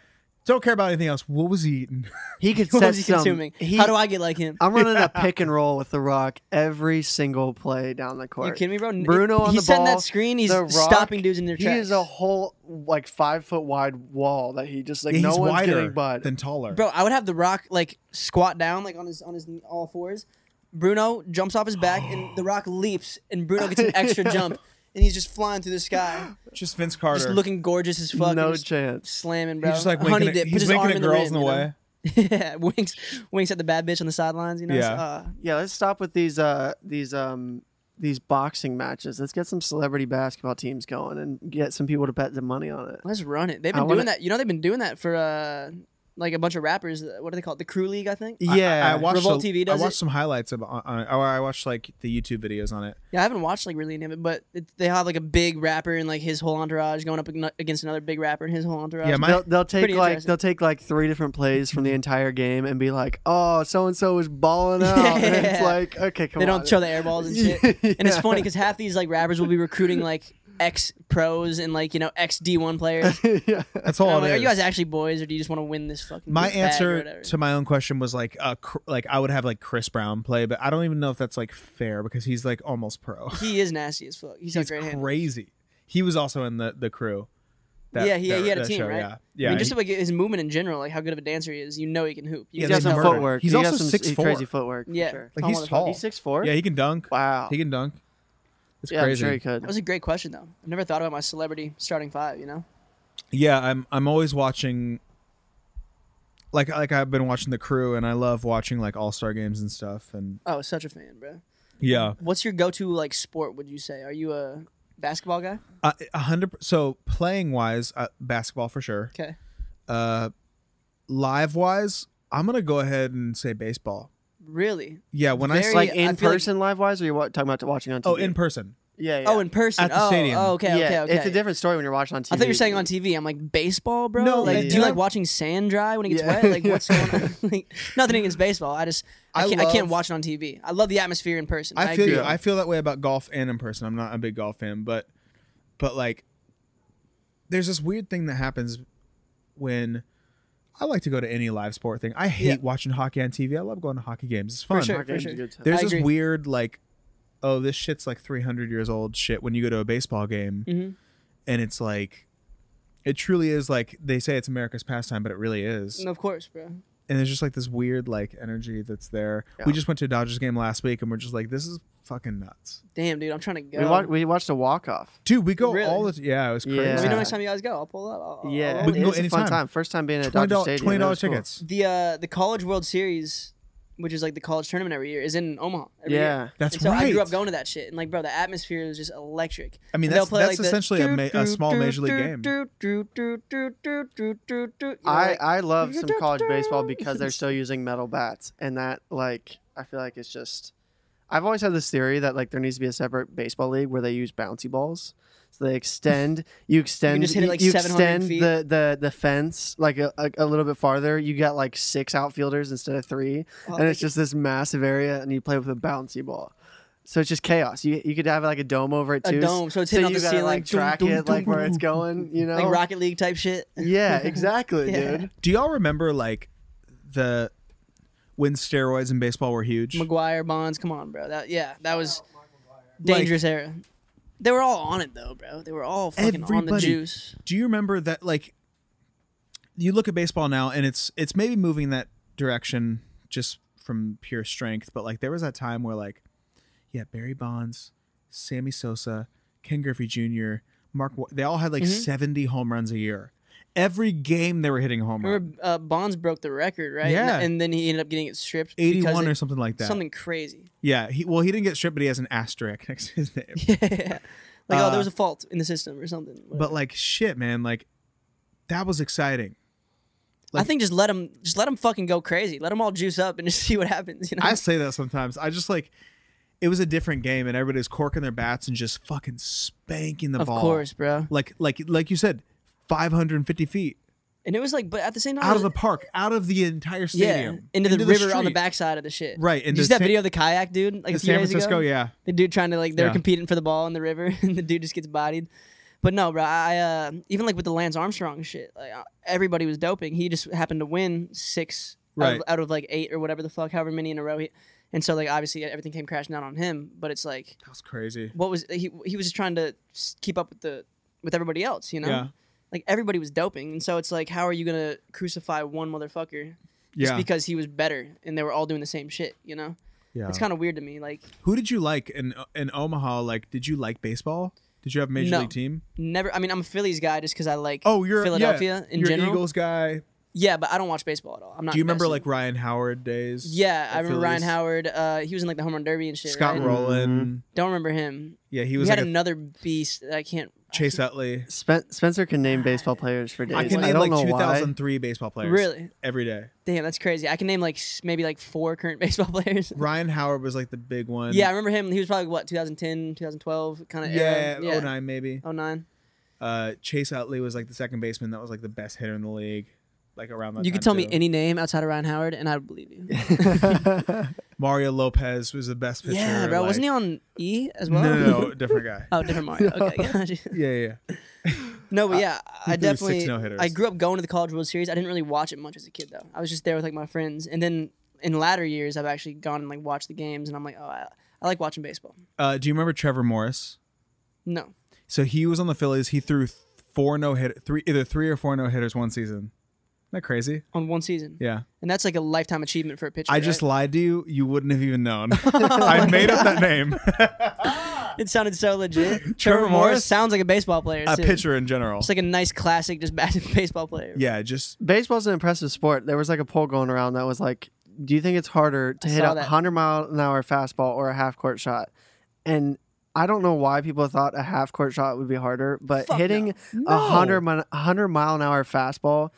don't care about anything else what was he eating
He could
what
set
is he
some-
consuming?
he- Oh,
How do I get like him?
I'm running a pick and roll with The Rock every single play down the court.
You kidding me, bro? N-
Bruno on
he's
the
setting
ball.
that screen. He's
The Rock,
stopping dudes in their
He
tracks.
is a whole like five foot wide wall that he just like
Yeah,
no
he's
one's
wider
getting by.
than taller
bro. I would have the Rock like squat down like on his on his kn- all fours. Bruno jumps off his back, and the Rock leaps, and Bruno gets an extra jump, and he's just flying through the sky,
just Vince Carter
just looking gorgeous as fuck.
no
and just
chance.
slamming, bro.
he's just like
Honey
winking at,
dip, put
he's
his
winking
arm
at
in
girls
the
in the way
rim, you know? yeah, winks, winks at the bad bitch on the sidelines. You know,
Yeah.
Uh,
Yeah, let's stop with these uh these um these boxing matches. Let's get some celebrity basketball teams going and get some people to bet the money on it.
let's run it. They've
I
been
wanna-
doing that. You know, they've been doing that for uh, like a bunch of rappers. uh, What do they call it? The Crew League, I think.
I-
yeah,
I, I watched
Revolt
the-
TV does
I watched
it.
some highlights of on, on, or I watched like the YouTube videos on it.
Yeah, I haven't watched like really any of it, but it, they have like a big rapper and like his whole entourage going up ag- against another big rapper and his whole entourage.
Yeah, my-
they'll, they'll take
pretty
like
interesting.
they'll take like three different plays from the entire game and be like, "Oh, so and so is balling out." And it's
Yeah.
like, okay, come
they
on.
don't show the airballs and shit. And it's funny because half these like rappers will be recruiting like ex pros and like you know ex D one players.
yeah.
That's
And
all.
I'm
it
like, are you
is.
guys actually boys or do you just want to win this fucking?
my
bag or
answer
whatever?"
to my own question was like uh cr- like I would have like Chris Brown play, but I don't even know if that's like fair because he's like almost pro.
he is nasty as fuck. He's,
He's
a great hand.
crazy. He was also in the the crew.
Yeah, he- he had a team, right?
Yeah, yeah.
I mean, just
he-
like his movement in general, like how good of a dancer he is, you know he can hoop.
Yeah, they
You can
He's got
just
some
tell.
murdered him.
footwork.
He's
He got
also
some
6'4".
crazy footwork. for
Yeah,
sure.
Like,
Oh,
he's
motherfucker.
tall.
He's six four.
yeah, he can dunk.
Wow.
He can dunk. It's
yeah, I'm
crazy.
sure he could.
That was a great question though. I've never thought about my celebrity starting five. You know,
Yeah, I'm I'm always watching like like I've been watching the crew and I love watching like all-star games and stuff and
oh, such a fan, bro.
yeah.
What's your go-to like sport? Would you say? Are you a basketball guy?
Uh, a 100 so playing wise, uh, basketball for sure.
Okay.
Uh live wise, I'm going to go ahead and say baseball.
Really?
Yeah, when I
Very-
say
Like
I
in
feel like-
person, live wise, or you're wa- talking about watching on TV?
Oh, in person.
yeah, yeah.
Oh, in person.
At the
oh,
stadium.
oh, okay,
yeah,
okay, okay.
It's a different story when you're watching on TV.
I thought you were saying on TV. I'm like baseball, bro.
No,
like,
yeah.
do you like watching sand dry when it gets
Yeah.
wet? Like, what's going on? like, nothing against baseball. I just I
I
can't, I can't
love-
watch it on TV. I love the atmosphere in person.
I, feel
agree.
you. I feel that way about golf and in person. I'm not a big golf fan, but but like there's this weird thing that happens when I like to go to any live sport thing. I hate
Yeah.
watching hockey on TV. I love going to hockey games. It's fun.
sure.
Our game's a
sure.
good time.
There's
I
this
agree.
weird like oh this shit's like 300 years old shit when you go to a baseball game
Mhm.
and it's like it truly is like they say it's America's pastime but it really is
And of course, bro.
and there's just like this weird like energy that's there. We just went to a Dodgers game last week and we're just like, this is fucking nuts,
Damn, dude. I'm trying to go.
We, wa- we watched a walk off.
dude. We go
Really?
all the yeah, it was crazy.
Let
Yeah.
me know
Yeah.
next time you guys go. I'll pull up. I'll- I'll-
Yeah,
I'll-
We can
it
go
was a fun
anytime.
time. First time being
Twenty
at Dodger
dollar
Stadium.
twenty
That
dollar
was cool.
tickets.
the uh, the College World Series, which is like the college tournament every year, is in Omaha. Every
Yeah.
year.
That's
and so I grew up
right.
going to that shit, and like, bro, the atmosphere is just electric.
I mean,
And they'll
that's- that's essentially a ma- a small major league game.
You know,
I
like-
I love some college baseball because they're still using metal bats, and that like I feel like it's just. I've always had this theory that like there needs to be a separate baseball league where they use bouncy balls. So they extend, you extend,
just hit it, like,
you
700
extend
feet.
the the the fence like a, a, a little bit farther. You got like six outfielders instead of three,
Oh,
and it's
like-
just this massive area, and you play with a bouncy ball. So it's just chaos. You you could have like a dome over it
A
too.
dome, so it's
so
hitting on
you
the
gotta,
ceiling.
like
Dum,
track
dum,
it
dum,
like where it's
dum,
going. You know,
like Rocket League type shit.
yeah, exactly,
Yeah.
dude.
Do y'all remember like the when steroids in baseball were huge?
McGuire Bonds, come on, bro. That yeah, that was dangerous era. They were all on it though, bro. They were all fucking on the
Everybody.
juice.
Do you remember that like you look at baseball now and it's it's maybe moving that direction just from pure strength, but like there was that time where like yeah, Barry Bonds, Sammy Sosa, Ken Griffey Jr., Mark Wa- they all had
Mm-hmm.
like 70 home runs a year. Every game they were hitting a home run.
Remember uh, Bonds broke the record, right?
Yeah.
And, and then he ended up getting it stripped. because
81
they-
or something like that.
something crazy.
Yeah, he well he didn't get stripped but he has an asterisk next to his name.
like oh,
Uh,
there was a fault in the system or something.
But like shit, man, like that was exciting.
I think just let them just let them fucking go crazy. Let them all juice up and just see what happens. You know.
I say that sometimes. I just like it was a different game, and everybody's corking their bats and just fucking spanking the
of
ball.
course, bro.
like like like you said, 550 feet
And it was like, but at the same time,
out of
it
the
was-
park, out of the entire
yeah,
stadium,
into the river on the
street.
backside of the shit.
Right, and
Did
the
you see that
San-
video of the kayak dude? Like a
In
few
San
days
Francisco,
ago?
yeah.
The dude trying to like they're
Yeah.
competing for the ball in the river, and the dude just gets bodied. But no, bro. I uh, even like with the Lance Armstrong shit, like uh, everybody was doping. He just happened to win six out,
Right.
of, out of like eight or whatever the fuck, however many in a row. He, and so like obviously everything came crashing down on him. But it's like,
That was crazy.
what was he? He was just trying to s- keep up with the with everybody else, you know.
Yeah.
Like everybody was doping, and so it's like, how are you gonna crucify one motherfucker just
Yeah,
because he was better and they were all doing the same shit? You know,
yeah.
it's kind of weird to me. Like
Who did you like in in Omaha? Like, did you like baseball? Did you have a major
No.
league team?
Never. I mean, I'm a Phillies guy just because I like.
Oh, you're yeah,
Philadelphia in
you're an
general.
Eagles guy.
Yeah, but I don't watch baseball at all. I'm not.
Do you remember like
invested.
Ryan Howard days?
Yeah, I remember Ryan
Phillies?
Howard. Uh, he was in like the home run derby and shit.
Scott
right?
Mm-hmm.
Rowland.
Don't remember him.
Yeah, he
He
was
had
like a
another beast. that I can't.
Chase Utley.
Spen- Spencer can name baseball players for days.
I
I,
can name
don't
like
know why.
2003 baseball players.
Really?
Every day.
Damn, that's crazy. I can name like s- maybe like four current baseball players.
Ryan Howard was like the big one.
Yeah, I remember him. He was probably what 2010, 2012 kind of
Yeah,
era. Yeah,
09 maybe.
09.
Uh, Chase Utley was like the second baseman that was like the best hitter in the league, like around that.
You
time,
could tell me
too.
any name outside of Ryan Howard, and I would believe you.
Mario Lopez was the best pitcher.
yeah, bro.
like-
Wasn't he on E as well?
No, no, no, different guy.
oh, different Mario. Okay, gotcha.
Yeah, yeah. yeah.
No, but yeah, I,
He threw six oh
definitely.
no-hitters.
I grew up going to the College World Series. I didn't really watch it much as a kid though. I was just there with like my friends, and then in latter years, I've actually gone and like watched the games, and I'm like, oh, I, I like watching baseball.
Uh, do you remember Trevor Morris?
No,
So he was on the Phillies. He threw th- four no hit, three either three or four no hitters one season. Isn't that crazy?
on one season,
Yeah.
and that's like a lifetime achievement for a pitcher.
I just
right?
lied to you. You wouldn't have even known. I made up that name.
it sounded so legit. Trevor,
Trevor
Morris?
Morris?
sounds like a baseball player.
A
too.
pitcher in general.
It's like a nice classic, just bad baseball player.
yeah, just
Baseball's an impressive sport. There was like a poll going around that was like, do you think it's harder to
I
hit
saw
a
that.
100 mile an hour fastball or a half court shot? And I don't know why people thought a half court shot would be harder, but
Fuck
hitting
no.
a 100, mi- 100 mile an hour fastball,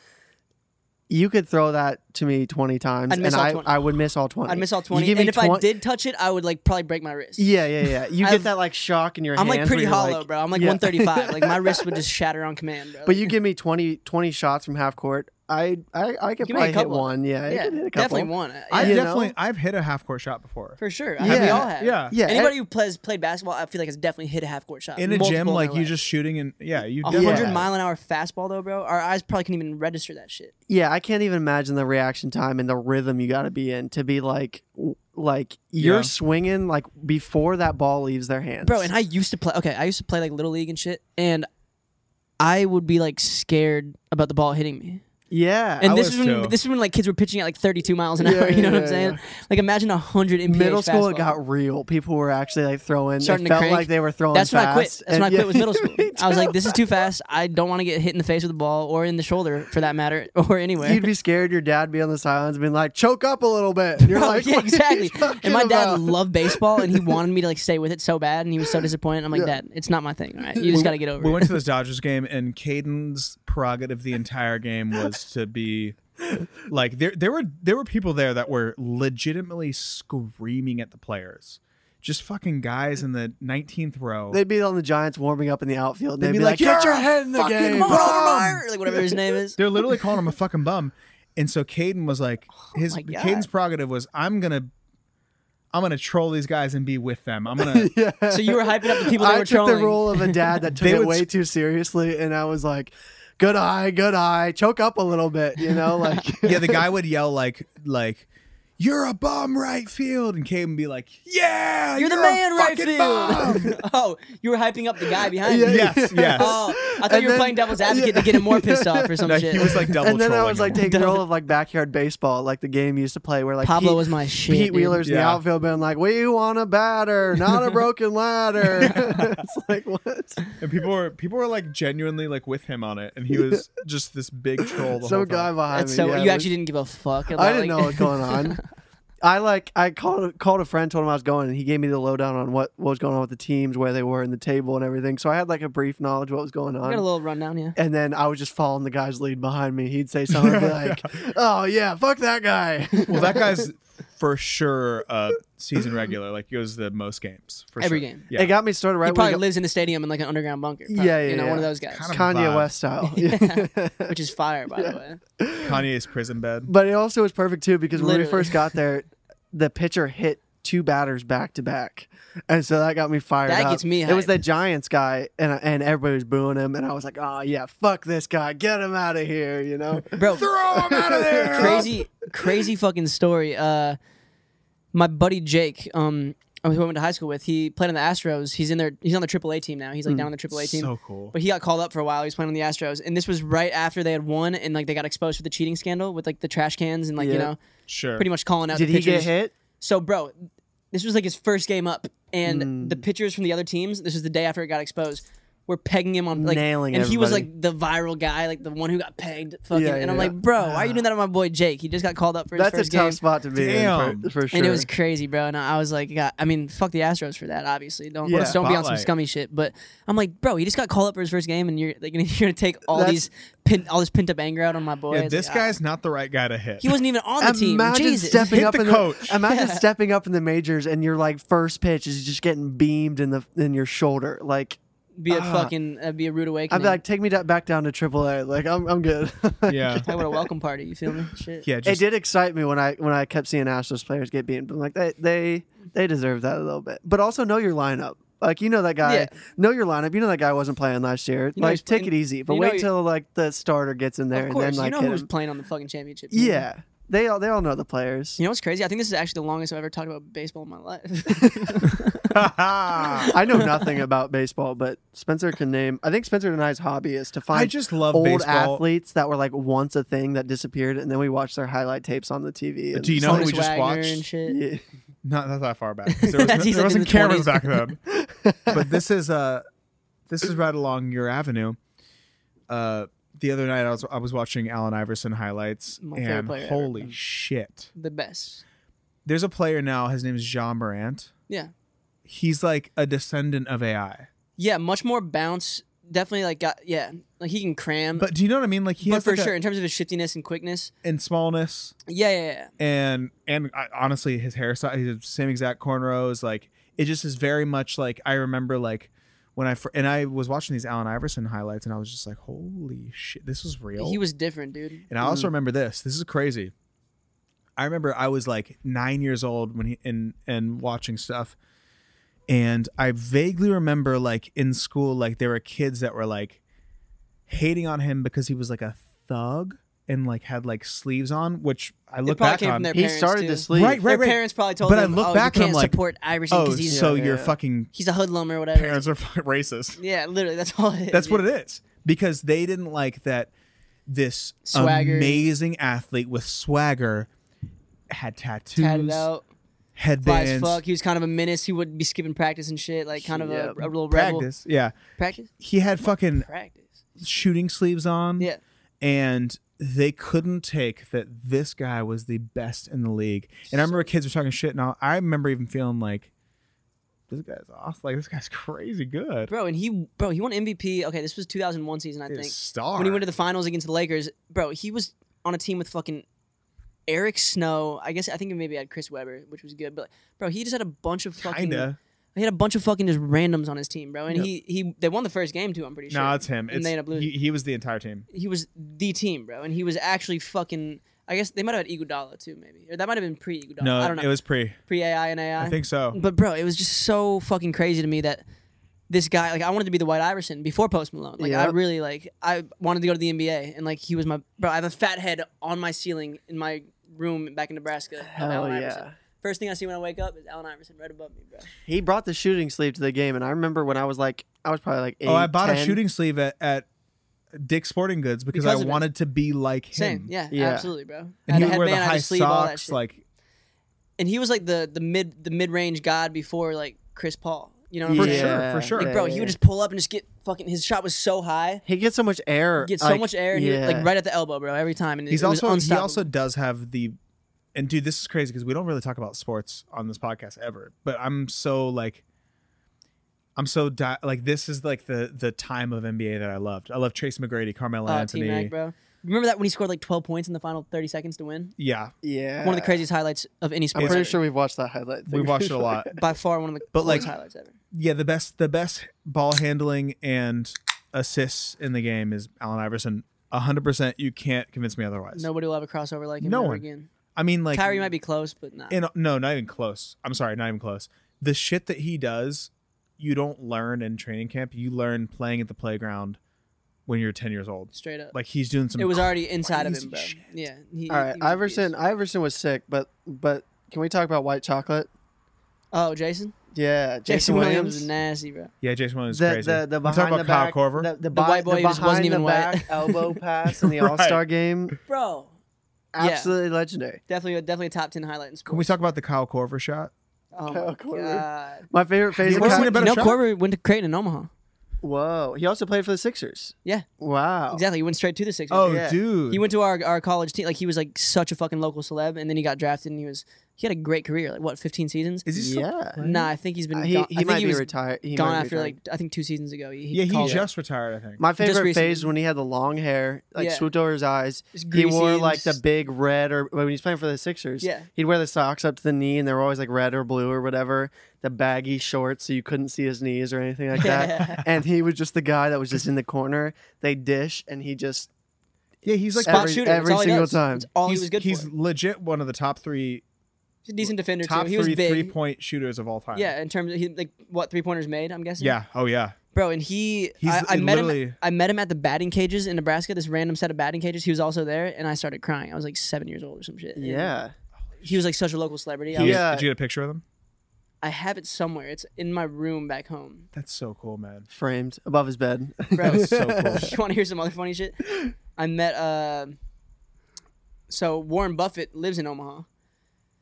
you could throw that to me 20 times
I'd miss
and
all
I,
20.
I would miss all 20.
I'd miss all
You
twenty,
give
and
me
if I
20
did touch it, I would like probably break my wrist.
Yeah, yeah, yeah. You
I've-
get that like shock in your
I'm
hands.
like
where
pretty
you're
hollow,
like-
bro. I'm like
Yeah.
135. Like my wrist would just shatter on command, bro.
But you give me 20, 20 shots from half court. I I, I could
Give me a
probably hit
couple.
one. Yeah, I
yeah,
could hit a couple.
definitely one.
I
You
definitely
know?
I've hit a half court shot before.
For sure. I mean, we
Yeah.
all have.
Yeah.
Yeah, eh,
Anybody who
and-
plays played basketball, I feel like has definitely hit a half court shot.
In a
multiple
gym,
their
like you
life.
just shooting and yeah, you
a
definitely
hundred
Yeah.
mile an hour fastball though, bro. Our eyes probably couldn't even register that shit.
Yeah, I can't even imagine the reaction time and the rhythm you got to be in to be like w- like you're
Yeah.
swinging like before that ball leaves their hands.
Bro, and I used to play okay, I used to play like little league and shit, and I would be like scared about the ball hitting me.
yeah,
And
I
this
was-
is
was
when
too.
this is when like kids were pitching at like 32 miles an
Yeah,
hour. You know
yeah,
what I'm
yeah,
saying? Like imagine a hundred in
middle school it got real. People were actually like throwing.
Starting
it
to
felt
crank.
like they were throwing.
That's when I quit.
fast,
That's when I
and-
quit
yeah,
was middle school.
me
I was like,
too.
this is too fast. I don't want to get hit in the face with the ball or in the shoulder for that matter, or anywhere.
You'd be scared. Your dad'd be on the silence, being like, "Choke up a little bit." And you're
Bro,
like,
Oh, yeah,
"What are you
exactly.
talking
And my dad
about?"
loved baseball, and he wanted me to like stay with it so bad, and he was so disappointed. I'm like, Dad, it's not my thing. All right, you just got to get over
We
it.
went to this Dodgers game, and Caden's prerogative the entire game was to be like there. There were there were people there that were legitimately screaming at the players, just fucking guys in the 19th row.
They'd be on the Giants warming up in the outfield. And
They'd
they'd,
be
be,
like,
like, "Ah, "Get
"You're
your
a
head in the
fucking
game!"
moron!"
Or, like whatever his name is.
They're literally calling him a fucking bum, and so Caden was like, his
Oh my God.
Caden's prerogative was, I'm gonna, I'm gonna troll these guys and be with them. I'm gonna.
Yeah.
So you were hyping up the people that
I
were
took
trolling.
the role of a dad that took
They would
it way too seriously, and I was like, "Good eye, good eye, choke up a little bit," you know, like.
yeah, the guy would yell like like you're a bum right field and Kate would be like, Yeah,
You're the man,
a
right
fucking
field.
bum."
oh, you were hyping up the guy behind you.
yes, yes.
Oh, I thought
And
you were
then-
playing devil's advocate to get him more pissed off or some
No,
shit.
he was like double
and then I
trolling
was like
him.
taking the role of like backyard baseball, like the game you used to play, where like
Pablo
Pete,
was my shit.
Pete
dude.
Wheeler's in the
Yeah.
outfield, being like, "We want a batter, not a broken ladder." it's like what?
and people were people were like genuinely like with him on it and he was just this big troll the whole
Some guy
time.
behind
That's
me.
so
yeah,
you
it was-
actually didn't give a fuck. About,
I
like-
didn't know what's going on. I like I called called a friend, told him I was going, and he gave me the lowdown on what, what was going on with the teams, where they were in the table, and everything. So I had like a brief knowledge of what was going
I
on.
got a little rundown, yeah.
and then I was just following the guy's lead behind me. He'd say something I'd be like, "Oh yeah, fuck that guy."
Well that guy's for sure a season regular, like goes the most games for
Every
sure.
game.
Yeah.
It got me started right.
He
when
probably
got-
lives in the stadium in like an underground bunker.
Yeah,
probably,
yeah,
You know, one of
yeah.
those guys.
Kind of
Kanye
vibe.
West style.
Which is fire, by the way.
Kanye's prison bed.
but it also was perfect too because when
Literally.
we first got there, the pitcher hit two batters back to back, and so that got me fired
That
up.
gets me
It was
hyped.
the Giants guy, and and everybody was booing him, and I was like, "Oh yeah, fuck this guy, get him out of here," you know.
Bro,
Throw him out of there.
crazy crazy fucking story uh my buddy jake um who i went to high school with he played on the astros he's in there he's on the aaa team now
Hmm.
he's like down on the aaa team
So cool.
but he got called up for a while he was playing on the astros and this was right after they had won and like they got exposed for the cheating scandal with like the trash cans and like you
Yeah.
know
Sure.
pretty much calling out
Did
the
he get
pitchers.
hit?
so bro
Hmm.
this was like his first game up and the pitchers from the other teams this was the day after it got exposed were pegging him on like,
Nailing
and he was
everybody.
like the viral guy, like the one who got pegged, fucking.
Yeah,
and I'm
yeah. Ah.
like, bro, why are you doing that on my boy Jake? He just got called up for his
That's a
first
tough
game.
spot to be in
Damn.
for, for sure.
And it was crazy, bro. And I was like, God, I mean, fuck the Astros for that. Obviously, don't
Yeah.
let's don't be on some
Spotlight.
scummy shit. But I'm like, bro, he just got called up for his first game, and you're like, you're gonna take all
That's-
these pin, all this pent up anger out on my boy.
Yeah,
It's
this
like, ah.
guy's not the right guy to hit.
He wasn't even on the team.
Imagine
Jesus.
stepping
Hit
up
the
in
coach.
the imagine stepping up in the majors and your like first pitch is just getting beamed in the in your shoulder. Like
be a
Ah.
fucking uh, be a rude
I'd
awakening.
be like, take me da- back down to AAA. Like I'm I'm good.
yeah,
I would a welcome party. You feel me? Shit.
yeah.
it
Just
did excite me when I when I kept seeing Astros players get beaten. But I'm like they they they deserve that a little bit. But also know your lineup. Like you know that guy,
Yeah.
know your lineup. You know that guy wasn't playing last year.
You know he's
like take
playing-
it easy, but
you know
wait
he-
till like the starter gets in there
Of
and then
course,
like
you know
hit
who's
him.
playing on the fucking championship. team.
Yeah, they all they all know the players.
You know what's crazy? I think this is actually the longest I've ever talked about baseball in my life.
I
I know nothing about baseball, but Spencer can name. I think Spencer and I's hobby is to find
just love
old
baseball.
athletes that were like once a thing that disappeared, and then we watch their highlight tapes on the TV. And
Do you know-
it's
what
Honus
we just
Wagner
watched?
and shit.
like-
not, not that far back. There, was,
He's, like, in
there wasn't
the
cameras
20s.
back then.
but this is uh this is right along your avenue. Uh the other night I was I was watching Allen Iverson highlights
My favorite
and
player ever. Mm.
holy shit.
The best.
There's a player now, his name is Jean Morant.
Yeah.
He's like a descendant of AI.
Yeah, much more bounce. Definitely like got yeah, like he can cram.
But do you know what I mean? Like he
Mm. but
has
for
like a-
sure in terms of his shiftiness and quickness.
and smallness
Yeah, yeah, yeah.
and and I, honestly his hairstyle he's the same exact cornrows like it just is very much like I remember like when I fir- and I was watching these Allen Iverson highlights and I was just like holy shit this was real.
He was different, dude.
And I also remember this. This is crazy. I remember I was like nine years old when he and and watching stuff, and I vaguely remember like in school like there were kids that were like hating on him because he was like a thug and like had like sleeves on, which I
It
look
probably
back
came
on.
from their
he
parents
started
too.
to sleep.
right, right,
Their
right.
parents probably told
But I
them,
look
"Oh,
back
you
and I'm
can't
like,
support Iverson
oh,
because he's
so
yeah,
your
yeah.
fucking
he's a hoodlum or whatever."
parents are fucking racist.
Yeah, literally, that's all. It is.
That's what it is because they didn't like that this
Swagger.
amazing athlete with swagger had tattoos,
Tatted out, fly as
headbands,
fuck. He was kind of a menace. He would be skipping practice and shit, like kind of
Yeah.
a, a little rebel.
practice. Yeah,
Practice,
he had fucking
practice.
shooting sleeves on.
Yeah,
and they couldn't take that this guy was the best in the league. And I remember kids were talking shit, and I, I remember even feeling like. This guy's awesome. Like this guy's crazy good.
bro, and he, bro, he won MVP. Okay, this was 2001 season, I
He's a
think.
star.
when he went to the finals against the Lakers, bro, he was on a team with fucking Eric Snow. I guess I think it maybe had Chris Webber, which was good. But like, bro, he just had a bunch of fucking.
kinda.
He had a bunch of fucking just randoms on his team, bro. And he he they won the first game too. I'm pretty sure.
Nah, it's him.
And
It's,
they end up losing.
he, he was the entire team.
He, was the team, bro, and he was actually fucking. I guess they might have had Iguodala too, maybe, or that might have been pre Iguodala.
No,
I don't know.
it was pre.
pre AI and AI.
I think so.
But bro, it was just so fucking crazy to me that this guy, like, I wanted to be the White Iverson before Post Malone. Like, I
Yep.
really like, I wanted to go to the NBA, and like, he was my bro. I have a fat head on my ceiling in my room back in Nebraska. of
Hell
Allen
yeah.
Iverson. First thing I see when I wake up is Allen Iverson right above me, bro.
He brought the shooting sleeve to the game, and I remember when I was like, I was probably like eight.
Oh, I bought
10.
a shooting sleeve at, at Dick's Sporting Goods because,
Because
I
of it.
wanted to be like him.
Same, yeah,
Yeah.
absolutely, bro.
And
I
he would wear the
headband, I had
high
sleeve, all that
socks.
shit.
Like
and he was like the the mid the mid range god before like Chris Paul. You know what
For
I'm
sure,
saying?
for sure.
Like, bro, he would just pull up and just get fucking. His shot was so high,
He gets so much air.
he gets so
like,
much air, and he
yeah.
was, like right at the elbow, bro, every time. And it-
he's
it was
also he
unstoppable.
also does have the and dude this is crazy because we don't really talk about sports on this podcast ever but i'm so like i'm so di- like this is like the the time of nba that i loved i love trace mcgrady carmelo
Oh, T
anthony
Mac, bro. Remember that when he scored like 12 points in the final 30 seconds to win?
yeah
Yeah.
One of the craziest highlights of any sport.
I'm pretty sure we've watched that highlight.
we watched it a lot
By far, one of the
But, like-
coolest highlights ever.
yeah the best the best ball handling and assists in the game is allen iverson 100% you can't convince me otherwise
Nobody will have a crossover like him
No
ever
one.
again.
i mean like
Kyrie might be close, but not.
and no, not even close. I'm sorry, not even close. The shit that he does, you don't learn in training camp. You learn playing at the playground when you're 10 years old.
Straight up.
Like he's doing some.
it was already inside of
crazy
him, bro.
shit.
Yeah. he-
All right,
he was a
Iverson.
beast.
Iverson was sick, but but can we talk about white chocolate?
Oh, Jason?
Yeah,
Jason,
Jason
Williams.
Williams.
was nasty, bro.
yeah, Jason Williams
the,
crazy.
the the
We're
behind
talking
the
about Kyle
back,
Corver.
The, the,
white
bi-
boy
the
who just
behind
wasn't
the
even white.
back elbow pass in the All Star game.
Bro. Yeah.
Absolutely legendary.
Definitely, definitely a top 10 highlight in sports.
Can we talk about the Kyle Corver shot?
Oh,
Kyle
my
Corver.
God.
My favorite phase.
You
Of
wanna
Ky-
see a better
you know,
shot?
Corver went to Creighton in Omaha.
Whoa. He also played for the Sixers.
Yeah,
Wow.
exactly. He went straight to the Sixers.
Oh,
Yeah.
dude.
He went to our, our college team. Like he was like such a fucking local celeb, and then he got drafted, and he was he had a great career. Like what, fifteen seasons?
Is he still?
Yeah.
Nah, I think he's been.
Uh, He,
gone- I
he
think
might
he
be
was
retired. He
gone
might be
after
retired.
like I think two seasons ago. He,
Yeah, he
called it.
just retired, I think.
My
just
favorite
recently.
phase when he had the long hair, like
Yeah.
swooped over his eyes.
It's
He
greasy
wore
and
like the
just-
big red, or when he was playing for the Sixers,
Yeah.
he'd wear the socks up to the knee, and they were always like red or blue or whatever. The baggy shorts, so you couldn't see his knees or anything like that. and he was just the guy that was just in the corner. They dish, and he just
Yeah, he's like
spot
every-
shooter. That's
every
all he
single
does.
time.
That's all
he's,
he was good
he's
for.
legit one of the top three,
He's a decent defender
top
too. He was
three
big.
three point shooters of all time.
yeah, in terms of he, like what three pointers made, I'm guessing.
Yeah. Oh yeah.
bro. And he,
He's
I, I met
literally-
him. I met him at the batting cages in Nebraska. This random set of batting cages. He was also there, and I started crying. I was like seven years old or some shit. And
yeah.
he was like such a local celebrity. I,
He-
was,
Yeah.
Did you get a picture of him?
I have it somewhere. It's in my room back home.
That's so cool, man.
framed above his bed.
Bro,
That's so cool.
you want to hear some other funny shit? I met uh, so Warren Buffett lives in Omaha.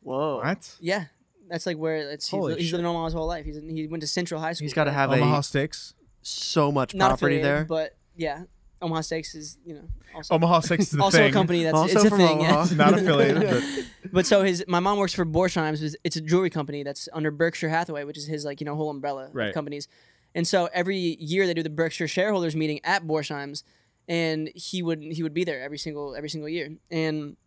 Whoa.
What?
Yeah, that's like where it's he's,
Holy
li- he's
shit.
lived in Omaha his whole life. He's in, he went to Central High School.
He's got to have
Omaha
a
Steaks.
so much
Not
property
affiliated,
there.
but yeah, Omaha Steaks is you know also,
Omaha Steaks is the
also
thing.
a company that's
Also
it's a
from
thing. yeah.
Omaha.
Not affiliated. but
But so his my mom works for Borsheims. which is- It's a jewelry company that's under Berkshire Hathaway, which is his like you know whole umbrella
Right.
of companies. And so every year they do the Berkshire shareholders meeting at Borsheims, and he would he would be there every single every single year. And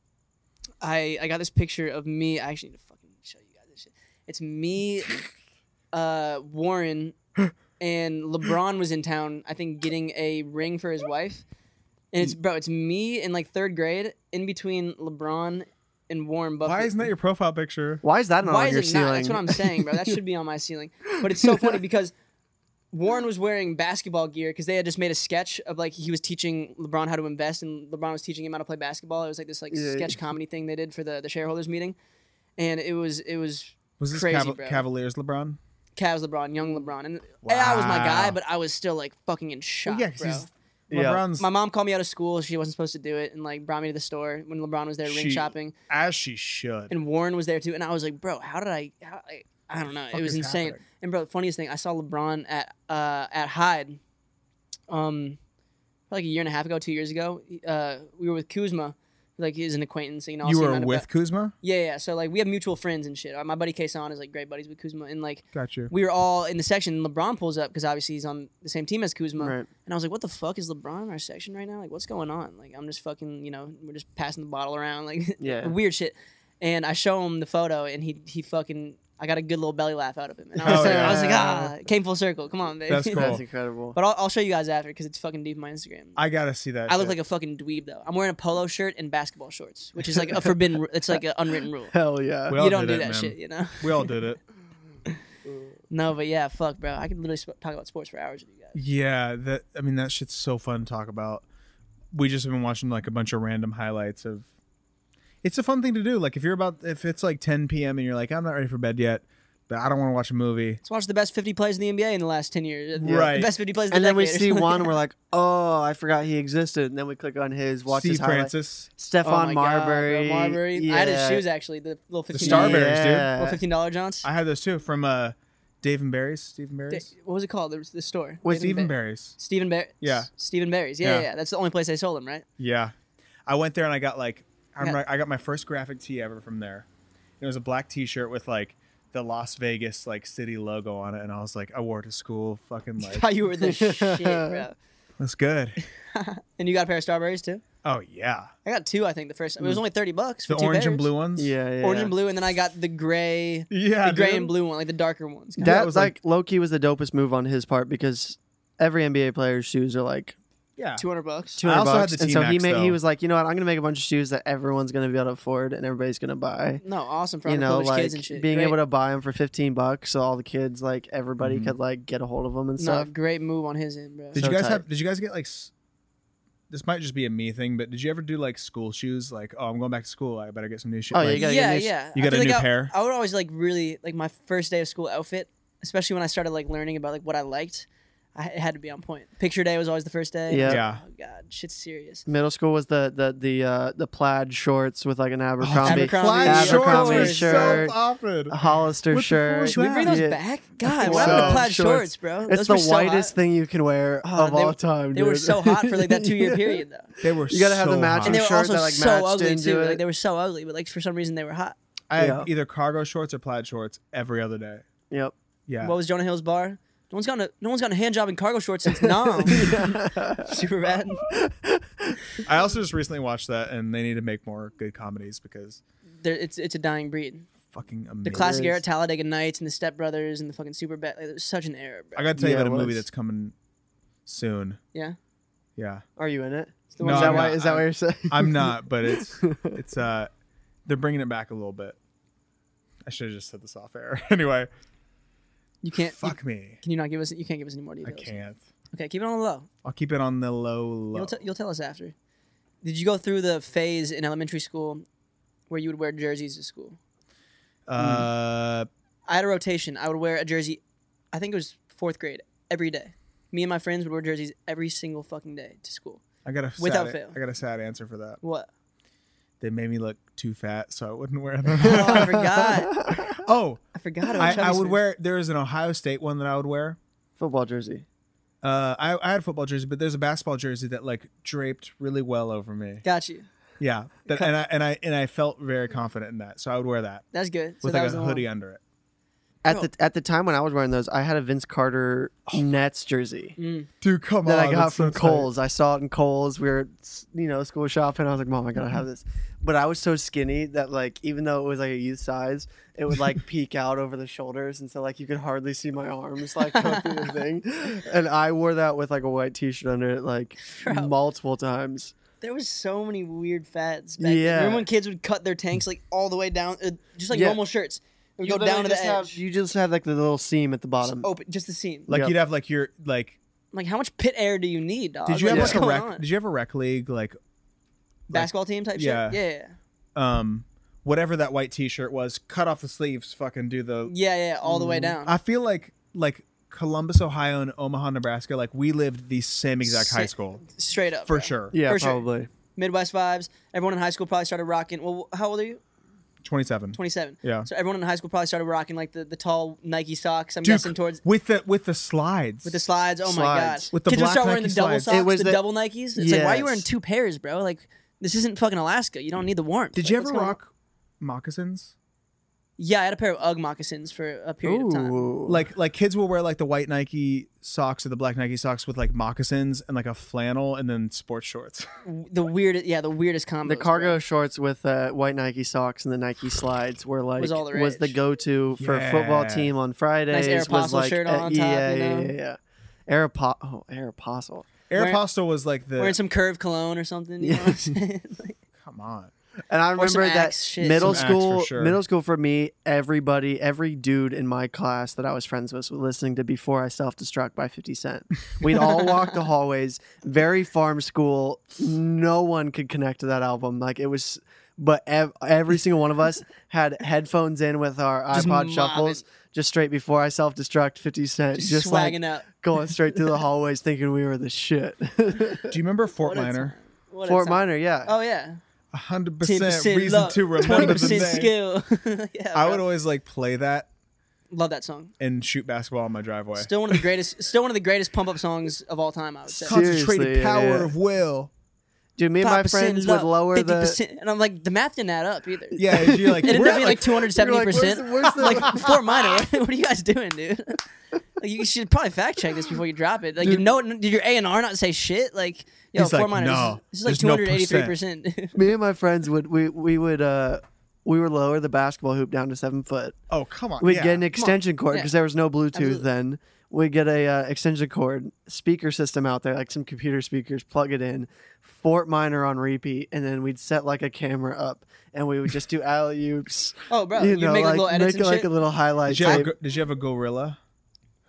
I I got this picture of me. I actually need to fucking show you guys this shit. It's me, uh, Warren, and LeBron was in town. I think getting a ring for his wife. And it's bro, it's me in like third grade, in between LeBron and Warren Buffett.
Why isn't that your profile picture?
Why is that not
Why
on
is
your
it
ceiling?
not? That's what I'm saying, bro. That should be on my ceiling. But it's so funny because Warren was wearing basketball gear because they had just made a sketch of like he was teaching LeBron how to invest and LeBron was teaching him how to play basketball. It was like this like
Yeah.
sketch comedy thing they did for the the shareholders meeting, and it was it was
Was this
Crazy,
Caval-
bro.
Cavaliers LeBron?
Cavs LeBron, young LeBron, and AI was my guy,
Wow.
but I was still like fucking in shock,
yeah,
bro.
because
Yeah.
LeBron's
My mom called me out of school. She wasn't supposed to do it, and like brought me to the store when LeBron was there ring
She-
shopping,
as she should.
and Warren was there too. And I was like, bro, how did I? How, I, I don't know.
fuck
It was
is
insane.
happening?
And bro, the funniest thing, I saw LeBron at uh at Hyde, um, like a year and a half ago, two years ago. Uh, we were with Kuzma, like he's an acquaintance. You know, I'll
you
see him
were
at a-
with Kuzma.
Yeah, yeah. So like we have mutual friends and shit. Uh, My buddy Kason is like great buddies with Kuzma, and like
Got you.
we were all in the section. and LeBron pulls up because obviously he's on the same team as Kuzma.
Right.
And I was like, "What the fuck is LeBron in our section right now? Like, what's going on? Like, I'm just fucking, you know, we're just passing the bottle around, like,
Yeah.
weird shit." And I show him the photo, and he he fucking, I got a good little belly laugh out of him, and I was,
Oh,
like, I was like,
yeah.
"Ah, it came full circle. Come on, baby."
That's cool.
That's incredible.
but I'll, I'll show you guys after because it's fucking deep in my Instagram. I,
I gotta see that.
look
shit.
like a fucking dweeb though. I'm wearing a polo shirt and basketball shorts, which is like a forbidden. ru- It's like an unwritten rule.
Hell yeah.
We all
You
did
don't do
it,
that
man.
shit, you know.
We all did it.
No, but yeah, fuck, bro. I could literally sp- talk about sports for hours with you guys.
Yeah, that I mean that shit's so fun to talk about. We just have been watching like a bunch of random highlights of it's a fun thing to do. Like if you're about if it's like ten PM and you're like, I'm not ready for bed yet, but I don't want to watch a movie.
Let's watch the best 50 plays in the NBA in the last 10 years. The
Right.
best 50 plays. Of the
and then we
decade or
see
something.
one, we're like, oh, I forgot he existed. And then we click on his, watch
Steve
his highlight.
Francis.
Oh my God,
Stefan
bro,
Marbury.
Marbury.
Yeah.
I had his shoes actually. The little 15.
Starburst. Starberries, dude.
yeah.
Little 15 dollar Johns.
I had those too from uh Dave and Barry's, Steve and Barry's.
What was it called? The, the store.
Was
Steve and
Barry.
Barry's.
Stephen Barry.
Yeah.
Stephen Barry's. Yeah, yeah,
Yeah.
yeah. That's the only place they sold them, right?
Yeah. I went there and I got like I
Yeah.
remember I got my first graphic tee ever from there. It was a black t shirt with like the Las Vegas like city logo on it and I was like, I wore it to school, fucking like
Thought you were the shit, bro.
that's good.
And you got a pair of Starberries too?
Oh yeah.
I got two, I think, the first. It
Mm.
was only 30 bucks. For
The
two
orange and
pairs.
blue ones.
Yeah, yeah.
Orange and blue, and then I got the gray,
Yeah.
the gray
dude.
and blue one, like the darker ones. kinda.
That
Yeah, it
was
was
like, Loki was the dopest move on his part because every NBA player's shoes are like
Yeah.
200 bucks.
200
also had
bucks.
the
and so he
T-Max,
made, he
though.
was like, you know what? I'm going to make a bunch of shoes that everyone's going to be able to afford and everybody's going to buy.
No, awesome for
You know,
underprivileged
like
kids and shit.
being
Great.
able to buy them for 15 bucks so all the kids, like everybody
Mm-hmm.
could like get a hold of them and
No,
stuff.
great move on his end, bro.
Did
So
you guys
tight.
have? Did you guys get like? s- This might just be a me thing, but did you ever do like school shoes? Like, oh, I'm going back to school. I better get some new shoes.
Oh, yeah,
like,
you gotta get
yeah,
a new sh-
yeah.
you
I
got a
feel like
new
I-
pair?
I would always like really like my first day of school outfit, especially when I started like learning about like what I liked. I, it had to be on point. Picture day was always the first day.
Yeah.
Yeah.
Oh god, shit's serious.
Middle school was the the the uh, the plaid shorts with like an
Oh,
Oh,
Abercrombie,
Abercrombie. Plaid
Abercrombie
shorts were so
shirt,
often.
a Hollister
What the fuck
shirt.
is
Should we bring those
Yeah.
back? God,
think
what happened
so.
to plaid
Shorts.
shorts, bro?
It's
those were
the
so
whitest
hot.
thing you can wear
Oh,
of
they
all
were-
time.
They were
dude.
so hot for like that two year period though.
They were.
You gotta have
so
the matching
hot.
And they were
Shirts
also
that, like,
so
matched
ugly
into
too.
it.
Like they were so ugly, but like for some reason they were hot.
I had
Yeah.
either cargo shorts or plaid shorts every other day.
Yep.
Yeah.
What was Jonah Hill's bar? No one's gotten a no one's gotten a hand job in cargo shorts since Nom. Super bad.
I also just recently watched that, and they need to make more good comedies because
They're, it's it's a dying breed.
fucking amazing.
The classic
is.
era, Talladega Nights and the Step Brothers and the fucking Super Bad. Like, it was such an era, bro.
I got to tell
Yeah,
you about
it
a movie
was.
that's coming soon.
yeah.
Yeah.
Are you in it?
the
No,
ones
is that
I'm
why?
not.
Is that
I'm-
what you're saying?
I'm not, but it's it's uh they're bringing it back a little bit. I should have just said this off air. anyway,
You can't. you-
fuck me.
can you not give us? You can't give us any more
I
details.
can't.
Okay, keep it on the low.
I'll keep it on the low low.
You'll, t- you'll tell us after. Did you go through the phase in elementary school where you would wear jerseys to school?
uh
I had a rotation. I would wear a jersey. I think it was fourth grade every day. Me and my friends would wear jerseys every single fucking day to school.
I got a
Mm-hmm. Without
sad,
fail.
I got a sad answer for that.
What?
They made me look too fat, so I wouldn't wear
Oh,
them.
I forgot.
oh,
I forgot.
I,
about
I
Chubby
would
Smith.
wear. There is an Ohio State one that I would wear.
Football jersey.
Uh, I, I had a football jersey, but there's a basketball jersey that like draped really well over me.
Got you.
Yeah, that, and I and I and I felt very confident in that, so I would wear that
That's good. So
with
that
like
was
a
the one.
hoodie under it.
At
Bro.
the at the time when I was wearing those, I had a Vince Carter
Oh.
Nets jersey.
Dude, come
that
on!
I got
that's so
from
tight.
Kohl's. I saw it in Kohl's. We were, you know, school shopping. I was like, Mom, I gotta have this. But I was so skinny that, like, even though it was like a youth size, it would like peek out over the shoulders, and so like you could hardly see my arms like go through the thing. And I wore that with like a white T-shirt under it, like
Mm. Bro.
multiple times.
There was so many weird fads. Back then.
Yeah.
Remember when kids would cut their tanks like all the way down, uh, just like
Yeah.
normal shirts. It would go
You
down to
literally
the
just
edge.
have- you just have like the little seam at the
just
bottom.
open, just the seam.
Like
Yep.
you'd have like your like.
Like, how much pit air do you need, dog?
Did you have
what's
like a
going
rec?
Oh, on?
Did you have a rec league like
basketball team type
Yeah.
shit? Yeah, yeah,
um whatever that white T-shirt was? Cut off the sleeves, fucking do the.
yeah, yeah, yeah, all the way down.
Mm, I feel like like Columbus, Ohio, and Omaha, Nebraska. Like we lived the same exact high
Same.
school
Straight up,
for
bro.
sure.
yeah,
for sure.
probably.
Midwest vibes. Everyone in high school probably started rocking. Well, how old are you?
Twenty-seven.
Twenty-seven.
Yeah.
So everyone in high school probably started rocking like the, the tall Nike socks. I'm
Dude,
guessing towards
with the with the slides.
with the slides. Oh my god.
Slides.
With the
kids would
black
start wearing
Nike
the double
slides.
socks,
It was
the,
the-
double Nikes. It's like why are you
Yes.
wearing two pairs, bro? Like this isn't fucking Alaska. You don't need the warmth.
Did
Like,
you
what's
ever
going on?
rock moccasins?
Yeah, I had a pair of UGG moccasins for a period of time.
Ooh.
Like like kids will wear like the white Nike socks or the black Nike socks with like moccasins and like a flannel and then sports shorts.
W- The weirdest, yeah, the weirdest combo.
the cargo shorts with uh, white Nike socks and the Nike slides were like
all the rage.
go-to for football
Yeah.
team on Fridays. was
Aeropostale
like,
shirt
uh,
on top,
yeah,
you know?
yeah, yeah, yeah. Aeropo- oh, Aeropostale.
Air
Wearing-
Aeropostale was like the
wearing some curved cologne or something. You know
Yeah.
what I'm saying? Like,
come on.
And I
Or some
remember that
Axe shit.
middle
Some Axe for
school,
sure.
middle school for me, everybody, every dude in my class that I was friends with was listening to Before I Self Destruct by 50 Cent. We'd all walk the hallways, very farm school. No one could connect to that album. Like it was, but ev- every single one of us had headphones in with our
Just
iPod
mobbing.
shuffles, just straight Before I Self Destruct 50 Cent,
just
just,
swagging
like
out.
going straight through the hallways thinking we were the shit.
Do you remember Fort
What a
Minor?
time. What a
Fort
time.
Minor, yeah.
Oh yeah.
hundred
10%
percent reason
luck,
to remember the
20%
name.
skill. yeah,
I
bro.
would always like play that
love that song.
and shoot basketball on my driveway.
Still one of the greatest, still one of the greatest pump up songs of all time. I would say.
Con- Seriously,
Concentrated power
yeah.
of will.
Dude, me and my
5%
friends
luck,
would lower the.
50%, and I'm like the math didn't add up either.
Yeah, and you're like,
It ended
we're
up
at,
being like
like,
270 percent.
Where's the,
Like Fort Minor. what are you guys doing, dude? Like you should probably fact check this before you drop it. Like you know, did your A and R not say shit? Like yo,
He's
Fort
like,
Minor.
no,
this is, this is like
there's no
283 percent.
me and my friends would we we would uh we would lower the basketball hoop down to seven foot.
oh come on,
We'd
yeah.
get an extension cord
Yeah.
because there was no Bluetooth
Absolutely.
then. We'd get a uh, extension cord speaker system out there, like some computer speakers, plug it in, Fort Minor on repeat, and then we'd set like a camera up and we would just do alley oops.
Oh, bro,
you
you'd
know,
make, like,
like,
little edits
make
and
like
shit?
a little highlight
Did you, have a,
tape.
gor- did you have a gorilla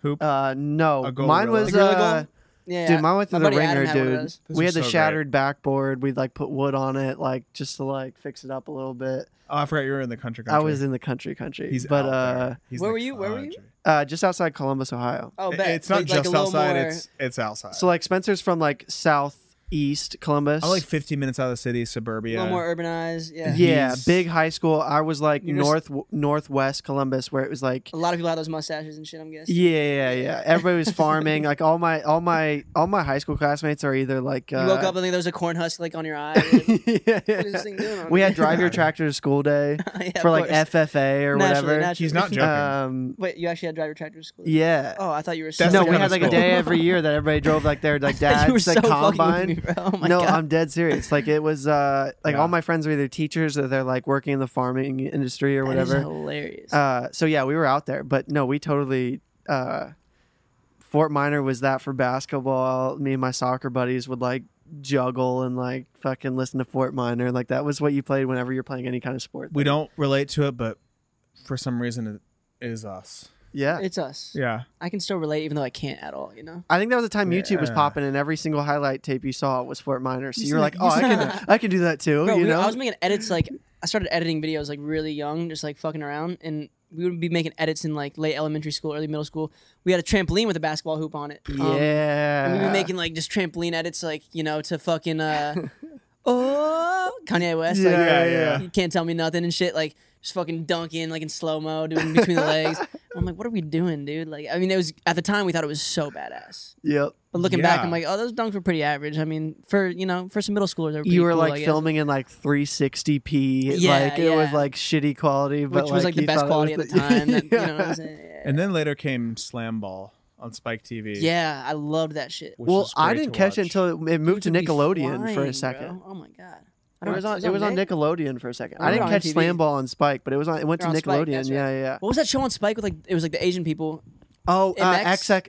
hoop?
Uh, no,
A
mine was
gorilla?
Like, really
uh,
going? Yeah,
Dude, mine went
my
through the
buddy Adam
ringer,
had one of
dude.
those.
Those
we
are
had the
so great.
shattered backboard. We'd like put wood on it, like just to like fix it up a little bit.
Oh, I forgot you were in the country.
I
country.
was in the country, country,
He's
but
out
uh,
there. He's
Where
in the
were you? Where were you?
country.
uh, just outside Columbus, Ohio.
Oh,
It-
bet.
It's not
Like- like a
just
little
outside.
more-
It's it's outside.
So like Spencer's from like southeast Columbus.
I'm Oh, like 15 minutes out of the city,
a
suburbia.
little more urbanized. Yeah.
yeah,
he's-
big high school. I was like
You're
north northwest Columbus, where it was like
A lot of people had those mustaches and shit. I'm guessing.
yeah, yeah, yeah. Everybody was farming. like all my all my all my high school classmates are either like uh,
you woke up and there's a corn husk like on your eye. You're like,
yeah,
what is this thing doing on
We
me?
had drive your tractor to school day
Yeah, of
for like
course.
FFA
Naturally,
or whatever.
naturally.
He's not joking.
Um,
Wait, you actually had drive your tractor to school?
yeah.
Oh, I thought you were.
That's
so
no,
the
we
kind
had
of
like a
school.
day every year that everybody drove like their like
you were
dad's
so
like
fucking with
combine.
me, bro. Oh my
no,
god.
I'm dead serious. Like it was uh like
Yeah.
all my friends were either teachers or they're like working in the farming industry or
That is
whatever.
hilarious.
Uh so yeah, we were out there, but no, we totally uh Fort Minor was that for basketball. Me and my soccer buddies would like juggle and like fucking listen to Fort Minor. Like that was what you played whenever you're playing any kind of sport.
we don't relate to it, but for some reason it is us.
Yeah.
it's us.
Yeah.
I can still relate, even though I can't at all. You know.
I think that was the time YouTube was
Yeah.
popping, and every single highlight tape you saw was Fort Minor. So
You
you were
said-
like,
you
"Oh, I
said-
can, I can do that too."
Bro,
Oh, you
we-
know,
I was making edits like I started editing videos like really young, just like fucking around, and we would be making edits in like late elementary school, early middle school. We had a trampoline with a basketball hoop on it. Um,
yeah.
And we'd be making like just trampoline edits, like you know, to fucking uh, oh Kanye West. like,
Yeah,
Yeah, yeah.
You can't tell me nothing and shit. Like just fucking dunking, like in slow mo, doing between the legs. I'm like, what are we doing, dude? Like, I mean, it was at the time we thought it was so badass,
yep.
but looking back,
Yeah.
I'm like, oh, those dunks were pretty average. I mean, for you know, for some middle schoolers, they were pretty
you were
cool, I
like
guess.
filming in like 360p
Yeah,
like it was
yeah.
like shitty quality but
which was like the
you
best
thought
quality
it
at the
was
time. that- You know what
Yeah.
I'm saying? Yeah.
And then later came Slam Ball on Spike TV.
Yeah, I loved that shit.
which
well
was
i
great
didn't
to
catch it
watch.
until it, it moved to
You'd be
nickelodeon for
flying,
a second
bro. Oh my god. I
it
don't-
was on it was on
Nick?
nickelodeon for a second
It
i
was
didn't
on
catch
TV.
slam ball on spike but it was on it went
Or
to
on Spike,
nickelodeon
that's right.
yeah yeah
What was that show on Spike with like it was like the Asian people?
oh uh,
MX?
XX,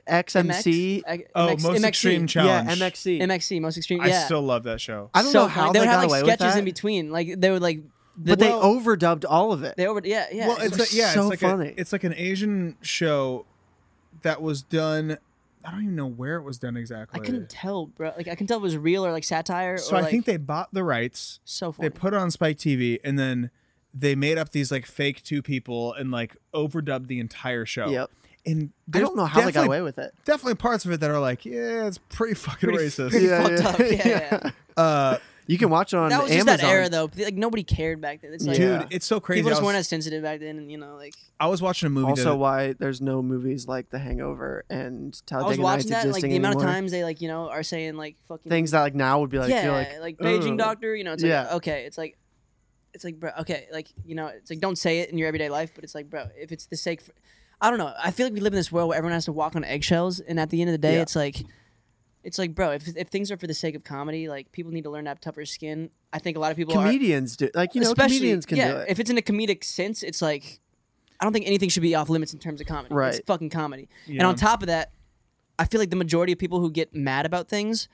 xmc
MX?
Oh,
MX
most
MXC.
extreme
E. yeah E,
challenge.
mxc
MXC, most extreme.
I
Yeah.
still love that show.
i don't
So
know how
funny.
they,
they would
got
have
away
like
with
sketches
that,
in between. Like they would like
but they
Well-
overdubbed all of it
they over yeah yeah.
well, it's
was
like, yeah,
so
it's like
funny.
A, it's like an Asian show that was done. I don't even know where it was done
I
exactly.
couldn't tell, bro. Like I couldn't tell if it was real or like satire.
So
or,
I
like,
think they bought the rights
so funny.
they put it on Spike TV and then they made up these like fake two people and like overdubbed the entire show.
yep
And
i
there's
don't know how they got
definitely-
away with it
Definitely parts of it that are like, yeah, it's pretty fucking
Pretty-
racist.
pretty
Yeah,
fucked
yeah,
up. Yeah, yeah.
Uh,
you can watch it on
That was just
amazon
that era though. Like nobody cared back then. It's like
Yeah.
Dude, it's so crazy.
people
I
just
was,
weren't as sensitive back then, and you know like.
I was watching a movie.
also
that-
why there's no movies like The Hangover
I
and
was
Talladega Nights
watching that, and, like
existing
the
anymore.
amount of times they like you know are saying like fucking
Things that like now would be like,
yeah,
you're
like,
like,
Beijing
"Ugh."
doctor, you know, it's like
Yeah.
okay, it's like it's like bro, okay, like you know, it's like don't say it in your everyday life, but it's like bro, if it's the sake, for, I don't know, I feel like we live in this world where everyone has to walk on eggshells, and at the end of the day,
Yeah.
it's like. It's like, bro, if, if things are for the sake of comedy, like people need to learn to have tougher skin. I think a lot of people are,
comedians do like you know
especially
comedians can
yeah,
do it.
if it's in a comedic sense, it's like I don't think anything should be off limits in terms of comedy. It's
Right.
fucking comedy. And on top of that, I feel like the majority of people who get mad about things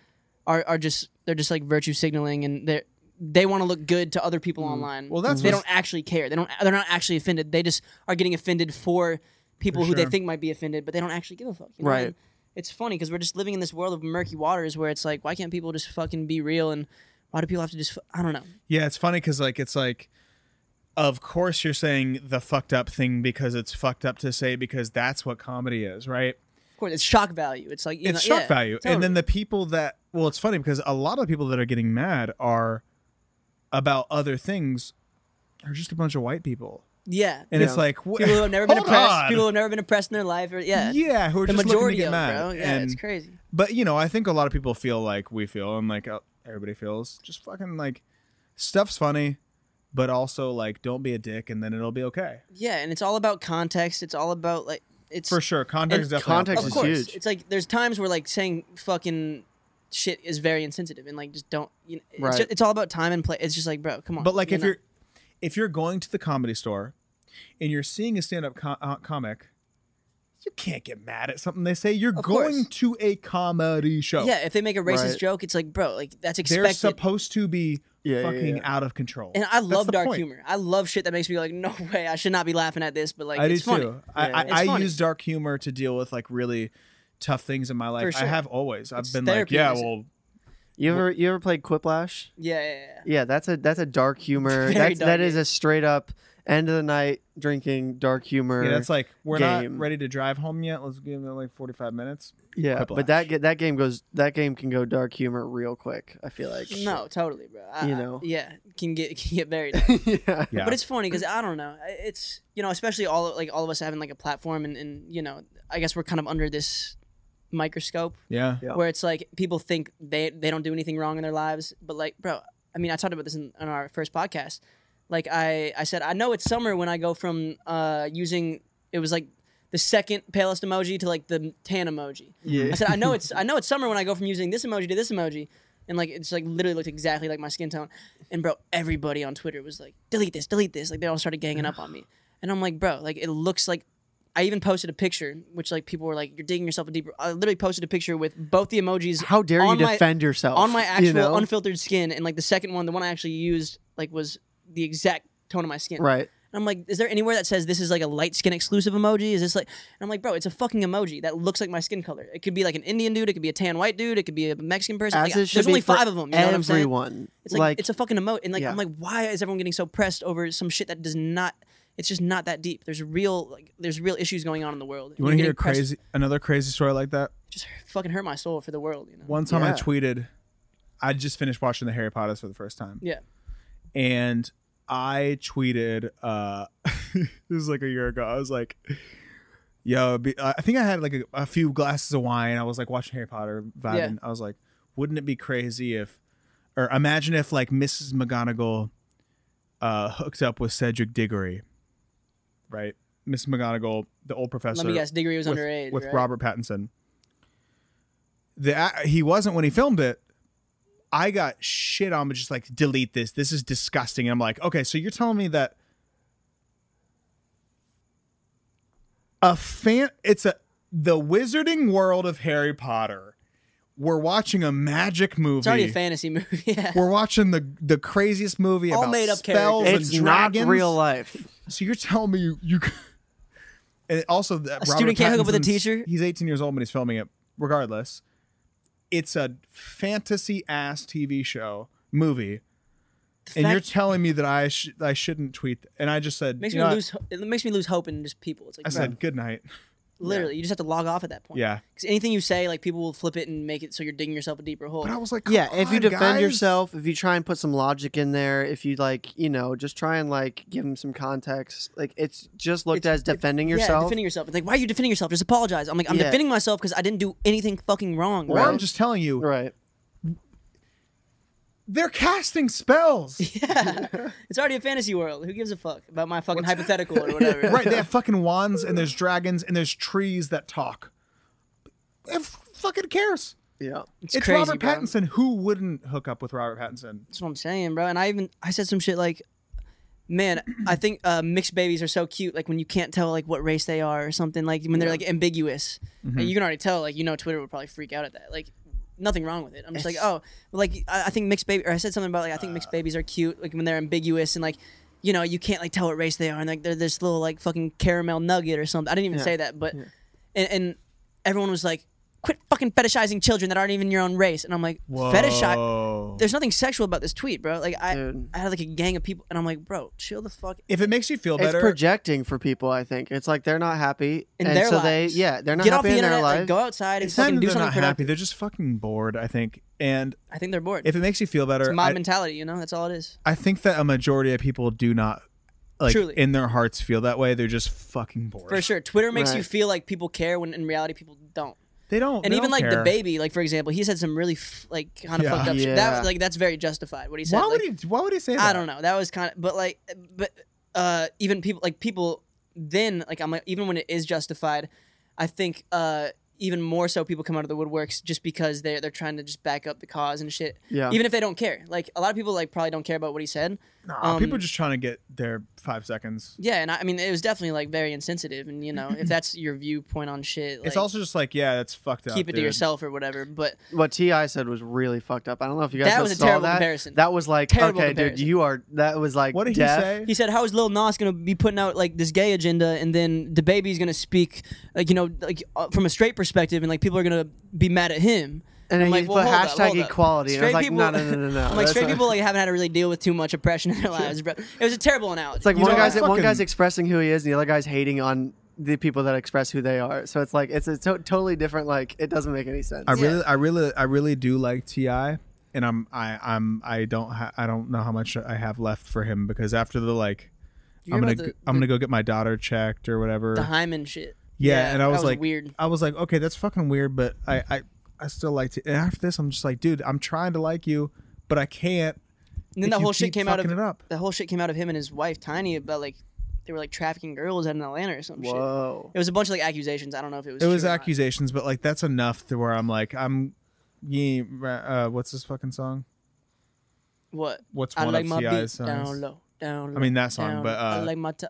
are, are just they're just like virtue signaling and they they want to look good to other
Mm.
people online.
Well, that's
they
what's-
don't actually care. They don't they're not actually offended. They just are getting offended for people who they
sure.
think might be offended, but they don't actually give a fuck. you know?
Right.
And It's funny because we're just living in this world of murky waters where it's like, why can't people just fucking be real and why do people have to just? fu- I don't know.
yeah, it's funny because like it's like, of course you're saying the fucked up thing because it's fucked up to say because that's what comedy is, right?
Of course, it's shock value. It's like you
it's
know,
shock
yeah,
value. And
totally.
then the people that well, it's funny because a lot of people that are getting mad are about other things are just a bunch of white people,
yeah,
and it's
Yeah.
like wh-
people who have never been
hold
oppressed,
on.
people who have never been oppressed in their life, or yeah,
yeah, who are
the
just looking to
majority
get
of
mad.
them, bro. Yeah, it's
And-
crazy.
But you know, I think a lot of people feel like we feel, and like uh, everybody feels, just fucking like stuff's funny, but also like don't be a dick, and then it'll be okay
Yeah, and it's all about context. It's all about like it's
for sure. Context is
And
definitely
context
helpful.
of
is
course.
huge.
It's like there's times where like saying fucking shit is very insensitive and like just don't. You know, it's,
Right.
just, it's all about time and place. It's just like bro, come on.
But like
you
if
know?
you're if you're going to the comedy store and you're seeing a stand-up co- uh, comic, you can't get mad at something they say. You're
Of
going
course.
to a comedy show.
yeah, if they make a racist
Right.
joke, it's like bro, like that's
Oh. They're
expected.
supposed to be
Yeah, yeah,
fucking
yeah.
out of control.
and I
That's
love
the
dark
point.
humor. I love shit that makes me like, no way, I should not be laughing at this, but like
I
it's
do
funny.
too. I,
Yeah,
I,
yeah.
It's
I
funny.
use dark humor to deal with like really
tough things in my life.
For sure.
I have always. I've
It's
been
therapy,
like, yeah,
is it?
well,
You ever you ever played Quiplash?
Yeah, yeah, yeah.
Yeah, that's a that's a dark humor.
Very
That's,
dark,
that is
yeah.
a straight up end of the night drinking dark humor.
yeah, that's like we're
game.
not ready to drive home yet. Let's give it like 45 minutes.
yeah.
Quiplash.
But that ge- that game goes that game can go dark humor real quick. I feel like
No, totally, bro. I,
You
I-
know.
yeah, can get can get buried.
yeah.
Yeah.
But it's funny because I don't know. I- It's you know, especially all like all of us having like a platform, and, and you know, I guess we're kind of under this microscope
yeah.
Yeah.
where it's like people think they they don't do anything wrong in their lives, but like, bro, I mean, I talked about this in, on our first podcast. Like I I said, I know it's summer when I go from uh using it was like the second palest emoji to like the tan emoji.
Yeah.
I said, I know it's I know it's summer when I go from using this emoji to this emoji, and like it's like literally looked exactly like my skin tone. And bro, everybody on Twitter was like, delete this, delete this. Like they all started ganging up on me, and I'm like, bro, like it looks like. I even posted a picture, which like people were like, "You're digging yourself a deeper." I literally posted a picture with both the emojis.
How dare you
on my-
defend yourself
on my
you
actual
know?
unfiltered skin, and like the second one, the one I actually used, like was the exact tone of my skin.
right?
And I'm like, is there anywhere that says this is like a light skin exclusive emoji? Is this like? And I'm like, bro, it's a fucking emoji that looks like my skin color. It could be like an Indian dude, it could be a tan white dude, it could be a Mexican person.
As
Like,
it should
there's
be
only
for
five of them. You know what I'm saying?
everyone.
It's like, it's a fucking emote, and like
Yeah.
I'm like, why is everyone getting so pressed over some shit that does not? It's just not that deep. There's real like there's real issues going on in the world.
You want to hear a
pressed,
crazy another crazy story like that?
Just fucking hurt my soul for the world, you know?
One time I
Yeah.
tweeted, I just finished watching the Harry Potters for the first time.
Yeah.
And I tweeted, uh, this was like a year ago. I was like, yo, be, I think I had like a, a few glasses of wine. I was like watching Harry Potter vibing.
Yeah.
I was like, wouldn't it be crazy if, or imagine if like Mrs. McGonagall uh, hooked up with Cedric Diggory, right? Mrs. McGonagall, the old professor
Let me guess, Diggory was
with,
underage.
with
right?
Robert Pattinson. The uh, he wasn't when he filmed it. I got shit on, but just like delete this. This is disgusting. And I'm like, okay, so you're telling me that a fan, it's a the Wizarding World of Harry Potter. We're watching a magic movie.
It's already a fantasy movie. Yeah.
We're watching the the craziest movie
All
about
made up
spells
characters.
It's
and
not
dragons.
real life.
So you're telling me you, you and also that
A student
Robert
can't hook up with a
Pattinson's-
teacher?
He's 18 years old when he's filming it. Regardless, it's a fantasy ass TV show movie,
The
and
fact-
you're telling me that I sh- I shouldn't tweet. And I just said,
makes
you
me
know,
lose. ho- It makes me lose hope in just people. It's like
I
bro,
said good night.
literally, you just have to log off at that point.
Yeah,
Because anything you say, like people will flip it and make it so you're digging yourself a deeper hole.
but I was like,
yeah
"Come
if you
on,
defend
guys."
yourself if you try and put some logic in there if you like you know just try and like give them some context like it's just looked
It's-
as defending
Yeah,
yourself
defending yourself. It's like, why are you defending yourself? Just apologize. I'm like, I'm
Yeah.
defending myself because I didn't do anything fucking wrong.
Or
bro.
I'm just telling you,
right
they're casting spells.
yeah. it's already a fantasy world. Who gives a fuck about my fucking hypothetical or whatever?
right? They have fucking wands, and there's dragons, and there's trees that talk. If fucking cares.
yeah
It's,
It's
crazy,
Robert
bro.
Pattinson. Who wouldn't hook up with Robert Pattinson?
That's what I'm saying, bro. And I even I said some shit like, man, I think uh, mixed babies are so cute. Like when you can't tell like what race they are or something. Like when they're like ambiguous, Like, you can already tell. Like you know, Twitter would probably freak out at that. Like nothing wrong with it. I'm just like, oh, like I, I think mixed baby. Or I said something about like I think mixed babies are cute. Like when they're ambiguous and like. You know, you can't like tell what race they are, and like they're this little like fucking caramel nugget or something. I didn't even say that, but and, and everyone was like, "Quit fucking fetishizing children that aren't even your own race." And I'm like, "Fetishize?
Whoa.
there's nothing sexual about this tweet, bro. Like I,
Dude.
I had like a gang of people, and I'm like, bro, chill the fuck.
If it makes you feel
it's
better,
projecting for people i think it's like they're not happy
In
and
their
so
lives.
they yeah they're not
Get off
happy
the
in
internet,
their
like
lives
go outside and
it's not
fucking
that
do
they're
something
not
productive.
happy. They're just fucking bored, I think. And
I think they're bored.
if it makes you feel better,
it's mob
I,
mentality, you know. That's all it is.
I think that a majority of people do not, like,
Truly.
in their hearts feel that way. They're just fucking bored.
For sure, Twitter makes you
Right.
feel like people care when in reality people don't.
They don't.
And
they
even
don't
like the
care.
baby, like for example, he said some really f- like kind of
Yeah.
fucked up shit.
Yeah.
That was like that's very justified what he said.
Why
like,
would he? Why would he say that?
I don't know. That was kind of, but like, but uh, even people like people then like I'm like even when it is justified, I think uh even more so people come out of the woodworks just because they're they're trying to just back up the cause and shit.
Yeah.
Even if they don't care, like a lot of people like probably don't care about what he said,
Nah,
Um,
people are just trying to get their five seconds.
Yeah, and I, I mean, it was definitely like very insensitive, and you know, if that's your viewpoint on shit, like,
it's also just like, yeah, that's fucked up.
keep it to
dude.
yourself or whatever. But
What Ti said was really fucked up. I don't know if you guys
That was a
saw
terrible
that.
comparison.
That was like,
Terrible
okay,
comparison.
dude, you are. That was like,
What did
deaf.
he say?
he said, "How is Lil Nas gonna be putting out like this gay agenda, and then the baby's gonna speak, like you know, like uh, from a straight perspective, and like people are gonna be mad at him."
And
I'm
then
like,
he
well,
put
hold up,
hashtag
hold up.
equality. And I was
Straight
like,
people-
no, no, no, no, no.
I'm like
that's
straight
not-
people like haven't had to really deal with too much oppression in their lives, bro. It was a terrible analogy.
It's like
You
one
know,
guy's
I
one guy's
fucking-
expressing who he is, and the other guy's hating on the people that express who they are. So it's like it's a to- totally different. Like it doesn't make any sense.
I
Yeah.
really, I really, I really do like Ti, and I'm, I, I'm, I don't, ha- I don't know how much I have left for him because after the like,
You
I'm
hear
gonna,
about
go-
the-
I'm gonna go get my daughter checked or whatever.
the Hyman shit.
yeah, and I
that
was, like,
weird.
I was like, okay, that's fucking weird, but I, I, I still liked it. And after this, I'm just like, dude, I'm trying to like you, but I can't.
And then
if
the
you
whole shit
keep
came out of
fucking it up.
the whole shit came out of him and his wife Tiny about like they were like trafficking girls out in Atlanta or some shit.
Whoa.
It was a bunch of like accusations. I don't know if it was.
It was
true or not.
accusations, but like that's enough to where I'm like, I'm, yeah, uh, what's this fucking song?
What?
What's
I
one
like
of
my
Ti's
beat
songs?
down low, down low.
I mean that song,
down
but
low. I
uh,
like my t-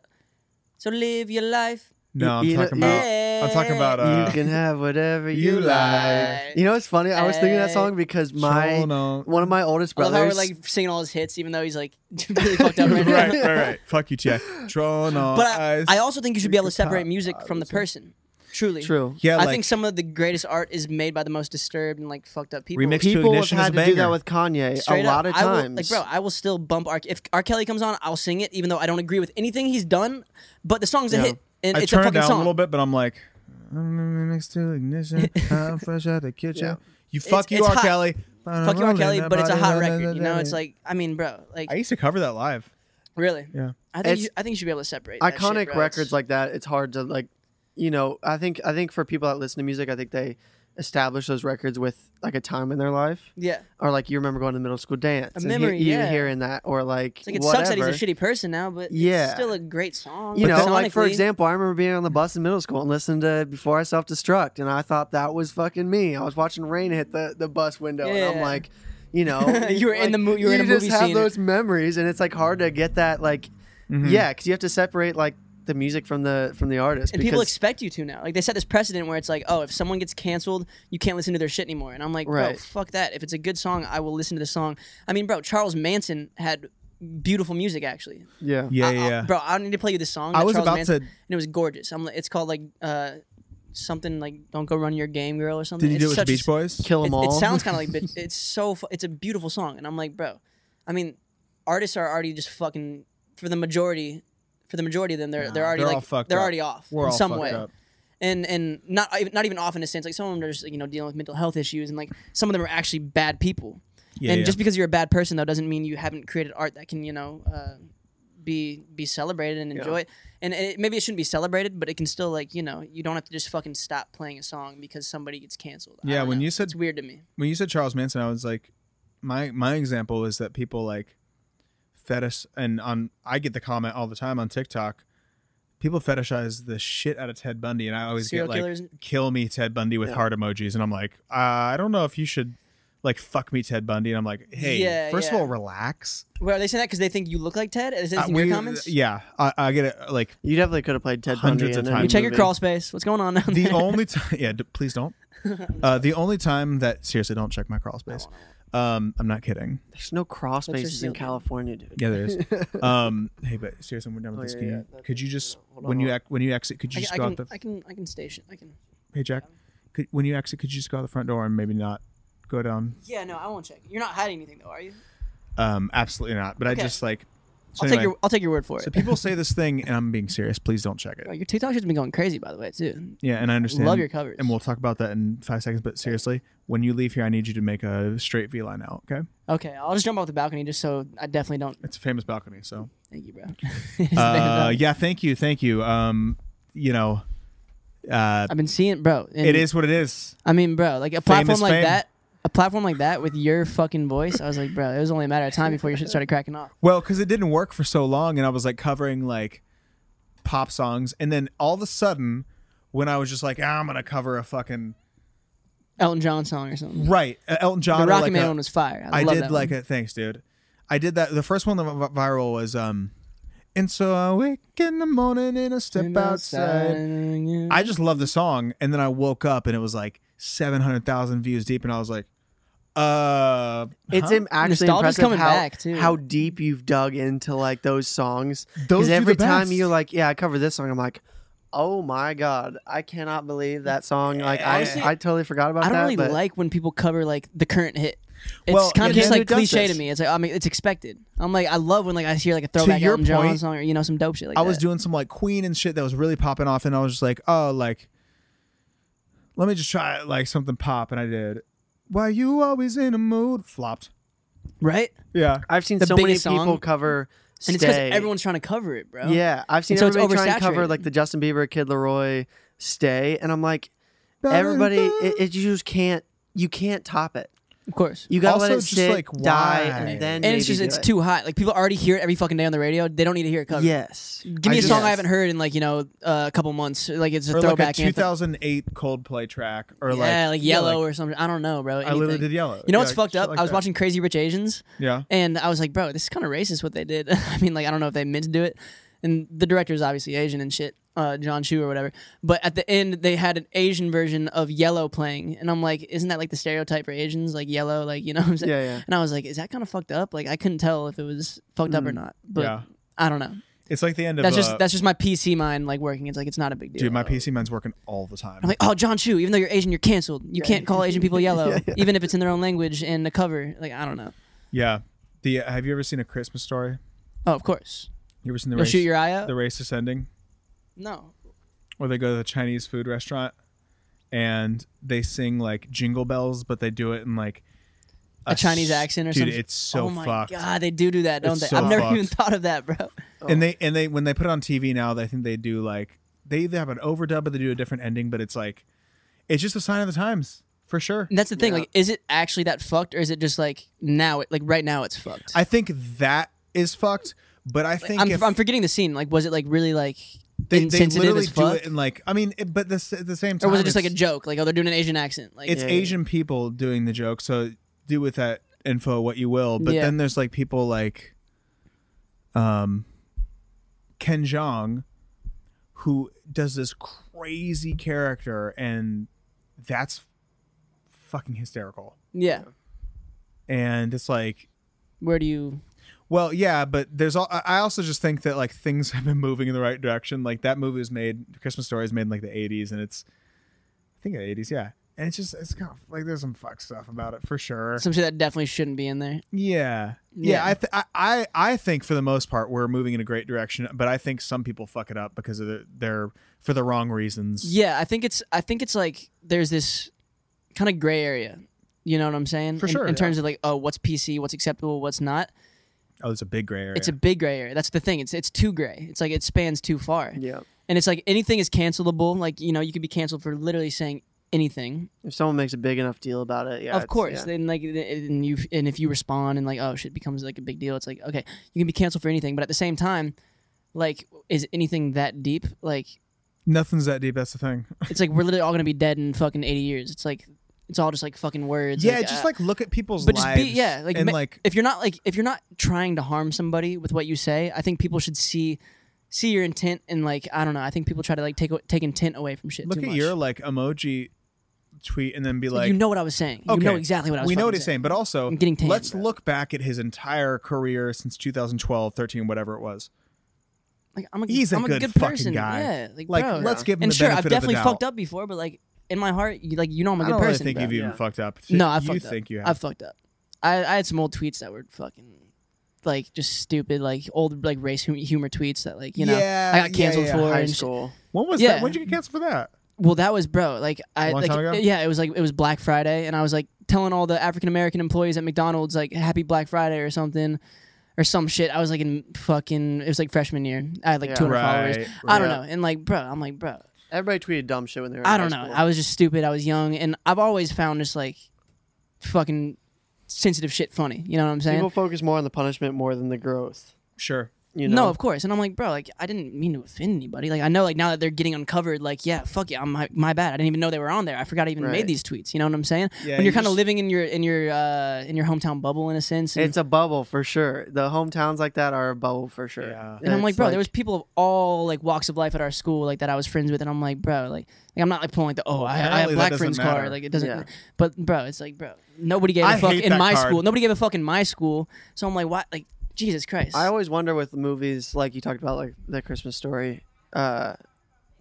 So live your life.
no, I'm
You- you
talking
know-
about, I'm talking about
you
uh,
can have whatever
you
you, like.
like.
You know what's funny? I was thinking that
Hey.
song because my
Hold on.
one of my oldest
I love how we're
brothers.
like singing all his hits, even though he's like really fucked up right now.
right, right, right. Fuck you, Ti. Drawn on
But
ice.
I, I also think you should be able to
Freaking pop.
separate music from the person. Truly.
True.
yeah,
I
like,
think some of the greatest art is made by the most disturbed and like fucked up people.
Remix to
People have
Ignition is
had
a
to do that
banger.
with Kanye
Straight
a
up,
lot of
I will-
times.
like, bro, I will still bump R. If R. Kelly comes on, I'll sing it, even though I don't agree with anything he's done. But the song's a
Yeah.
hit, and
I
it's a
turned it
fucking
down
song.
a little bit, but I'm like, I'm remix to ignition. I'm fresh out the kitchen. You fuck you,
it's
R.
hot.
Kelly.
Fuck you, R. Kelly, but it's a hot record. You know, it's like, I mean, bro, like,
I used to cover that live.
really?
Yeah.
I think
It's-
you, I think you should be able to separate that shit,
iconic
bro. It's-
records like that it's hard to like you know i think i think for people that listen to music i think they establish those records with like a time in their life
yeah.
or like you remember going to middle school dance
A
and
memory,
you,
yeah.
you hearing that or like,
It's like it
whatever.
sucks that he's a shitty person now, but it's
Yeah.
still a great song.
you know like for
sonically.
example i remember being on the bus in middle school and listening to before i self-destruct and i thought that was fucking me i was watching rain hit the, the bus window and
Yeah.
i'm like you know
You were in
like,
the mo- you were in a
just
movie
have
scene.
those memories and it's like hard to get that like Yeah,
Mm-hmm.
'cause yeah because you have to separate like the music from the from the artist
and people
because-
expect you to now. Like they set this precedent where it's like, oh, if someone gets canceled, you can't listen to their shit anymore. And I'm like, bro,
Right.
fuck that. If it's a good song, I will listen to the song. I mean, bro, Charles Manson had beautiful music actually.
yeah
Yeah,
I-
yeah.
I-
yeah.
uh, bro, I need to play you this song.
I
that
was
Charles
about
Manson,
to-
and it was gorgeous. I'm, like- it's called like uh, something like "Don't Go Run Your Game, Girl" or something.
Did you do
it's
it with
such a-
Beach Boys?
kill them
it,
all.
it sounds kind of like, but it's so fu- it's a beautiful song, and I'm like, bro, I mean, artists are already just fucking for the majority, for the majority of them, they're they're already
they're all
like
fucked
they're
up.
already off
We're
in
all
some
fucked
way,
up.
and and not even- not even off in a sense. Like some of them are just you know dealing with mental health issues, and like some of them are actually bad people.
Yeah,
and
yeah.
just because you're a bad person though doesn't mean you haven't created art that can you know uh, be be celebrated and enjoyed. And it, maybe it shouldn't be celebrated, but it can still like you know you don't have to just fucking stop playing a song because somebody gets canceled. I
Yeah,
don't
when
know.
you said-
it's weird to me.
when you said Charles Manson, I was like, my my example is that people like fetish and on I get the comment all the time on TikTok. People fetishize the shit out of Ted Bundy, and I always
Serial
get like,
killers.
"Kill me, Ted Bundy," with heart emojis, and I'm like, uh, I don't know if you should, like, fuck me, Ted Bundy, and I'm like, hey,
Yeah,
first
yeah.
of all, relax.
Wait, are they saying that because they think you look like Ted? Is this
Uh,
in your
we-
comments?
Yeah, I, I get it. Like
You definitely could have played Ted
Hundreds
Bundy
of
in
times.
any
You
We check your
movie.
crawl space. What's going on down
the
there?
only time yeah d- please don't uh the only time that seriously don't check my crawl space um i'm not kidding
There's no crawl
your
spaces
seal
in
code?
California, dude.
yeah there is um hey but seriously when we're done with
Oh,
this
yeah,
can
yeah,
you
that's
could
what
you
I'm
just
doing. Hold on,
when you
hold on.
act when you exit could you
I,
just
I
go out
can,
the
I can I can station. I can.
hey jack could, when you exit could you just go out the front door and maybe not go down
Yeah, no, I won't check. You're not hiding anything though, are you?
um absolutely not but
Okay.
i just like so
I'll
anyway,
take your I'll take your word for it.
so people say this thing and i'm being serious please don't check
Bro,
it
your TikTok shit's been going crazy by the way too.
yeah and i understand
Love your covers.
and we'll talk about that in five seconds but seriously when you leave here i need you to make a straight v line out okay
Okay, I'll just jump off the balcony just so I definitely don't.
it's a famous balcony so
Thank you, bro.
Uh, yeah, thank you, thank you. Um, you know, uh,
I've been seeing, bro. and-
it is what it is.
I mean, bro, like a platform
Famous
like
fame.
that, a platform like that with your fucking voice. I was like, bro, it was only a matter of time before your shit started cracking off.
Well, because it didn't work for so long, and I was like covering like pop songs, and then all of a sudden, when I was just like, ah, I'm gonna cover a fucking
Elton John song or something.
right, uh, Elton John.
The
or,
Rocket
like
Man
a-
one was fire. I,
I
love
did
that
like
one.
it. Thanks, dude. I did that. The first one that went vi- viral was um, and so I wake in the morning and I step outside. I just love the song, and then I woke up and it was like seven hundred thousand views deep, and I was like, uh,
It's im- actually
Nostalgia's
impressive
coming
how,
back, too.
how deep you've dug into like those songs.
Those
Because
are the
every time
best.
you're like, yeah, I cover this song, I'm like, oh my god, I cannot believe that song. Like I,
Honestly,
I totally forgot about
I don't
that.
really
but
like when people cover like the current hit. It's
Well,
kind
you
of just
can't
like
do it
cliche to
justice.
me. It's like I mean, it's expected. I'm like, I love when like I hear like a throwback
your
Elton John
point,
song or you know some dope shit like
I
that.
was doing some like Queen and shit that was really popping off, and I was just like, oh, like, let me just try like something pop, and I did. Why you always in a mood? Flopped.
right,
Yeah.
I've seen
the
so many
biggest song.
people cover
and it's because
Stay.
everyone's trying to cover it, bro.
Yeah, I've seen
And so it's
everybody try and cover
oversaturated.
like the Justin Bieber, Kid Leroy, Stay, and I'm like, everybody, it, it you just can't, you can't top it.
of course.
You gotta let
Also,
it
just,
sit,
like,
die,
why?
and then
And it's
maybe
just
do
it's
it.
too hot. Like people already hear it every fucking day on the radio. They don't need to hear it covered.
Yes,
Give me
I
a
just-
song I haven't heard in like you know uh, a couple months. Like it's a
Or like a
throwback anthem.
2008 Coldplay track, or like
yeah, like yellow
like,
or something. I don't know, bro.
I literally
anything.
did yellow.
You know
Yeah,
what's fucked
shit
up?
like
I was
that.
watching Crazy Rich Asians.
Yeah.
And I was like, bro, this is kind of racist what they did. I mean, like, I don't know if they meant to do it. And the director's obviously Asian and shit, uh, John Chu or whatever. But at the end, they had an Asian version of Yellow playing. And I'm like, isn't that like the stereotype for Asians? Like, yellow, like, you know what I'm saying?
Yeah, yeah.
And I was like, is that kind of fucked up? Like, I couldn't tell if it was fucked up or
Mm.
not. But
Yeah.
I don't know.
It's like the end of
That's
uh,
just that's just my PC mind, like, working. It's like, it's not a big deal.
dude. My PC man's working all the time.
I'm like, oh, John Chu, even though you're Asian, you're canceled. You can't call Asian people yellow, even if it's in their own language and a cover. Like, I don't know.
yeah. The have you ever seen a Christmas story?
Oh, of course.
You ever seen the
You'll
race,
shoot your eye out?
the racist ending?
No.
Or they go to the Chinese food restaurant and they sing like jingle bells, but they do it in like
a Chinese accent or
dude,
something.
It's so
oh my
fucked.
god, they do do that, don't
It's
they?
so
I've never
fucked.
even thought of that, bro.
And they and they when they put it on TV now, I think they do like they either have an overdub or they do a different ending, but it's like it's just a sign of the times for sure.
And that's the thing. Like, is it actually that fucked, or is it just like now? It like right now, it's fucked.
I think that is fucked, but I think
I'm,
if
I'm forgetting the scene. Like, was it like really like
they, they
insensitive
literally
as
do
fuck,
it in like I mean, it, but this at the same time,
or was it just like a
it's-
joke? Like, oh, they're doing an Asian accent. Like,
it's Asian people doing the joke, so do with that info what you will. But
Yeah.
then there's like people like um Ken Jeong who does this crazy character and that's fucking hysterical.
yeah.
And it's like
Where do you?
well, yeah, but there's all. I I also just think that like things have been moving in the right direction. Like that movie was made, Christmas Story is made in like the '80s, and it's, I think the '80s, yeah. And it's just it's kind of like there's some fuck stuff about it for sure.
Some shit that definitely shouldn't be in there.
Yeah. Yeah,
Yeah.
I, th- I I I think for the most part we're moving in a great direction, but I think some people fuck it up because of the, they're for the wrong reasons.
Yeah, I think it's I think it's like there's this kind of gray area. You know what I'm saying?
For
In-
sure, yeah.
In terms of like, oh, what's PC, what's acceptable, what's not.
Oh, it's a big gray area.
It's a big gray area. That's the thing. It's it's too gray. It's like it spans too far.
yeah.
And it's like anything is cancelable. Like, you know, you could be canceled for literally saying anything.
If someone makes a big enough deal about it, yeah,
of
it's-
course.
yeah.
Then like and you and if you respond and like, oh shit becomes like a big deal, it's like, okay, you can be canceled for anything. But at the same time, like, is anything that deep? Like
Nothing's that deep. That's the thing.
it's like we're literally all gonna be dead in fucking eighty years. It's like it's all just like fucking words.
yeah,
uh,
just like look at people's
but just
lives.
be yeah, like,
and
ma-
like
if you're not like if you're not trying to harm somebody with what you say, I think people should see see your intent and like I don't know. I think people try to like take a- take intent away from shit.
look
too
at
much.
your like emoji tweet and then be
Like,
like,
you know what I was saying.
okay,
You know exactly what I was.
we know
fucking
what he's saying, but also
I'm getting tan,
let's
bro.
look back at his entire career since 2012, 13, whatever it was.
Like I'm a,
He's a
I'm
good
good
fucking
person.
guy.
Yeah, like,
Like,
bro.
let's give him
And
the
sure,
benefit
I've
of the
definitely
doubt.
fucked up before, but like in my heart, you like you know I'm a
I
good
don't really
person.
think
bro.
you've even
Yeah.
fucked up.
No, I
you
fucked up.
think you have?
I fucked up. I, I had some old tweets that were fucking like just stupid, like old like race hum- humor tweets that like you know
Yeah,
I got
yeah,
canceled
yeah,
for
high
and shit.
school.
when was
Yeah.
that? When did you get canceled for that?
Well, that was bro. Like I
Long
like
time ago?
yeah, it was like it was Black Friday, and I was like telling all the African American employees at McDonald's like Happy Black Friday or something, or some shit. I was like in fucking it was like freshman year. I had like
Yeah.
200 followers.
Right,
I don't
right.
know. And like bro, I'm like bro,
Everybody tweeted dumb shit when they were. in
I don't
high
know.
school.
I was just stupid. I was young, and I've always found just like fucking sensitive shit funny. You know what I'm saying?
People focus more on the punishment more than the growth.
Sure.
You
No,
know,
of course. And I'm like, bro, like I didn't mean to offend anybody. Like I know, like now that they're getting uncovered, like yeah, fuck yeah, I'm my, my bad. I didn't even know they were on there. I forgot I even
Right.
made these tweets. You know what I'm saying?
Yeah,
when
you
you're kind of
just-
living in your in your uh in your hometown bubble in a sense. And,
it's a bubble for sure. The hometowns like that are a bubble for sure.
Yeah.
and I'm like,
it's
bro, there was people of all like walks of life at our school like that I was friends with, and I'm like, bro, like, like I'm not like pulling like the oh I, I have
Apparently that
black
doesn't
friends
matter.
card like it doesn't.
Yeah.
But bro, it's like bro, nobody gave a
I
fuck
hate
in
that
my
card.
school. Nobody gave a fuck in my school. So I'm like, why? Like Jesus Christ.
I always wonder with movies like you talked about, like the Christmas Story. Uh,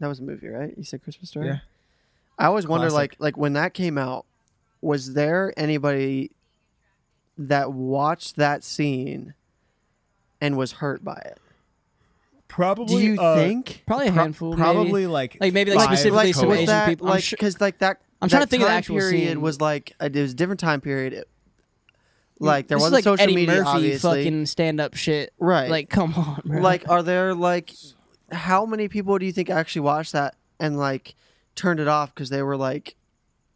that was a movie, right? You said Christmas Story.
Yeah.
I always wonder,
Classic.
like, like when that came out, was there anybody that watched that scene and was hurt by it?
Probably.
Do you
uh,
think?
probably a
pro-
handful. maybe.
Probably like
Like, maybe, like,
five
specifically
total.
some Asian
with that,
people- I'm
like,
sure-
because like that.
I'm trying
that
to think of the
time
actual
period
scene.
was like a, it was a different time period. It- like there
Mm, This is
wasn't
like
social
Eddie
media,
Murphy
obviously.
fucking stand up shit.
Right.
Like, come on, bro.
like are there like how many people do you think actually watched that and like turned it off because they were like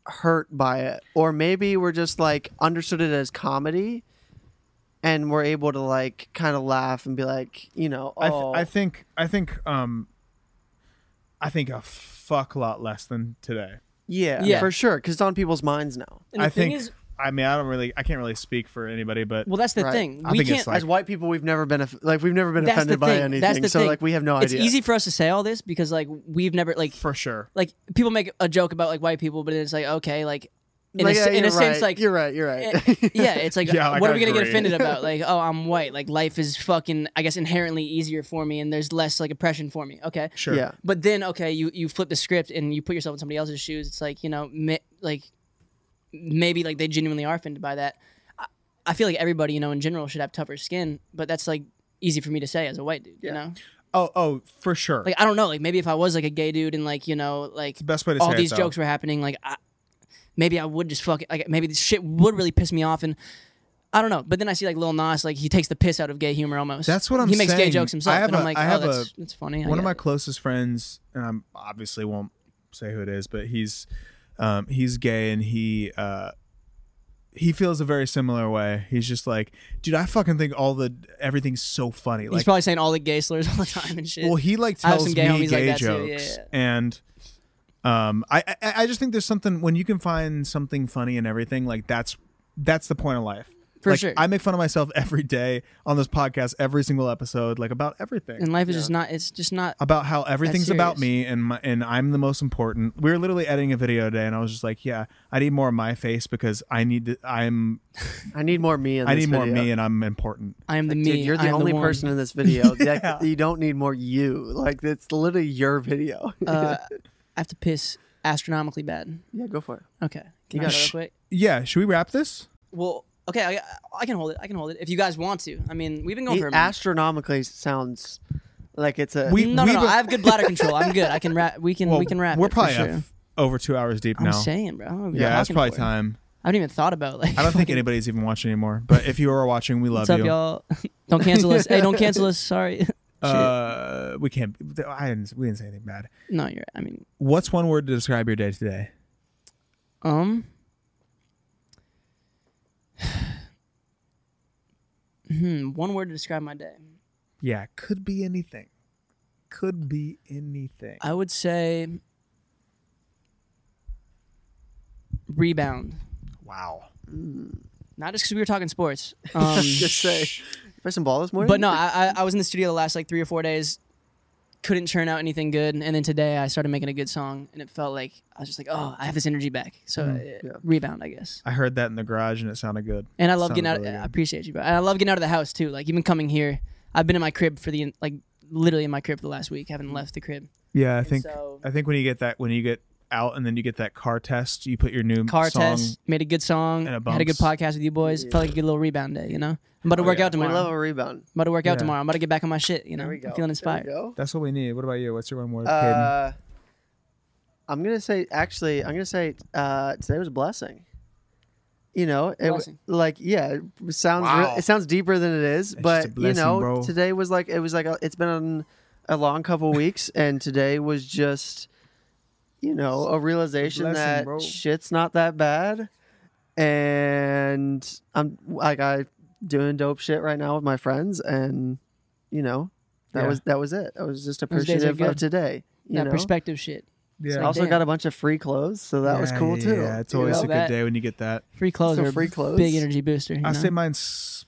hurt by it or maybe we're just like understood it as comedy and we're able to like kind of laugh and be like you know
I, th-
oh
I think I think um I think a fuck lot less than today.
yeah,
Yeah.
for sure because it's on people's minds now
And the
I
thing
think
is,
I mean I don't really I can't really speak for anybody, but
well, that's the
Right.
thing.
I
we
think it's
can't.
like-
as white people we've never been aff- like we've never been
that's the
offended by
thing.
anything
That's the
so
thing.
like we have no
it's
idea
easy for us to say all this because like we've never like
for sure.
like people make a joke about like white people, but it's like okay, like in
Like,
a,
yeah,
se- in a
you're
sense,
right.
like
you're right you're
eh,
right
yeah, it's like
Yeah, like,
what
I
are we gonna get
agree.
offended about? Like, oh, I'm white. Like life is fucking, I guess, inherently easier for me, and there's less like oppression for me. Okay,
Sure.
yeah
but then okay you you flip the script and you put yourself in somebody else's shoes it's like you know ma- like maybe like they genuinely are offended by that I, I feel like everybody you know in general should have tougher skin but that's like easy for me to say as a white dude you
Yeah.
know
Oh oh for sure.
like i don't know like maybe if i was like a gay dude and like you know like
it's the best way to
all
say
these
it, though.
jokes were happening like I, maybe i would just fuck it. like maybe this shit would really piss me off and I don't know, but then I see like Lil Nas, like he takes the piss out of gay humor almost.
That's what I'm
He makes gay
saying.
jokes himself,
I have
and I'm
a-
like,
I have
oh,
a-
that's, that's funny. I
one of
get
my
it.
closest friends and i'm obviously won't say who it is but he's um he's gay and he uh he feels a very similar way he's just like dude i fucking think all the everything's so funny
he's
like
probably saying all the gay slurs all the time and shit.
well he like
I have
tells
some gay
me
homies like
gay
that too, yeah,
jokes
yeah.
and um I, I i just think there's something when you can find something funny and everything like that's that's the point of life
For
Like,
sure.
i make fun of myself every day on this podcast every single episode like about everything
and life is just not it's just not
about how everything's about me
serious.
and my, and I'm the most important. We were literally editing a video today, and I was just like, "Yeah, I need more of my face because I need to, I'm
i need more me in
I
this
need more of
video.
me and I'm important."
i am the me
Dude, you're
I
the
am
only
one.
person in this video that you don't need more you. Like it's literally your video.
uh, i have to piss astronomically bad
yeah, go for it.
okay can you
You got
guys real
it.
quick
Yeah, should we wrap this?
well okay I, I can hold it i can hold it if you guys want to i mean we've been going
He
for a minute.
astronomically sounds like it's a
We-
no no,
we've
no
been-
i have good bladder control i'm good i can wrap we can we can wrap
We're
it for
probably
sure.
up over two hours deep
i'm
now.
saying bro I'm
yeah, that's
talking
probably
for it.
time.
i haven't even thought about like
I don't think anybody's even watching anymore. But if you are watching, we love
what's up
you.
y'all don't cancel us hey don't cancel us sorry
Uh, we can't. I didn't. We didn't say anything bad.
no you're i mean
What's one word to describe your day today?
um hmm one word to describe my day
Yeah, could be anything. Could be anything.
I would say rebound.
Wow.
Not just because we were talking sports, um,
just say play some ball this morning.
but no, I, I I was in the studio the last like three or four days, couldn't churn out anything good, and then today I started making a good song, and it felt like I was just like, oh, I have this energy back. So uh,
yeah.
rebound, I guess.
I heard that in the garage and it sounded good.
And I love
Sounded
getting out.
really
I
good.
appreciate you, bro. And I love getting out of the house too. Like even coming here, I've been in my crib for the like literally in my crib for the last week. Haven't left the crib.
Yeah, I think
so-
I think when you get that when you get out and then you get that car test, you put your new
Car
song.
test, made a good song,
And a
had a good
bumps.
podcast with you boys. Felt like a good little rebound day, you know. I'm about to work
yeah.
out
we
tomorrow.
love a rebound.
I'm about to work out
Yeah.
tomorrow. I'm about to get back on my shit. You know,
There we go.
I'm feeling inspired.
There we
That's what we need. What about you? What's your one word?
go.
Caden?
Uh, I'm gonna say actually, I'm gonna say uh, today was a blessing. You know, it
Blessing.
like yeah, it sounds re-
Wow.
it sounds deeper than it is,
It's
but
just a
you
blessing,
know,
bro.
today was like it was like a, it's been a long couple weeks, and today was just you know a realization
blessing,
that
bro.
shit's not that bad, and I'm like I doing dope shit right now with my friends, and you know, that
Yeah.
was that was it. I was just
Those days are
appreciative of
good.
today. You
that
know?
perspective shit.
Yeah.
I also got a bunch of free clothes, so that was
Yeah,
cool
yeah,
too.
Yeah, it's
you
always
know?
a good
That-
day when you get that.
Free clothes
So
are a
free clothes?
big energy booster. You
I
know?
say mine's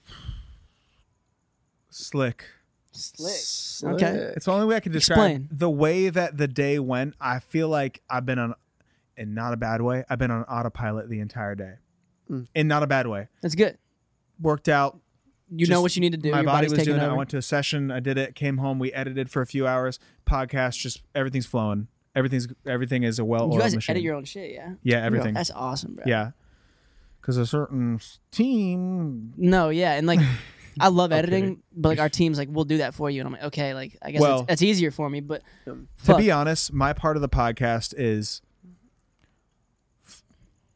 slick.
slick. Okay.
It's the only way I can describe
Explain.
the way that the day went. I feel like I've been on, in not a bad way. I've been on autopilot the entire day,
Hmm.
Mm.
in not a bad way.
That's good.
Worked out.
You know
Just
what you need to do.
My
Your
body
body's
was
taking
doing it.
over.
I went to a session. I did it. Came home. We edited for a few hours. Podcast. Just everything's flowing. Everything's everything is a well
you
oiled
guys
machine.
edit your own shit, yeah.
yeah, everything.
That's awesome, bro.
Yeah, because a certain team.
No, yeah, and like I love editing, but like our team's like, we'll do that for you, and I'm like, okay, like I guess
Well-
it's, that's easier for me, but
To
fuck.
be honest, my part of the podcast is f-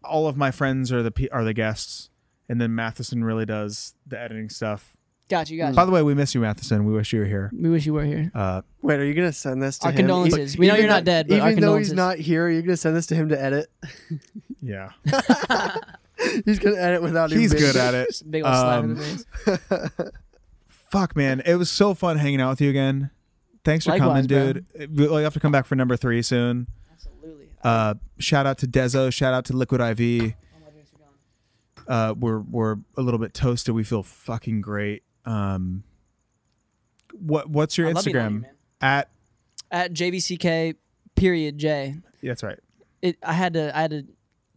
all of my friends are the pe- are the guests, and then Matheson really does the editing stuff.
got you, got
Mm.
you.
By the way, we miss you, Matheson. We wish you were here.
We wish you were here.
Uh,
Wait, are you gonna send this to
Our
him?
condolences. We know
Even
you're not
though-
dead, but our
even though he's
condolences.
not here, you're gonna send this to him to edit.
yeah,
he's gonna edit without. even
he's
being
good
there.
at it.
Just a big old slap in the
Um,
face.
Fuck, man, it was so fun hanging out with you again. Thanks for
Likewise, bro.
coming, dude. We'll have to come back for number three soon.
Absolutely.
Uh, shout out to Dezo. Shout out to Liquid IV. Uh, we're we're a little bit toasted. We feel fucking great. Um, what what's your
I love being on
Instagram
here, man.
at?
At JVCK period J.
yeah, that's right.
It, I had to I had to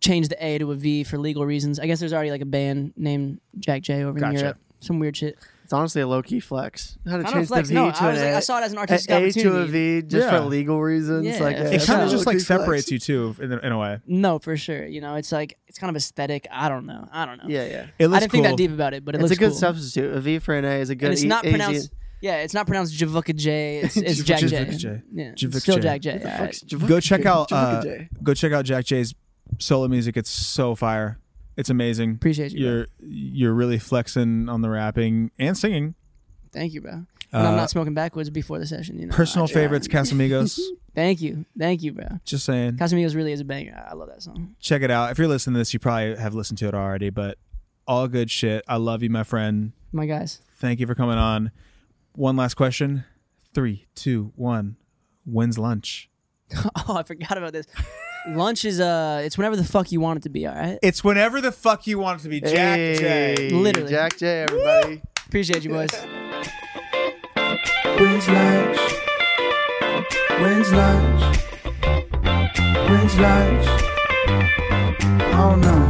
change the A to a V for legal reasons. I guess there's already like a band named Jack J over
Gotcha.
in Europe. Some weird shit.
It's honestly a low key flex. How to
I don't
change
flex.
the V
No, I
to an
was like,
A.
I saw it as an
a,
artistic
a to a
opportunity.
V just
Yeah.
for legal reasons.
Yeah.
Like
It
It
Yeah,
kind of
that's
just
a
like separates you too in, in a way.
No, for sure. You know, it's like it's kind of aesthetic. I don't know. I don't know.
Yeah, yeah.
It looks
I didn't
cool.
think that deep about it, but it
it's
looks
a good
cool.
substitute. A V for an A is a good.
and it's
e-
not
easy-
pronounced. Yeah, it's not pronounced Javuka J. It's, it's Jack J.
Javuka J.
Yeah, it's
Javuka
still
J.
Jack J. all right.
Fuck's Javaka
Go check
J,
out
Javaka
uh,
J.
go check out Jack J's solo music. It's so fire. It's amazing.
Appreciate you. bro.
You're you're really flexing on the rapping and singing.
Thank you, bro. And
Uh,
I'm not smoking backwards before the session. You know,
Personal
I-
favorites, Casamigos.
Thank you, thank you, bro.
just saying.
Casamigos really is a banger. I I love that song.
check it out. If you're listening to this, you probably have listened to it already, but all good shit. I love you, my friend.
My guys,
Thank you for coming on. One last question. Three, two, one. When's lunch?
oh, I forgot about this. Lunch is uh, it's whenever the fuck you want it to be. All right,
It's whenever the fuck you want it to be, Jack
Hey,
J.
Literally.
Jack J. Everybody.
appreciate you boys.
When's lunch? When's lunch? When's lunch? I don't know.